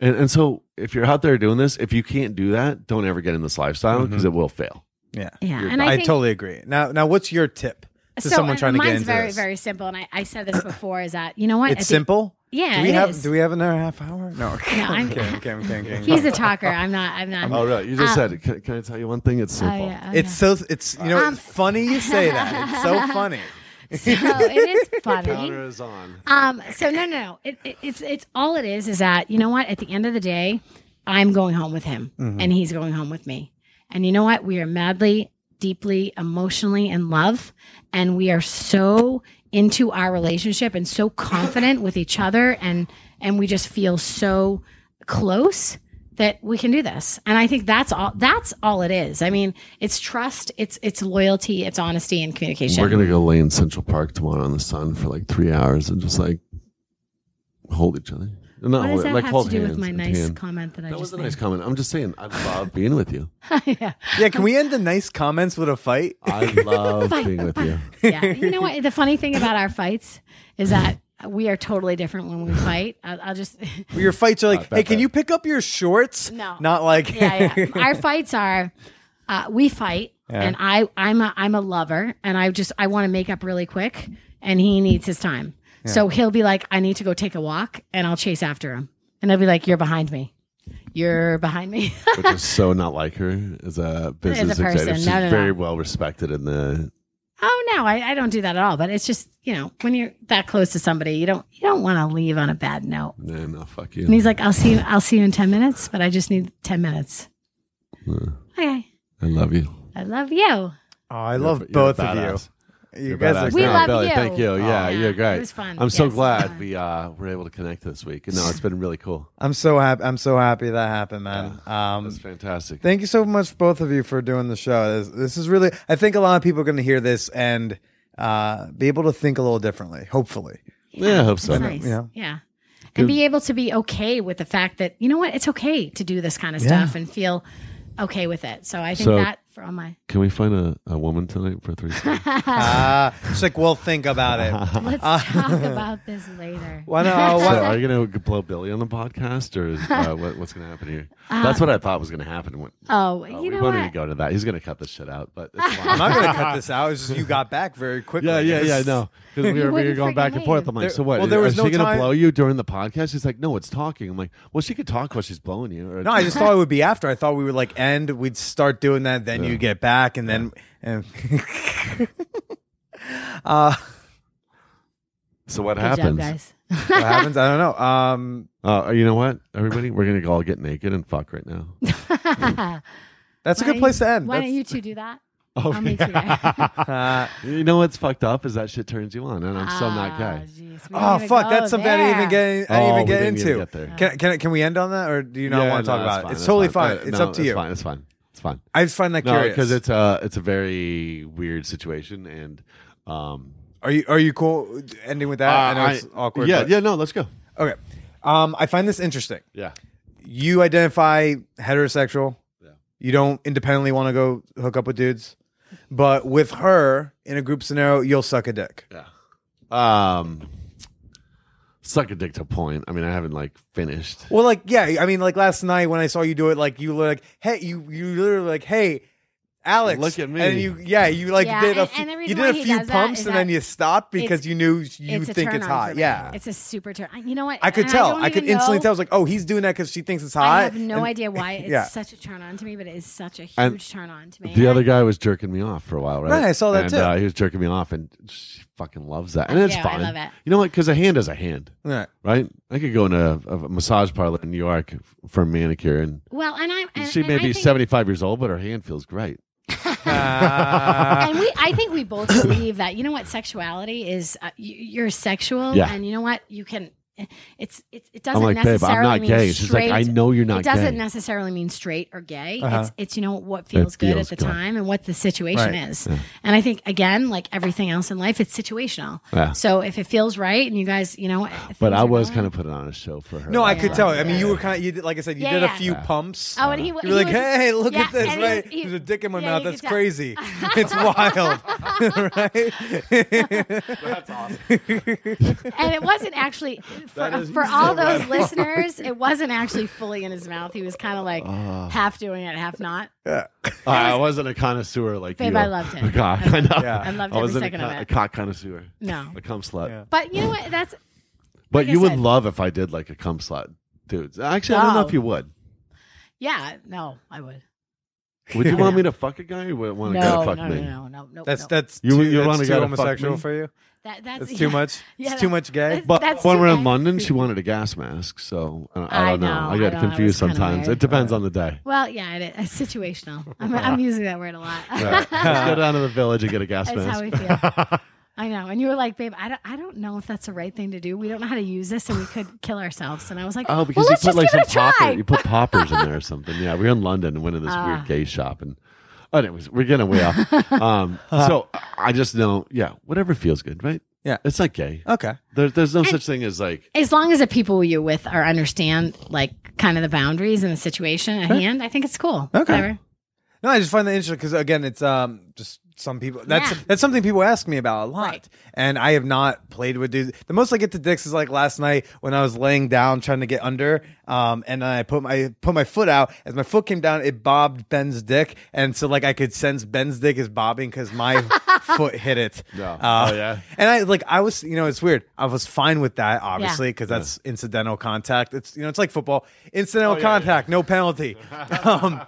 Speaker 4: and and so if you're out there doing this if you can't do that don't ever get in this lifestyle because it will fail
Speaker 2: Yeah.
Speaker 3: [LAUGHS] Yeah,
Speaker 4: You're
Speaker 3: and I,
Speaker 2: I,
Speaker 3: think,
Speaker 2: totally agree. Now, now, what's your tip to someone
Speaker 3: and
Speaker 2: trying to
Speaker 3: mine's
Speaker 2: get into
Speaker 3: very
Speaker 2: this?
Speaker 3: very simple, and I, I said this before is that you know what? I
Speaker 2: it's
Speaker 3: think-
Speaker 2: simple.
Speaker 3: [LAUGHS] Yeah,
Speaker 2: do we
Speaker 3: it
Speaker 2: have
Speaker 3: is.
Speaker 2: do we have another half hour? No. [LAUGHS] Okay.
Speaker 3: No, I'm-
Speaker 2: okay, okay, okay, okay.
Speaker 3: He's
Speaker 2: [LAUGHS]
Speaker 3: a talker. I'm not. I'm not.
Speaker 4: oh really you just
Speaker 3: Uh,
Speaker 4: said it. Can, can i tell you one thing it's
Speaker 3: Oh,
Speaker 4: simple
Speaker 3: yeah, oh,
Speaker 2: It's so it's you know
Speaker 3: Um,
Speaker 2: it's funny you say that. It's
Speaker 3: [LAUGHS]
Speaker 2: so funny.
Speaker 3: yeah. so it
Speaker 2: [LAUGHS]
Speaker 3: is funny.
Speaker 4: counter is on
Speaker 3: Um, so no, no, no. It, it, it's it's all it is is that you know what? At the end of the day, I'm going home with him, and he's going home with me. And you know what? We are madly, deeply, emotionally in love, and we are so into our relationship and so confident with each other, and and we just feel so close that we can do this. And I think that's all. That's all it is. I mean, it's trust, it's it's loyalty, it's honesty, and communication.
Speaker 4: We're gonna go lay in Central Park tomorrow in the sun for like three hours and just like hold each other. No,
Speaker 3: what does that
Speaker 4: like
Speaker 3: have
Speaker 4: hold
Speaker 3: to do with
Speaker 4: hands
Speaker 3: my
Speaker 4: and
Speaker 3: nice
Speaker 4: hand.
Speaker 3: comment that I
Speaker 4: That
Speaker 3: just
Speaker 4: was a
Speaker 3: made?
Speaker 4: nice comment. I'm just saying, I love being
Speaker 3: [LAUGHS]
Speaker 4: with you.
Speaker 3: yeah.
Speaker 2: Yeah, can we end the nice comments with a fight?
Speaker 4: I love being with you.
Speaker 3: yeah. You know [LAUGHS] what? The funny thing about our fights is that we are totally different when we fight. I'll, I'll just.
Speaker 2: Your fights are like,
Speaker 4: that
Speaker 2: hey, can
Speaker 4: bad.
Speaker 2: you pick up your shorts?
Speaker 3: No.
Speaker 2: Not like
Speaker 3: yeah, yeah. [LAUGHS] Our fights are, uh, we fight, and I, I'm a, I'm a lover, and I just, I want to make up really quick, and he needs his time. So he'll be like, I need to go take a walk, and I'll chase after him, and I'll be like, You're behind me, you're behind me. [LAUGHS]
Speaker 4: Which is so not like her as a business executive.
Speaker 3: person.
Speaker 4: She's
Speaker 3: No, no, no.
Speaker 4: very well respected in the
Speaker 3: oh no, I, I don't do that at all. But it's just, you know, when you're that close to somebody, you don't, you don't want to leave on a bad note.
Speaker 4: nah, no fuck you.
Speaker 3: And he's like, "I'll see you. I'll see you in ten minutes, but I just need ten minutes." Okay,
Speaker 4: I love you.
Speaker 3: I love you.
Speaker 2: [LAUGHS] Oh, I
Speaker 4: You're-
Speaker 2: love
Speaker 4: you're a
Speaker 2: both of
Speaker 4: badass.
Speaker 2: you. You
Speaker 4: You're
Speaker 2: guys
Speaker 4: badass.
Speaker 2: are
Speaker 3: We
Speaker 2: great.
Speaker 4: No,
Speaker 3: love
Speaker 4: Billy,
Speaker 3: you. Oh,
Speaker 4: Thank you. Yeah,
Speaker 3: Yeah,
Speaker 4: you're great.
Speaker 3: it was fun.
Speaker 4: I'm so
Speaker 3: Yes, it was
Speaker 4: glad
Speaker 3: fun.
Speaker 4: we uh, were able to connect this week. No, it's been really cool.
Speaker 2: I'm so happy I'm so happy that happened, man. Um
Speaker 4: It's fantastic.
Speaker 2: Thank you so much, both of you, for doing the show. This, this is really, I think a lot of people are going to hear this and uh, be able to think a little differently, hopefully.
Speaker 4: yeah, I hope so.
Speaker 3: it's nice.
Speaker 2: yeah.
Speaker 3: Yeah, and be able to be okay with the fact that you know what, it's okay to do this kind of stuff and feel okay with it. So I think
Speaker 4: So-
Speaker 3: that for all my
Speaker 4: Can we find a, a woman
Speaker 3: [LAUGHS]
Speaker 4: tonight for three?
Speaker 2: Uh, it's like, well, think about it. [LAUGHS]
Speaker 4: [LAUGHS]
Speaker 3: let's talk about this later.
Speaker 2: Why not?
Speaker 4: So
Speaker 2: why-
Speaker 4: are you going to blow Billy on the podcast, or is, uh, what, what's going to happen here? That's what I thought was going to happen. When,
Speaker 3: Oh,
Speaker 4: uh,
Speaker 3: Uh, you
Speaker 4: we
Speaker 3: know
Speaker 4: wanted
Speaker 3: what?
Speaker 4: to go to that. He's going to cut this shit out, but
Speaker 3: [LAUGHS]
Speaker 4: it's
Speaker 2: I'm
Speaker 4: fine.
Speaker 2: not going to cut this out. It's just you got back very quickly.
Speaker 4: [LAUGHS] yeah, yeah, yeah.
Speaker 3: [LAUGHS]
Speaker 4: No, because we were, we were
Speaker 3: wouldn't
Speaker 4: going back
Speaker 3: freaking
Speaker 4: and forth.
Speaker 3: leave.
Speaker 4: I'm like,
Speaker 2: There-
Speaker 4: so what?
Speaker 2: well, there was
Speaker 4: is
Speaker 2: no
Speaker 4: she going
Speaker 2: time-
Speaker 4: to blow you during the podcast? She's like, no, it's talking. I'm like, well, she could talk while she's blowing you. Or,
Speaker 2: No, I just thought it would be after. I thought we would like end, we'd start doing that, then you get back, and then. And [LAUGHS] uh,
Speaker 4: so what
Speaker 3: Good job,
Speaker 2: [LAUGHS]
Speaker 4: happens?
Speaker 3: guys.
Speaker 2: what happens? I don't know. Um,
Speaker 4: Uh, you know what, everybody, we're going to all get naked and fuck right
Speaker 3: [LAUGHS]
Speaker 4: now.
Speaker 2: that's a
Speaker 3: Why
Speaker 2: good place
Speaker 3: don't
Speaker 2: to
Speaker 3: you-
Speaker 2: end.
Speaker 3: Why
Speaker 2: That's-
Speaker 3: don't you two
Speaker 2: [LAUGHS]
Speaker 3: do that?
Speaker 4: Oh,
Speaker 3: I'll
Speaker 4: [LAUGHS]
Speaker 3: meet you there.
Speaker 2: uh,
Speaker 4: you know what's fucked up is that shit turns you on, and I'm still
Speaker 3: Ah, [LAUGHS]
Speaker 4: not guy.
Speaker 2: oh fuck! That's something I didn't even get. I didn't
Speaker 4: Oh,
Speaker 2: even
Speaker 4: we
Speaker 2: get
Speaker 4: didn't
Speaker 2: into.
Speaker 4: even get there.
Speaker 2: Can, can can we end on that, or do you not
Speaker 4: Yeah,
Speaker 2: want to
Speaker 4: no,
Speaker 2: talk
Speaker 4: that's
Speaker 2: about it?
Speaker 4: fine,
Speaker 2: It's
Speaker 4: that's
Speaker 2: totally
Speaker 4: fine.
Speaker 2: fine.
Speaker 4: Uh,
Speaker 2: It's
Speaker 4: no,
Speaker 2: up to you.
Speaker 4: It's fine. It's fine. It's fine.
Speaker 2: I just find that
Speaker 4: No,
Speaker 2: curious.
Speaker 4: because it's a it's a very weird situation, and um,
Speaker 2: are you are you cool ending with that? I know
Speaker 4: uh,
Speaker 2: it's awkward.
Speaker 4: Yeah,
Speaker 2: but-
Speaker 4: yeah. No, let's go.
Speaker 2: Okay. Um, I find this interesting.
Speaker 4: Yeah,
Speaker 2: You identify heterosexual.
Speaker 4: Yeah.
Speaker 2: You don't independently want to go hook up with dudes, but with her in a group scenario, you'll suck a dick.
Speaker 4: yeah. Um, suck a dick to a point. I mean, I haven't like finished.
Speaker 2: Well, like yeah, I mean, like last night when I saw you do it, like you were like, hey, you you literally like, hey, Alex,
Speaker 4: Look at me.
Speaker 2: and you yeah, you like
Speaker 3: Yeah,
Speaker 2: did a
Speaker 3: and-
Speaker 2: few,
Speaker 3: and the
Speaker 2: you
Speaker 3: reason
Speaker 2: did a
Speaker 3: why he
Speaker 2: few
Speaker 3: does that
Speaker 2: pumps
Speaker 3: is
Speaker 2: and then
Speaker 3: that
Speaker 2: you stopped because
Speaker 3: it's-
Speaker 2: you knew you
Speaker 3: it's a
Speaker 2: think
Speaker 3: turn
Speaker 2: it's
Speaker 3: on
Speaker 2: hot.
Speaker 3: for me.
Speaker 2: Yeah,
Speaker 3: it's a super turn. You know what?
Speaker 2: I could
Speaker 3: And
Speaker 2: tell.
Speaker 3: don't
Speaker 2: I, could
Speaker 3: even
Speaker 2: instantly
Speaker 3: know-
Speaker 2: tell. I was like, oh, he's doing that because she thinks it's hot.
Speaker 3: I have no
Speaker 2: And- [LAUGHS]
Speaker 3: idea why it's
Speaker 2: yeah.
Speaker 3: such a turn on to me, but it is such a huge
Speaker 4: And
Speaker 3: turn on to me.
Speaker 4: The
Speaker 3: And
Speaker 4: other
Speaker 3: I-
Speaker 4: guy was jerking me off for a while, right?
Speaker 2: Right, I saw that
Speaker 4: and,
Speaker 2: too.
Speaker 4: Uh, he was jerking me off, and she fucking loves that, and it's
Speaker 3: do, I
Speaker 4: fine.
Speaker 3: love it.
Speaker 4: You know what? Because a hand is a hand,
Speaker 3: [LAUGHS]
Speaker 2: Right.
Speaker 4: right? I could go in a, a massage parlor in New York for a manicure, and
Speaker 3: well, and I and,
Speaker 4: she
Speaker 3: and
Speaker 4: may
Speaker 3: I
Speaker 4: be
Speaker 3: think-
Speaker 4: seventy-five years old, but her hand feels great.
Speaker 2: Ah.
Speaker 3: [LAUGHS] And we, I think
Speaker 4: [LAUGHS]
Speaker 3: we both believe that you know what sexuality is. Uh, you, uh, you're sexual,
Speaker 4: Yeah.
Speaker 3: and you know what you can. eh, it's it's it doesn't
Speaker 4: I'm like, babe,
Speaker 3: necessarily
Speaker 4: I'm not
Speaker 3: mean
Speaker 4: gay. She's
Speaker 3: straight.
Speaker 4: like, I know you're not
Speaker 3: it doesn't
Speaker 4: gay.
Speaker 3: necessarily mean straight or gay.
Speaker 2: Uh-huh.
Speaker 3: It's it's you know what feels good
Speaker 4: feels
Speaker 3: at the
Speaker 4: good.
Speaker 3: time and what the situation
Speaker 2: Right.
Speaker 3: is. And I think again, like everything else in life, it's situational.
Speaker 4: Yeah.
Speaker 3: So if it feels right and you guys, you know, if
Speaker 4: but
Speaker 3: things
Speaker 4: I
Speaker 3: are
Speaker 4: was
Speaker 3: going-
Speaker 4: kind of putting on a show for her.
Speaker 2: No, I
Speaker 4: like
Speaker 2: could
Speaker 4: that.
Speaker 2: tell.
Speaker 4: [LAUGHS]
Speaker 2: I mean, you were kind of, you did, like I said, you
Speaker 3: Yeah,
Speaker 2: did
Speaker 3: yeah.
Speaker 2: a few pumps.
Speaker 3: Oh, and he, w-
Speaker 2: you were like,
Speaker 3: he was-
Speaker 2: hey, look
Speaker 3: yeah,
Speaker 2: at this,
Speaker 3: and he
Speaker 2: right?
Speaker 3: was- he-
Speaker 2: There's a dick in my
Speaker 3: yeah,
Speaker 2: mouth.
Speaker 3: you
Speaker 2: That's
Speaker 3: could tell. [LAUGHS]
Speaker 2: crazy. it's wild, [LAUGHS] right?
Speaker 3: and it
Speaker 2: [LAUGHS]
Speaker 3: wasn't actually for, for all those listeners. It wasn't actually fully in his mouth. He was kind of
Speaker 4: Oh.
Speaker 3: like half doing it, half not.
Speaker 4: Uh, I wasn't a connoisseur like
Speaker 3: Babe,
Speaker 4: you.
Speaker 3: I loved
Speaker 4: [LAUGHS]
Speaker 3: it.
Speaker 4: A cock.
Speaker 3: I
Speaker 4: I know.
Speaker 2: Yeah.
Speaker 3: I loved
Speaker 4: I
Speaker 3: every
Speaker 4: wasn't
Speaker 3: second
Speaker 4: a,
Speaker 3: of
Speaker 4: con- a
Speaker 3: it.
Speaker 4: cock connoisseur.
Speaker 3: No,
Speaker 4: [LAUGHS] A cum slut.
Speaker 2: Yeah.
Speaker 3: but you know what? That's
Speaker 4: But
Speaker 3: Like I
Speaker 4: you would
Speaker 3: said-
Speaker 4: love if I did like a cum slut, dudes. Actually, I don't know
Speaker 3: No.
Speaker 4: if you would.
Speaker 3: yeah. No, I would.
Speaker 4: Would you
Speaker 3: No.
Speaker 4: want me to fuck a guy or would want
Speaker 3: No,
Speaker 4: a guy to
Speaker 3: no,
Speaker 4: fuck
Speaker 3: no,
Speaker 4: me?
Speaker 3: no, no, no, no.
Speaker 2: That's
Speaker 3: no.
Speaker 2: that's
Speaker 4: You-
Speaker 2: too,
Speaker 4: you
Speaker 2: that's
Speaker 4: wanna
Speaker 2: too
Speaker 4: go to fuck
Speaker 2: homosexual
Speaker 4: me?
Speaker 2: for you.
Speaker 3: That-
Speaker 2: That's
Speaker 3: yeah.
Speaker 2: too much.
Speaker 3: Yeah,
Speaker 2: it's
Speaker 3: that-
Speaker 2: too much gay.
Speaker 4: But
Speaker 3: That's
Speaker 4: when
Speaker 3: too
Speaker 4: we're in
Speaker 3: bad.
Speaker 4: London, she wanted a gas mask. So I, I
Speaker 3: I
Speaker 4: don't know.
Speaker 3: know,
Speaker 4: I
Speaker 3: I
Speaker 4: get
Speaker 3: know, I
Speaker 4: confused
Speaker 3: was kinda
Speaker 4: sometimes.
Speaker 3: weird.
Speaker 4: It depends on the day.
Speaker 3: Well, yeah, it is. It's
Speaker 4: [LAUGHS]
Speaker 3: situational. I'm, I'm using that word a lot. [LAUGHS]
Speaker 4: Right. Let's go down to the village and get a gas
Speaker 3: That's how we
Speaker 4: mask.
Speaker 3: feel. I know. And you were like, babe, I don't, I don't know if that's the right thing to do. We don't know how to use this and we could kill ourselves. And I was like,
Speaker 4: Oh, because
Speaker 3: well,
Speaker 4: you
Speaker 3: let's
Speaker 4: put
Speaker 3: just
Speaker 4: like
Speaker 3: give
Speaker 4: some
Speaker 3: it a try. Ah.
Speaker 4: popper, you put poppers in there or something. Yeah, we were in London and went to this weird gay shop and. Anyways, we're getting way off.
Speaker 3: [LAUGHS]
Speaker 4: Um, so I just know, yeah, whatever feels good, right?
Speaker 2: Yeah.
Speaker 4: it's not gay.
Speaker 2: okay.
Speaker 4: There, there's no such thing as like
Speaker 3: as long as the people you're with are understand like kind of the boundaries and the situation at hand, I think it's cool.
Speaker 2: Okay.
Speaker 3: Whatever.
Speaker 2: No, I just find that interesting because again, it's um just some people. That's
Speaker 3: Yeah.
Speaker 2: that's something people ask me about a lot,
Speaker 3: Right.
Speaker 2: and I have not played with dudes. The most I get to dicks is like last night when I was laying down trying to get under, um, and I put my put my foot out. As my foot came down, it bobbed Ben's dick, and so like I could sense Ben's dick is bobbing because
Speaker 3: [LAUGHS]
Speaker 2: my foot hit it.
Speaker 4: Yeah.
Speaker 2: Uh,
Speaker 4: Oh, yeah?
Speaker 2: And I like I was you know it's weird. I was fine with that obviously because that's incidental contact. It's you know it's like football
Speaker 4: Oh,
Speaker 2: incidental contact, no
Speaker 4: [LAUGHS]
Speaker 2: penalty. um,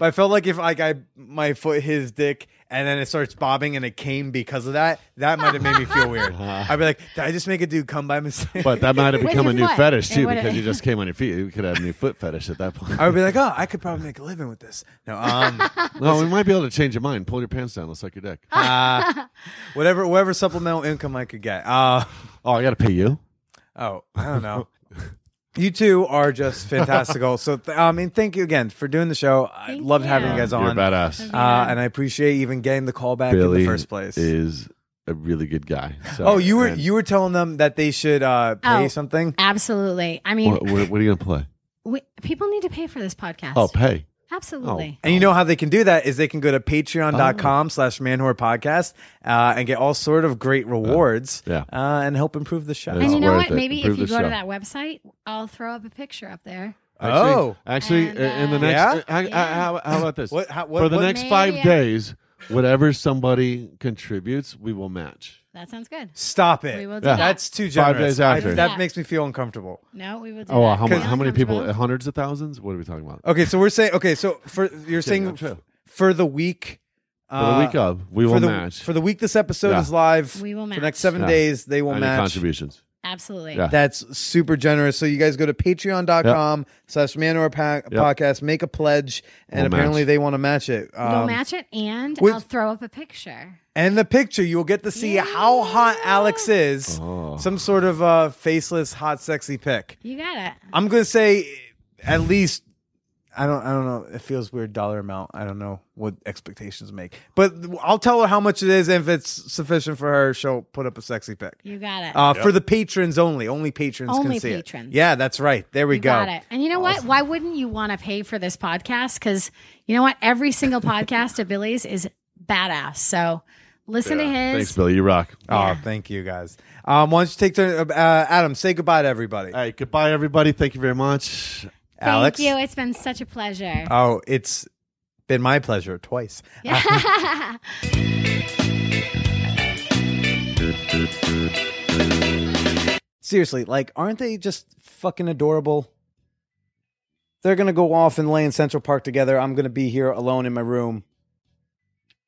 Speaker 2: but I felt like if like I my foot hit his dick and then it starts bobbing and it came because of that, that might have made me feel
Speaker 4: [LAUGHS]
Speaker 2: weird. I'd be like, did I just make a dude come by mistake?
Speaker 4: But
Speaker 3: [LAUGHS]
Speaker 4: that might have
Speaker 3: With
Speaker 4: become a
Speaker 3: your
Speaker 4: new
Speaker 3: foot.
Speaker 4: fetish
Speaker 3: It
Speaker 4: too,
Speaker 3: would've-
Speaker 4: because you just came
Speaker 3: [LAUGHS]
Speaker 4: on your feet. You could have a new foot fetish at that point. [LAUGHS]
Speaker 2: I would be like, oh, I could probably make a living with this. No, um,
Speaker 4: No, we might be able to change your mind. Pull your pants down. Let's suck your dick.
Speaker 3: Ah.
Speaker 4: oh,
Speaker 2: whatever, whatever supplemental income I could get. Uh,
Speaker 4: I got to pay you.
Speaker 2: oh, I don't
Speaker 4: [LAUGHS]
Speaker 2: know. You two are just fantastical. So, th- I mean, thank you again for doing the show. I
Speaker 3: Thank
Speaker 2: loved having
Speaker 3: you.
Speaker 2: you guys
Speaker 4: You're
Speaker 2: on.
Speaker 4: badass.
Speaker 2: Uh, and I appreciate even getting the call back in
Speaker 4: Billy
Speaker 2: the first place.
Speaker 4: is a really good guy. So,
Speaker 2: oh, you were
Speaker 4: and
Speaker 2: you were telling them that they should uh, pay
Speaker 3: Oh.
Speaker 2: something.
Speaker 3: Absolutely. I mean,
Speaker 4: What, what- what are you gonna play?
Speaker 3: we, people need to pay for this podcast.
Speaker 4: Oh, pay.
Speaker 3: Absolutely.
Speaker 2: And you know how they can do that is they can go to
Speaker 4: Oh.
Speaker 2: patreon.com slash manhor podcast uh, and get all sort of great rewards
Speaker 4: Oh. yeah.
Speaker 2: uh, and help improve the show.
Speaker 4: And
Speaker 3: And
Speaker 4: oh, It's
Speaker 3: you know
Speaker 4: worth
Speaker 3: what?
Speaker 4: it.
Speaker 3: Maybe
Speaker 4: Improve
Speaker 3: if you
Speaker 4: the
Speaker 3: go
Speaker 4: show.
Speaker 3: to that website, I'll throw up a picture up there.
Speaker 4: Actually-
Speaker 2: Oh.
Speaker 4: actually,
Speaker 3: And,
Speaker 4: in the
Speaker 3: uh,
Speaker 4: next,
Speaker 3: Yeah?
Speaker 4: I- I- how, how about this?
Speaker 2: What- how- what-
Speaker 4: For the
Speaker 2: what-
Speaker 4: next five
Speaker 3: Maybe-
Speaker 4: days, whatever somebody contributes, we will match.
Speaker 3: That sounds good.
Speaker 2: Stop
Speaker 3: We
Speaker 2: it.
Speaker 3: will do that.
Speaker 4: Yeah.
Speaker 2: That's too
Speaker 4: Five
Speaker 2: generous.
Speaker 4: days
Speaker 2: I-
Speaker 4: after.
Speaker 2: that
Speaker 3: Yeah.
Speaker 2: makes me feel uncomfortable.
Speaker 3: no, we will do
Speaker 4: Oh,
Speaker 3: that.
Speaker 4: well, how, mu-
Speaker 3: Feel
Speaker 4: how many people?
Speaker 3: uncomfortable?
Speaker 4: Hundreds of thousands? What are we talking about?
Speaker 2: Okay, so we're saying okay, so for you're saying
Speaker 4: not true.
Speaker 2: f- for the week
Speaker 4: for
Speaker 2: uh,
Speaker 4: the week of, we will
Speaker 2: for the,
Speaker 4: match.
Speaker 2: For the week this episode
Speaker 4: Yeah.
Speaker 2: is live.
Speaker 3: We will
Speaker 2: For the
Speaker 3: match.
Speaker 2: next seven
Speaker 4: Yeah.
Speaker 2: days, they will
Speaker 4: Any
Speaker 2: match.
Speaker 4: contributions.
Speaker 3: Absolutely.
Speaker 4: Yeah.
Speaker 2: That's super generous. So you guys go to patreon.com slash man or pa- podcast, make a pledge, and
Speaker 4: We'll
Speaker 2: apparently
Speaker 4: match.
Speaker 2: they want to match it.
Speaker 3: We'll
Speaker 2: Um,
Speaker 3: match it, and
Speaker 2: with-
Speaker 3: I'll throw up a picture.
Speaker 2: And the picture, you'll get to see how hot Alex is.
Speaker 4: Oh.
Speaker 2: Some sort of uh, faceless, hot, sexy pic.
Speaker 3: You got it.
Speaker 2: I'm gonna say at least I don't I don't know. It feels weird dollar amount. I don't know what expectations make, but I'll tell her how much it is, and if it's sufficient for her, she'll put up a sexy pic.
Speaker 3: You got it.
Speaker 2: Uh, For the patrons only, only patrons
Speaker 3: Only
Speaker 2: can see
Speaker 3: patrons.
Speaker 2: it. Yeah, that's right. There we
Speaker 3: you
Speaker 2: go.
Speaker 3: got it. And you know what? Why wouldn't you want to pay for this podcast? Because you know what? Every single podcast of Billy's is badass. So listen to
Speaker 4: Thanks,
Speaker 3: his.
Speaker 4: Billy. You rock.
Speaker 2: Oh, thank you guys. Um, why don't you take turn, uh, Adam? Say goodbye to everybody.
Speaker 4: All right. Goodbye, everybody. Thank you very much.
Speaker 2: Alex.
Speaker 3: Thank you. It's been such a pleasure.
Speaker 2: Oh, it's been my pleasure twice. uh,
Speaker 3: [LAUGHS]
Speaker 2: [LAUGHS] Seriously, like, aren't they just fucking adorable? They're gonna go off and lay in Central Park together. I'm gonna be here alone in my room,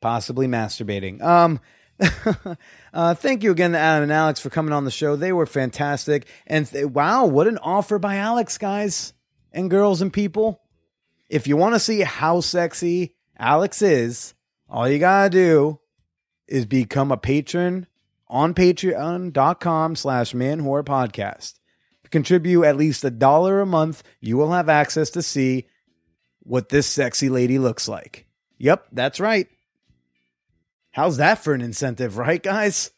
Speaker 2: possibly masturbating. Um, [LAUGHS] uh, thank you again to Adam and Alex for coming on the show. They were fantastic, and th- wow, what an offer by Alex, guys and girls and people. If you want to see how sexy Alex is, all you gotta do is become a patron on patreon.com slash man whore podcast contribute at least a dollar a month, you will have access to see what this sexy lady looks like. Yep, that's right. How's that for an incentive, right, guys?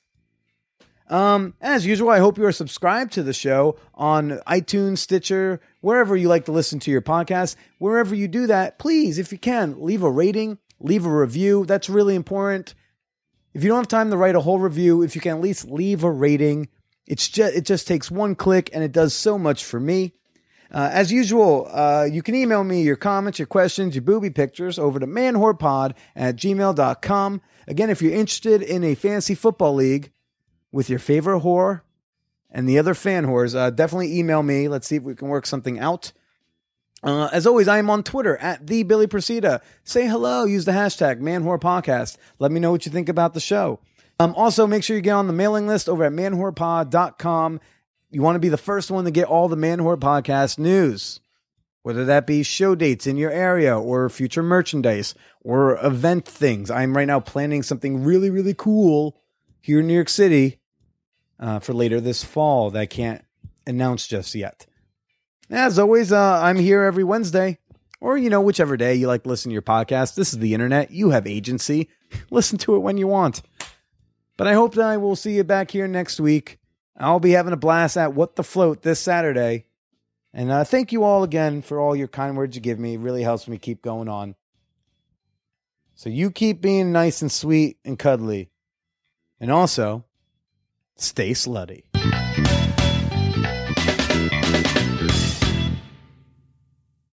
Speaker 2: Um, as usual, I hope you are subscribed to the show on iTunes, Stitcher, wherever you like to listen to your podcast. Wherever you do that, please, if you can, leave a rating, leave a review. That's really important. If you don't have time to write a whole review, if you can at least leave a rating, it's just it just takes one click and it does so much for me. Uh, as usual, uh, you can email me your comments, your questions, your booby pictures over to manhorpod at gmail.com. Again, if you're interested in a fantasy football league with your favorite whore and the other fan whores, uh, definitely email me. Let's see if we can work something out. Uh, as always, I am on Twitter at the Billy Presida. Say hello. Use the hashtag ManWhorePodcast. Let me know what you think about the show. Um, also, make sure you get on the mailing list over at manwhorepod.com. You want to be the first one to get all the Manwhore Podcast news, whether that be show dates in your area or future merchandise or event things. I'm right now planning something really, really cool here in New York City uh, for later this fall that I can't announce just yet. As always, uh, I'm here every Wednesday, or you know, whichever day you like to listen to your podcast. This is the internet; you have agency. [LAUGHS] listen to it when you want. But I hope that I will see you back here next week. I'll be having a blast at What the Float this Saturday, and uh, thank you all again for all your kind words you give me. It really helps me keep going on. So you keep being nice and sweet and cuddly, and also stay slutty.